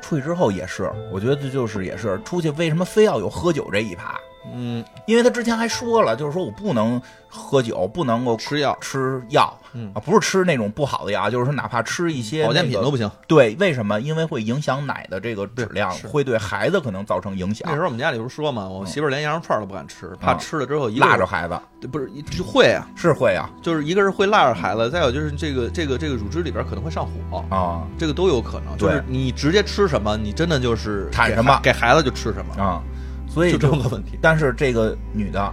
Speaker 2: 出去之后也是，我觉得就是也是出去为什么非要有喝酒这一趴？
Speaker 3: 嗯，
Speaker 2: 因为她之前还说了，就是说我不能喝酒，不能够
Speaker 3: 吃药
Speaker 2: 吃药。
Speaker 3: 嗯
Speaker 2: 啊，不是吃那种不好的药，就是说哪怕吃一些
Speaker 3: 保健
Speaker 2: 那
Speaker 3: 品
Speaker 2: 个
Speaker 3: 都不行。
Speaker 2: 对，为什么？因为会影响奶的这个质
Speaker 3: 对
Speaker 2: 量，
Speaker 3: 是
Speaker 2: 会对孩子可能造成影响
Speaker 3: 那时，候我们家里不是说嘛，我媳妇儿连羊肉串儿都不敢吃，怕吃了之后一个
Speaker 2: 辣着孩子
Speaker 3: 对不是一就会啊，
Speaker 2: 是会啊
Speaker 3: 就是一个是会辣着孩子，再有就是这个这个这个乳汁里边可能会上火，
Speaker 2: 啊
Speaker 3: 这个都有可能。就
Speaker 2: 对
Speaker 3: 是你直接吃什么，你真的就是
Speaker 2: 坦
Speaker 3: 给
Speaker 2: 什么
Speaker 3: 孩给孩子就吃什么，
Speaker 2: 啊，所以
Speaker 3: 就这么个问题。
Speaker 2: 但是这个女的，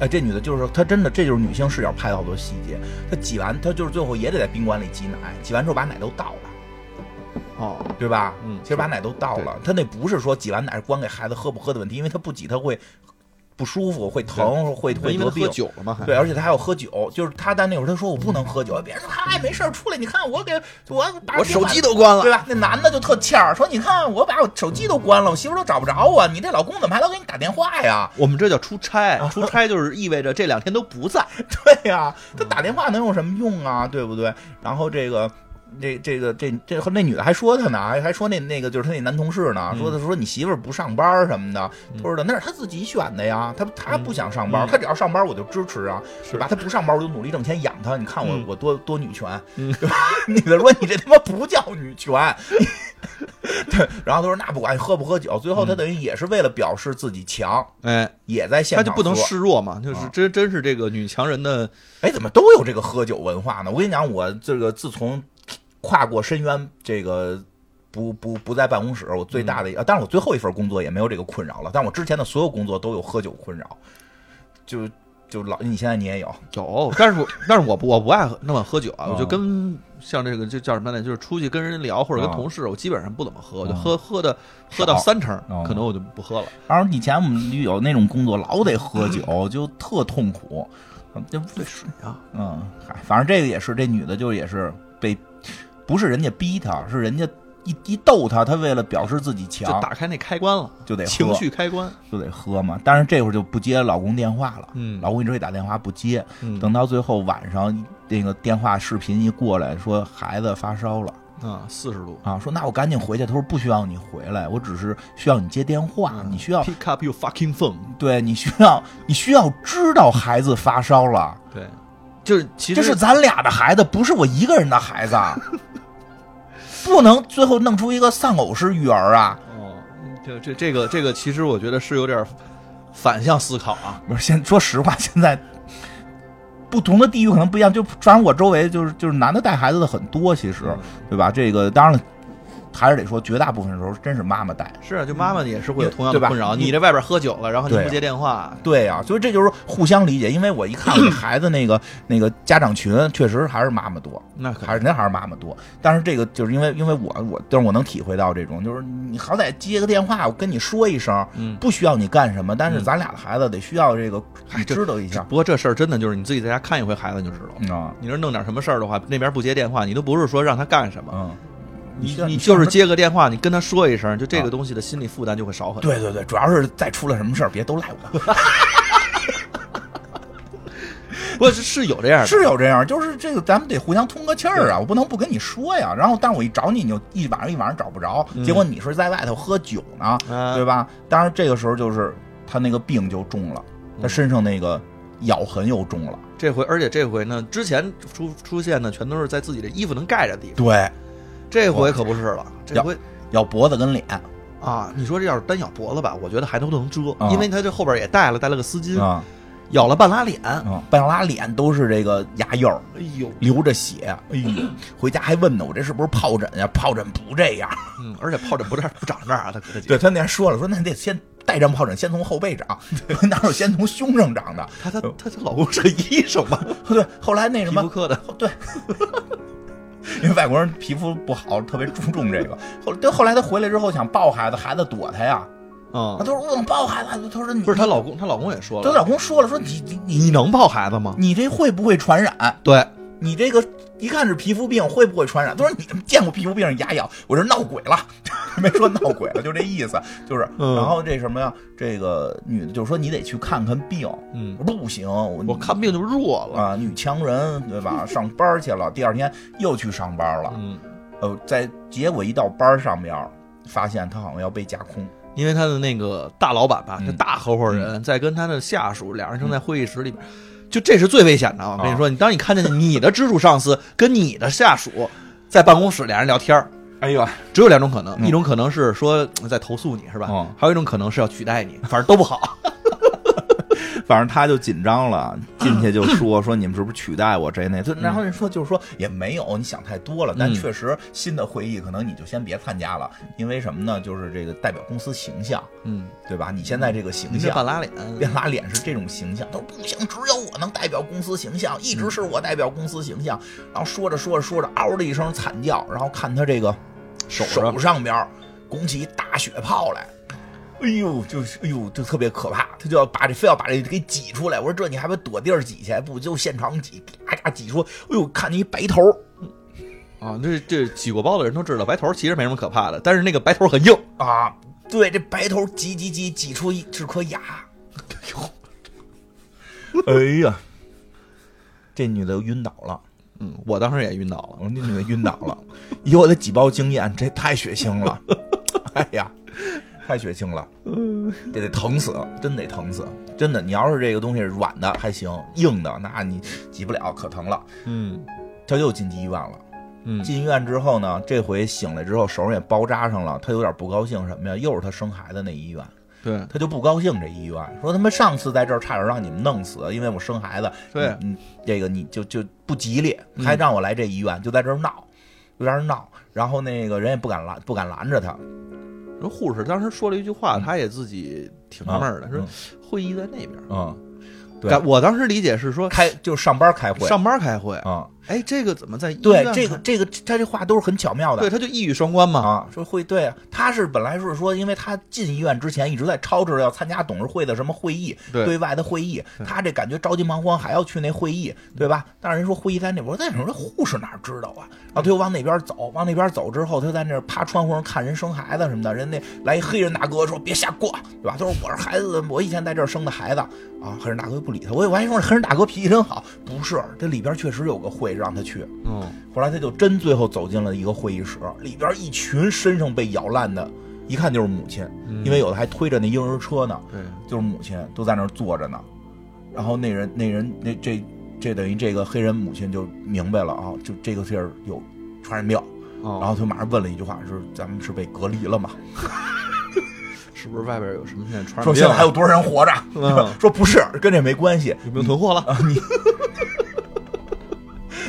Speaker 2: 哎，这女的就是她真的，这就是女性视角拍的好多细节。她挤完，她就是最后也得在宾馆里挤奶，挤完之后把奶都倒了，
Speaker 1: 哦，
Speaker 2: 对吧？
Speaker 3: 嗯
Speaker 2: 其实把奶都倒了，他那不是说挤完奶光给孩子喝不喝的问题，因为他不挤他会不舒服，会疼，会会
Speaker 3: 因为
Speaker 2: 得
Speaker 3: 他喝
Speaker 2: 病。
Speaker 3: 酒了嘛，还
Speaker 2: 对，而且他还要喝酒，就是他在那会儿他说我不能喝酒，别人说嗨没事儿出来，你看我给我把
Speaker 3: 我手机都关了
Speaker 2: 对，吧？那男的就特欠儿，说你看我把我手机都关了，我媳妇儿都找不着我，你这老公怎么还老给你打电话呀？
Speaker 3: 我们这叫出差
Speaker 2: 啊，
Speaker 3: 出差就是意味着这两天都不在。
Speaker 2: 对呀、他打电话能有什么用啊？对不对？然后这个。这这个这这那女的还说他呢，还还说那那个就是他那男同事呢，
Speaker 3: 嗯
Speaker 2: 说他说你媳妇儿不上班儿什么的，
Speaker 3: 嗯
Speaker 2: 他说的那是他自己选的呀，他他
Speaker 3: 嗯
Speaker 2: 不想上班儿，
Speaker 3: 嗯
Speaker 2: 他只要上班儿我就支持啊，
Speaker 3: 是
Speaker 2: 对吧？他不上班儿我就努力挣钱养他，你看我
Speaker 3: 嗯
Speaker 2: 我多多女权，
Speaker 3: 嗯
Speaker 2: 对吧？ 女的说你这他妈不叫女权， 对，然后他说那不管喝不喝酒，最后他
Speaker 3: 嗯
Speaker 2: 等于也是为了表示自己强，
Speaker 3: 哎，
Speaker 2: 也在现
Speaker 3: 他
Speaker 2: 场
Speaker 3: 就不能
Speaker 2: 喝
Speaker 3: 示弱嘛，就是
Speaker 2: 啊
Speaker 3: 真真是这个女强人的
Speaker 2: 哎，怎么都有这个喝酒文化呢？我跟你讲，我这个自从跨过深渊，这个不不不在办公室，我最大
Speaker 3: 嗯
Speaker 2: 的一，啊当然我最后一份工作也没有这个困扰了，但我之前的所有工作都有喝酒困扰，就就老你现在你也有，
Speaker 3: 有，哦但是我但是我不我不爱喝那么喝酒啊，
Speaker 2: 啊
Speaker 3: 我就跟像这个这叫什么来着，就是出去跟人聊或者跟
Speaker 2: 啊
Speaker 3: 同事，我基本上不怎么喝，我就
Speaker 2: 啊
Speaker 3: 喝喝的喝到
Speaker 2: 少
Speaker 3: 三成
Speaker 2: 哦，
Speaker 3: 可能我就不喝了。
Speaker 2: 然后以前我们有那种工作老得喝酒，就特痛苦，这
Speaker 3: 对水啊，
Speaker 2: 嗯，嗨，反正这个也是，这女的就也是被，不是人家逼她，是人家一一逗她，她为了表示自己
Speaker 3: 就
Speaker 2: 强，
Speaker 3: 打开那开关了，
Speaker 2: 就得喝
Speaker 3: 情绪开关。
Speaker 2: 就得喝嘛。但是这会儿就不接老公电话了，
Speaker 3: 嗯
Speaker 2: 老公一直给打电话不接，
Speaker 3: 嗯
Speaker 2: 等到最后晚上那个电话视频一过来说孩子发烧了
Speaker 3: 啊，四十度。
Speaker 2: 啊，说那我赶紧回去。他说不需要你回来，我只是需要你接电话，
Speaker 3: 嗯
Speaker 2: 你需要
Speaker 3: pick up your fucking phone。
Speaker 2: 对你需要你需要知道孩子发烧了，
Speaker 3: 对，就是其实
Speaker 2: 这是咱俩的孩子，不是我一个人的孩 子。不能最后弄出一个丧偶式育儿啊！
Speaker 3: 哦，这这这个这个其实我觉得是有点反向思考啊。
Speaker 2: 不是，先说实话，现在不同的地域可能不一样。就反正我周围就是就是男的带孩子的很多，其实
Speaker 3: 嗯
Speaker 2: 对吧？这个当然了，还是得说，绝大部分时候真是妈妈带。
Speaker 3: 是啊，就妈妈也是会有同样
Speaker 2: 嗯对
Speaker 3: 的
Speaker 2: 吧
Speaker 3: 困扰。
Speaker 2: 你
Speaker 3: 你这外边喝酒了，然后你
Speaker 2: 对啊
Speaker 3: 不接电话，
Speaker 2: 对呀、所以这就是互相理解。因为我一看我这孩子 那个那个家长群，确实还是妈妈多，
Speaker 3: 那可
Speaker 2: 还是那还是妈妈多。但是这个就是因为因为我我，但是我能体会到这种，就是你好歹接个电话，我跟你说一声，
Speaker 3: 嗯。
Speaker 2: 不需要你干什么，但是
Speaker 3: 嗯
Speaker 2: 咱俩的孩子得需要这个
Speaker 3: 哎这
Speaker 2: 知道一下
Speaker 3: 不过这事儿真的就是你自己在家看一回孩子你就知道了。
Speaker 2: 嗯啊。
Speaker 3: 你说弄点什么事儿的话，那边不接电话，你都不是说让他干什么，
Speaker 2: 嗯，
Speaker 3: 你
Speaker 2: 需要
Speaker 3: 你
Speaker 2: 需要
Speaker 3: 就是
Speaker 2: 知
Speaker 3: 接个电话，你跟他说一声，就这
Speaker 2: 啊
Speaker 3: 个东西的心理负担就会少很多。
Speaker 2: 对对对，主要是再出了什么事儿，别都赖 我。
Speaker 3: 不过是是有这样的，
Speaker 2: 是有这样，就是这个，咱们得互相通个气儿啊，我不能不跟你说呀。然后，但是我一找你，你就一晚上一晚上找不着，
Speaker 3: 嗯
Speaker 2: 结果你是在外头喝酒呢，
Speaker 3: 啊
Speaker 2: 对吧？当然，这个时候就是他那个病就重了，他身上那个咬痕又重了。
Speaker 3: 这回，而且这回呢，之前出出现的全都是在自己的衣服能盖着的地方，
Speaker 2: 对，
Speaker 3: 这回可不是了，这回
Speaker 2: 咬脖子跟脸
Speaker 3: 啊，你说这要是单咬脖子吧，我觉得还都能遮，
Speaker 2: 啊
Speaker 3: 因为他这后边也带了带了个丝巾，
Speaker 2: 啊
Speaker 3: 咬了半拉脸，哎
Speaker 2: 啊，半拉脸都是这个牙釉，
Speaker 3: 呦，
Speaker 2: 流着血。哎呦，回家还问呢，我这是不是疱疹呀？疱疹不这样。
Speaker 3: 嗯，而且疱疹不这儿不长这儿啊，他哥姐，
Speaker 2: 对他那天说了，说那得先带状疱疹，先从后背长， 哪有先从胸上长的？
Speaker 3: 她她她她老公是个医生吧，
Speaker 2: 对，后来那
Speaker 3: 皮
Speaker 2: 什么
Speaker 3: 肤，科的，
Speaker 2: 对， 因为外国人皮肤不好，特别注重这个。后对，后来她回来之后想抱孩子，孩子躲她呀。
Speaker 3: 嗯
Speaker 2: 她，都说我想抱孩子，孩子她说你
Speaker 3: 不是她老公，她老公也说
Speaker 2: 她
Speaker 3: 了，
Speaker 2: 老公说了，说你你你
Speaker 3: 你能抱孩子吗？
Speaker 2: 你这会不会传染？
Speaker 3: 对，
Speaker 2: 你这个一看是皮肤病，会不会传染？她说你怎么见过皮肤病人牙痒？我这闹鬼了， 没说闹鬼了，就这意思，就是。
Speaker 3: 嗯
Speaker 2: 然后这什么呀？这个女的就说你得去看看病，
Speaker 3: 嗯，
Speaker 2: 我说不行，我
Speaker 3: 我看病就弱了，
Speaker 2: 啊，女强人对 吧？上班去了，第二天又去上班了。
Speaker 3: 嗯，
Speaker 2: 呃，在结果一到班上面儿，发现他好像要被架空。
Speaker 3: 因为他的那个大老板吧，
Speaker 2: 嗯
Speaker 3: 这大合伙人在跟他的下属，两人正在会议室里边，就这是最危险的。我
Speaker 2: 哦
Speaker 3: 跟你说，你当你看见你的直属上司跟你的下属在办公室俩人聊天儿，
Speaker 2: 哎呦，
Speaker 3: 只有两种可能，
Speaker 2: 嗯
Speaker 3: 一种可能是说呃在投诉你是吧
Speaker 2: 嗯？
Speaker 3: 还有一种可能是要取代你，反正都不好。
Speaker 2: 反正他就紧张了，进去就 说说你们是不是取代我这那？就然后人说就是说也没有，你想太多了。但
Speaker 3: 嗯
Speaker 2: 确实新的会议可能你就先别参加了，因为什么呢？就是这个代表公司形象，
Speaker 3: 嗯，
Speaker 2: 对吧？你现在这个形
Speaker 3: 你这
Speaker 2: 象
Speaker 3: 半。拉脸，
Speaker 2: 变拉脸是这种形象，他说不行，只有我能代表公司形象，一直是我代表公司形象。然后说着说着说着，嗷的一声惨叫，然后看他这个
Speaker 3: 手上
Speaker 2: 手上边儿拱起一大血泡来。哎呦，就是哎呦，就特别可怕，他就要把这非要把这给挤出来。我说这你还不躲地儿挤去？不就现场挤，咔咔挤出。哎呦，看见一白头儿
Speaker 3: 啊，这这挤过包的人都知道，白头其实没什么可怕的，但是那个白头很硬，
Speaker 2: 啊！对，这白头儿挤挤挤挤出一这颗牙。 哎呀，这女的晕倒了。
Speaker 3: 嗯，我当时也晕倒了。
Speaker 2: 我那女的晕倒了，以我的几包经验，这太血腥了，哎呀，太血腥了，这得疼死，真得疼死，真的。你要是这个东西软的还行，硬的那你挤不了，可疼了。
Speaker 3: 嗯
Speaker 2: 他又进医院了。
Speaker 3: 嗯
Speaker 2: 进医院之后呢，这回醒来之后手上也包扎上了，他有点不高兴什么呀？又是他生孩子那医院，
Speaker 3: 对
Speaker 2: 他就不高兴这医院，说他妈上次在这儿差点让你们弄死，因为我生孩子，
Speaker 3: 对嗯
Speaker 2: 嗯，这个你就就不吉利，还让我来这医院，就在这儿闹，就在这儿闹，然后那个人也不敢拦，不敢拦着他，
Speaker 3: 人护士当时说了一句
Speaker 2: 嗯
Speaker 3: 话，他也自己挺纳闷儿的，说会议在那边儿。
Speaker 2: 嗯，啊对
Speaker 3: 感我当时理解是说
Speaker 2: 开就上班开会，
Speaker 3: 上班开会，
Speaker 2: 啊、
Speaker 3: 哎，这个怎么在医
Speaker 2: 对
Speaker 3: 院，
Speaker 2: 这个
Speaker 3: 开
Speaker 2: 这个他这话都是很巧妙的。
Speaker 3: 对他就一语双关嘛。
Speaker 2: 啊，说会对，他是本来是说，因为他进医院之前一直在吵着要参加董事会的什么会议，
Speaker 3: 对
Speaker 2: 对外的会议，他这感觉着急忙慌，还要去那会议，对吧？但是人说会议在那边，我说那时候这护士哪知道啊？然后他又往那边走，往那边走之后，他就在那儿趴窗户上看人生孩子什么的。人那来一黑人大哥说别瞎逛，对吧？他说我是孩子，我以前在这儿生的孩子啊。黑人大哥就不理他，我以为我还说黑人大哥脾气真好，不是，这里边确实有个会让他去。
Speaker 3: 嗯，
Speaker 2: 后来他就真最后走进了一个会议室，里边一群身上被咬烂的，一看就是母亲，因为有的还推着那婴儿车呢。
Speaker 3: 对，
Speaker 2: 就是母亲都在那儿坐着呢。然后那人那人那这这等于这个黑人母亲就明白了啊，就这个地儿有传染病，嗯然
Speaker 3: 哦，
Speaker 2: 后他马上问了一句话，是咱们是被隔离了吗？
Speaker 3: 是不是外边有什么现在传染
Speaker 2: 说
Speaker 3: 病？
Speaker 2: 现在还有多少人活着？
Speaker 3: 嗯
Speaker 2: 说不是，跟这没关系。
Speaker 3: 有没有囤货
Speaker 2: 嗯
Speaker 3: 了？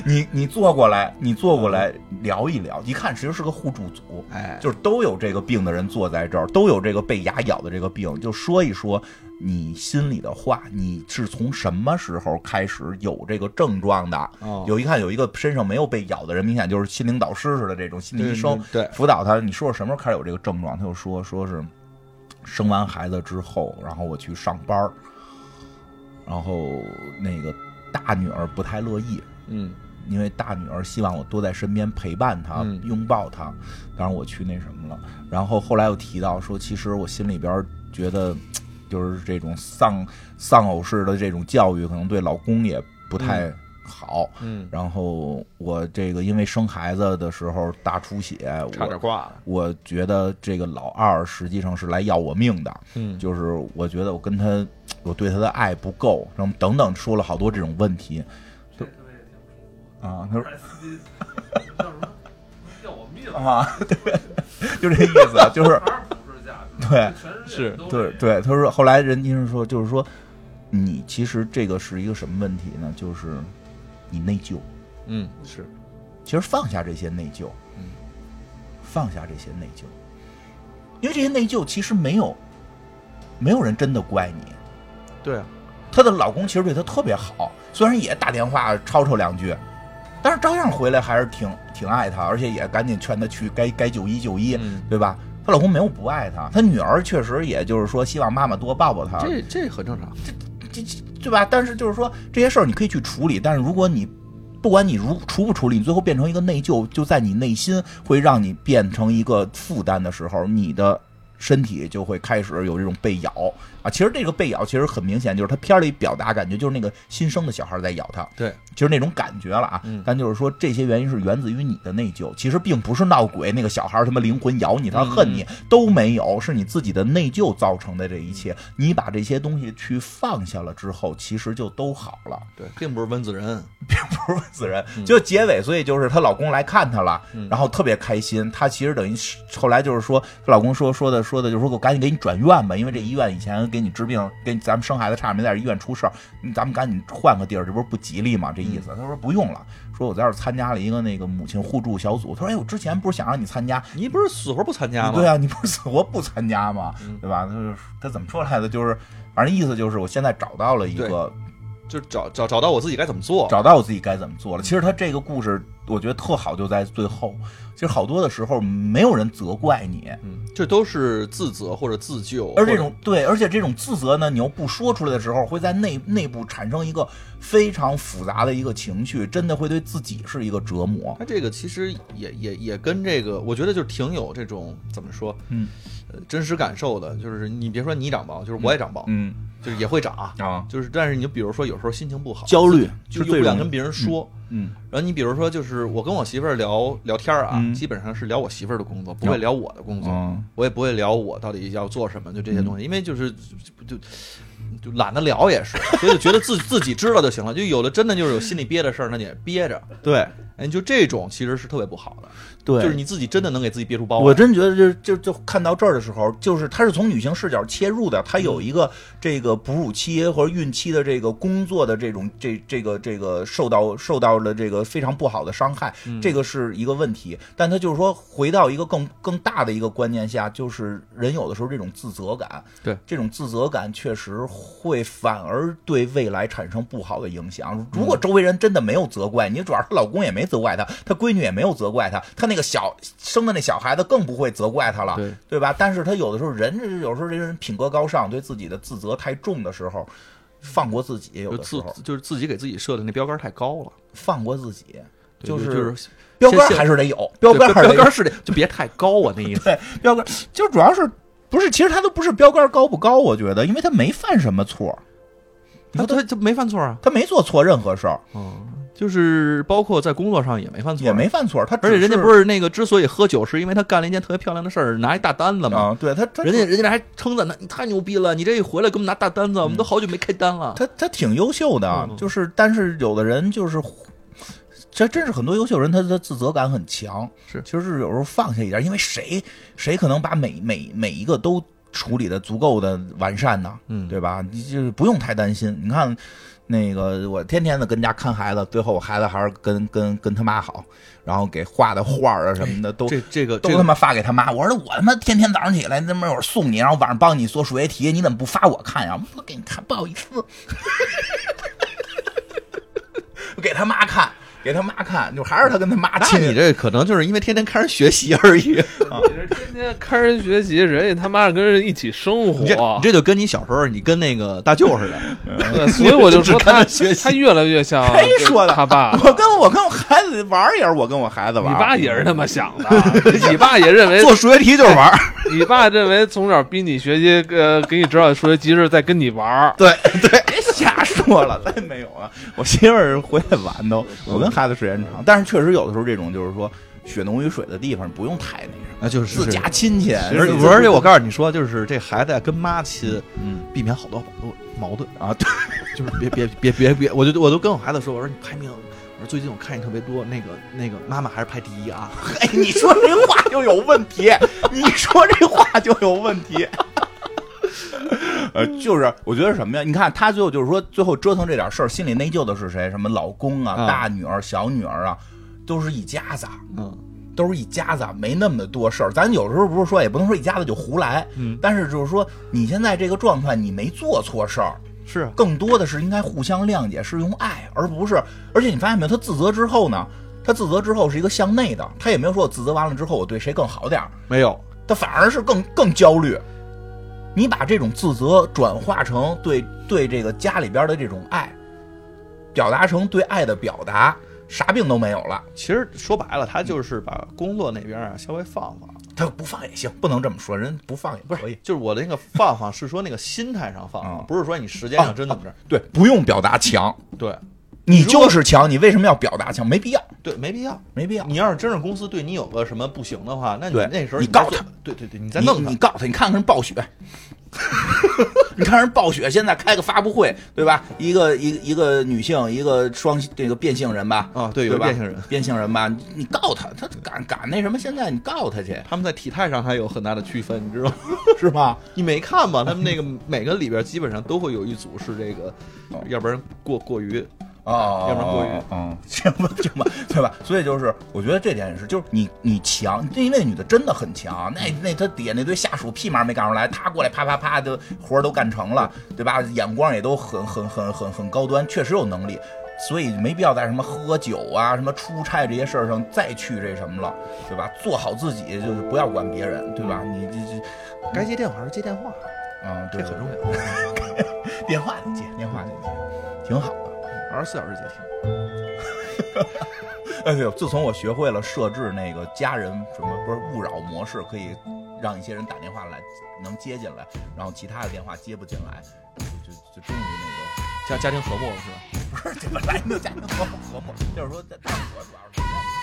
Speaker 2: 你你坐过来，你坐过来聊一聊，一看其实是个互助组。
Speaker 3: 哎，
Speaker 2: 就是都有这个病的人坐在这儿，都有这个被牙咬的这个病，就说一说你心里的话，你是从什么时候开始有这个症状的？
Speaker 3: 哦
Speaker 2: 有一看有一个身上没有被咬的人，明显就是心灵导师似的这种心理医生，
Speaker 3: 对对对
Speaker 2: 辅导他，你说我什么时候开始有这个症状？他就说说是生完孩子之后，然后我去上班儿，然后那个大女儿不太乐意，
Speaker 3: 嗯
Speaker 2: 因为大女儿希望我多在身边陪伴她、
Speaker 3: 嗯
Speaker 2: 拥抱她，当然我去那什么了。然后后来又提到说，其实我心里边儿觉得，就是这种丧丧偶式的这种教育，可能对老公也不太好。
Speaker 3: 嗯，
Speaker 2: 然后我这个因为生孩子的时候大出血，
Speaker 3: 差点
Speaker 2: 我
Speaker 3: 挂了。
Speaker 2: 我觉得这个老二实际上是来要我命的。
Speaker 3: 嗯，
Speaker 2: 就是我觉得我跟他，我对他的爱不够，然后等等说了好多这种问题。啊，他说
Speaker 1: 叫什么？要我命！
Speaker 2: 啊， 对，就这意思，就是
Speaker 1: 哪儿不是价值？
Speaker 2: 对
Speaker 1: 全
Speaker 3: 世界
Speaker 1: 都
Speaker 2: 对对。他说后来人医生说，就是说你其实这个是一个什么问题呢？就是你内疚，
Speaker 3: 嗯是，
Speaker 2: 其实放下这些内疚，
Speaker 3: 嗯，
Speaker 2: 放下这些内疚，因为这些内疚其实没有没有人真的怪你，
Speaker 3: 对啊，
Speaker 2: 她的老公其实对她特别好，虽然也打电话吵吵两句，但是照样回来还是挺挺爱她，而且也赶紧劝她去该该就医就医，
Speaker 3: 嗯
Speaker 2: 对吧？她老公没有不爱她，她女儿确实也就是说希望妈妈多抱抱她，
Speaker 3: 这这很正常。
Speaker 2: 这这对吧？但是就是说这些事儿你可以去处理，但是如果你不管你如处不处理，你最后变成一个内疚，就在你内心会让你变成一个负担的时候，你的身体就会开始有这种被咬啊。其实这个被咬其实很明显，就是他片儿里表达感觉就是那个新生的小孩在咬他，
Speaker 3: 对，
Speaker 2: 就是那种感觉了啊。
Speaker 3: 嗯
Speaker 2: 但就是说这些原因是源自于你的内疚，其实并不是闹鬼那个小孩儿他妈灵魂咬你，他恨你、都没有，是你自己的内疚造成的这一切。你把这些东西去放下了之后，其实就都好了。
Speaker 3: 对，并不是温子仁。
Speaker 2: 不是死人，就结尾，所以就是她老公来看她了
Speaker 3: 嗯，
Speaker 2: 然后特别开心。她其实等于是后来就是说，她老公说说的说的，就是说我赶紧给你转院吧，因为这医院以前给你治病，给咱们生孩子差点没在这医院出事儿，嗯咱们赶紧换个地儿，这不是不吉利吗？这意思。她说不用了，说我在这儿参加了一个那个母亲互助小组。她说哎，我之前不是想让你参加，
Speaker 3: 你不是死活不参加吗？
Speaker 2: 对啊，你不是死活不参加吗？对吧？她就她怎么说来的？就是反正意思就是我现在找到了一
Speaker 3: 对
Speaker 2: 个
Speaker 3: 就找找找到我自己该怎么做。
Speaker 2: 找到我自己该怎么做了。其实他这个故事我觉得特好就在最后。其实好多的时候没有人责怪你，
Speaker 3: 嗯，这都是自责或者自救，
Speaker 2: 而这种对，而且这种自责呢，你又不说出来的时候，会在内内部产生一个非常复杂的一个情绪，真的会对自己是一个折磨。
Speaker 3: 他哎这个其实也也也跟这个，我觉得就是挺有这种怎么说，
Speaker 2: 嗯
Speaker 3: 呃，真实感受的。就是你别说你长包，就是我也长包，
Speaker 2: 嗯
Speaker 3: 就是也会长啊，
Speaker 2: 啊，
Speaker 3: 就是但是你就比如说有时候心情不好，
Speaker 2: 焦虑
Speaker 3: 就是又
Speaker 2: 最
Speaker 3: 不想
Speaker 2: 容
Speaker 3: 跟
Speaker 2: 易，
Speaker 3: 别人说。
Speaker 2: 嗯
Speaker 3: 然后你比如说就是我跟我媳妇儿聊聊天儿啊，
Speaker 2: 嗯
Speaker 3: 基本上是聊我媳妇儿的工作，不会聊我的工作，
Speaker 2: 嗯
Speaker 3: 我也不会聊我到底要做什么，就这些东西，因为就是就就就懒得聊也是，所以就觉得自 自己知道就行了。就有的真的就是有心里憋的事儿，那你也憋着，
Speaker 2: 对
Speaker 3: 哎，就这种其实是特别不好的。
Speaker 2: 对，
Speaker 3: 就是你自己真的能给自己憋出包来。啊
Speaker 2: 我真觉得就就就看到这儿的时候，就是他是从女性视角切入的，他有一个这个哺乳期或者孕期的这个工作的这种这这个这个受到受到了这个非常不好的伤害，这个是一个问题。但他就是说回到一个更更大的一个观念下，就是人有的时候这种自责感，
Speaker 4: 对
Speaker 2: 这种自责感确实会反而对未来产生不好的影响。如
Speaker 4: 嗯
Speaker 2: 果周围人真的没有责怪你，主要是她老公也没责怪她，她闺女也没有责怪她，她那个小生的那小孩子更不会责怪她了，
Speaker 4: 对
Speaker 2: 吧？但是她有的时候人，有时候这人品格高尚，对自己的自责太重的时候，放过自己，有
Speaker 4: 就
Speaker 2: 的时
Speaker 4: 自
Speaker 2: 候
Speaker 4: 就是自己给自己设的那标杆太高了，
Speaker 2: 放过自己，
Speaker 4: 对
Speaker 2: 就
Speaker 4: 就是是
Speaker 2: 标杆
Speaker 4: 先
Speaker 2: 还是得有，标杆
Speaker 4: 对
Speaker 2: 还是
Speaker 4: 标
Speaker 2: 得有
Speaker 4: 杆是得就别太高啊，那意 思。
Speaker 2: 对，标杆就主要是不是？其实他都不是标杆高不高，我觉得，因为他没犯什么错，你
Speaker 4: 他
Speaker 2: 说他
Speaker 4: 他他没犯错啊，
Speaker 2: 他没做错任何事儿，
Speaker 4: 嗯，就是包括在工作上也没犯
Speaker 3: 啊
Speaker 4: 错，
Speaker 2: 也没。犯错，他
Speaker 4: 而且人家不
Speaker 2: 是啊
Speaker 4: 是那个，之所以喝酒，是因为他干了一件特别漂亮的事儿，拿一大单子嘛。
Speaker 2: 啊，对他他
Speaker 4: 人家人家还称赞他，你太牛逼了，你这一回来给我们拿大单子，我们都
Speaker 3: 嗯
Speaker 4: 好久没开单了。
Speaker 2: 他他挺优秀的，啊
Speaker 4: 嗯
Speaker 2: 就是但是有的人就是。这真是很多优秀人，他的自责感很强，
Speaker 4: 是
Speaker 2: 其实是有时候放下一点，因为谁谁可能把每每每一个都处理的足够的完善呢？
Speaker 4: 嗯
Speaker 2: 对吧？你就是不用太担心。你看，那个我天天的跟家看孩子，最后我孩子还是跟跟跟他妈好，然后给画的画儿啊什么的都。
Speaker 3: 这这个
Speaker 2: 都
Speaker 3: 这
Speaker 2: 他
Speaker 3: 个
Speaker 2: 妈发给他妈，我说我他妈天天早上起来他妈我送你，然后晚上帮你做数学题，你怎么不发我看呀？我给你看，不好意思， 我给他妈看，给他妈看，就还是他跟他 妈
Speaker 3: 那
Speaker 2: 亲。
Speaker 3: 你这可能就是因为天天看人学习而已，
Speaker 1: 你这天天看人学习，人家他妈是跟人一起生
Speaker 3: 你这
Speaker 1: 活啊
Speaker 3: 你，这就跟你小时候你跟那个大舅似的，
Speaker 1: 对，所以我就说
Speaker 3: 只看
Speaker 1: 他
Speaker 3: 他学习
Speaker 1: 他越来越像
Speaker 2: 谁说的
Speaker 1: 他爸了。
Speaker 2: 我跟我跟我孩子玩儿也是我跟我孩子
Speaker 1: 你
Speaker 2: 玩儿，
Speaker 1: 爸也是那么想 的，你爸也认为，
Speaker 3: 做数学题就是 玩儿。
Speaker 1: 你爸认为从小逼你学习，呃，给你指导数学题是在跟你玩儿。
Speaker 2: 对对，别瞎说了，再没有了。 我媳妇儿回来晚都，我跟孩子时间长，但是确实有的时候这种就是说血浓于水的地方，不用太那什么，
Speaker 3: 啊，就是
Speaker 2: 自家亲戚。
Speaker 3: 而
Speaker 2: 自己
Speaker 3: 而且我告诉你说，就是这孩子啊呀跟妈亲，
Speaker 2: 嗯
Speaker 3: 避免好多好多矛盾，
Speaker 2: 啊，对，
Speaker 3: 就是别别别别别，我就我都跟我孩子说，我说你排名，我说最近我看你特别多，那个那个妈妈还是排第一 啊，
Speaker 2: 哎，你说这话就有问题，你说这话就有问题。呃，就是我觉得什么呀？你看他最后就是说，最后折腾这点事儿，心里内疚的是谁？什么老公啊、
Speaker 3: 啊
Speaker 2: 大女儿、小女儿啊，都是一家子。
Speaker 3: 嗯，
Speaker 2: 都是一家子，没那么多事儿。咱有时候不是说，也不能说一家子就胡来，
Speaker 3: 嗯
Speaker 2: 但是就是说，你现在这个状态，你没做错事儿，
Speaker 3: 是啊，
Speaker 2: 更多的是应该互相谅解，是用爱，而不是。而且你发现没有，他自责之后呢，他自责之后是一个向内的，他也没有说我自责完了之后我对谁更好点儿，
Speaker 3: 没有，
Speaker 2: 他反而是更更焦虑。你把这种自责转化成对对这个家里边的这种爱，表达成对爱的表达，啥病都没有了。
Speaker 3: 其实说白了，他就是把工作那边啊稍微放放，
Speaker 2: 他不放也行，不能这么说，人不放也可以。
Speaker 3: 就是我的那个放放是说那个心态上放
Speaker 2: 啊
Speaker 3: 放，不是说你时间上真怎么着，
Speaker 2: 对，不用表达强，
Speaker 3: 对
Speaker 2: 你就是强，你为什么要表达强？没必要，
Speaker 3: 对，没必要。
Speaker 2: 没必要。
Speaker 3: 你要是真是公司对你有个什么不行的话，那你
Speaker 2: 对
Speaker 3: 那时候
Speaker 2: 你
Speaker 3: 再
Speaker 2: 告
Speaker 3: 做
Speaker 2: 他，
Speaker 3: 对对对，你再
Speaker 2: 你
Speaker 3: 弄
Speaker 2: 你告
Speaker 3: 他，
Speaker 2: 诉他，你看看人暴雪， 你看人暴雪现在开个发布会，对吧？一个一个一个女性，一个双这个变性人吧，
Speaker 3: 啊对有
Speaker 2: 对吧？
Speaker 3: 变性人，
Speaker 2: 变性人吧，你你告他，他敢敢那什么？现在你告他 去
Speaker 3: 他们在体态上还有很大的区分，你知道吗？
Speaker 2: 是吗？
Speaker 3: 你没看吗？他 们那个每个里边基本上都会有一组是这个，要不然过过于
Speaker 2: 哦，
Speaker 3: 要不然过于
Speaker 2: 嗯， 行吧，行吧，对吧？所以就是，我觉得这点也是，就是你你强，因为那女的真的很强，啊那那她底下那堆下属屁毛没干出来，她过来啪啪啪的活儿都干成了，对吧？眼光也都很很很很很高端，确实有能力。所以没必要在什么喝酒啊、什么出差这些事儿上再去这什么了，对吧？做好自己，就是不要管别人，对吧？你这这，
Speaker 3: 该接电话还是接电话，
Speaker 2: 嗯，
Speaker 3: 这
Speaker 2: 对，
Speaker 3: 很重
Speaker 2: 对
Speaker 3: 要。
Speaker 2: 对 电话得接，电话得接，挺好的。
Speaker 3: 二十四小时接听。
Speaker 2: 哎呦，自从我学会了设置那个家人什么不是勿扰模式，可以让一些人打电话来能接进来，然后其他的电话接不进来，就就就终于那
Speaker 4: 家家庭和睦了是吧？
Speaker 2: 个不是本来就家人和睦和睦，就是说在大我主要是。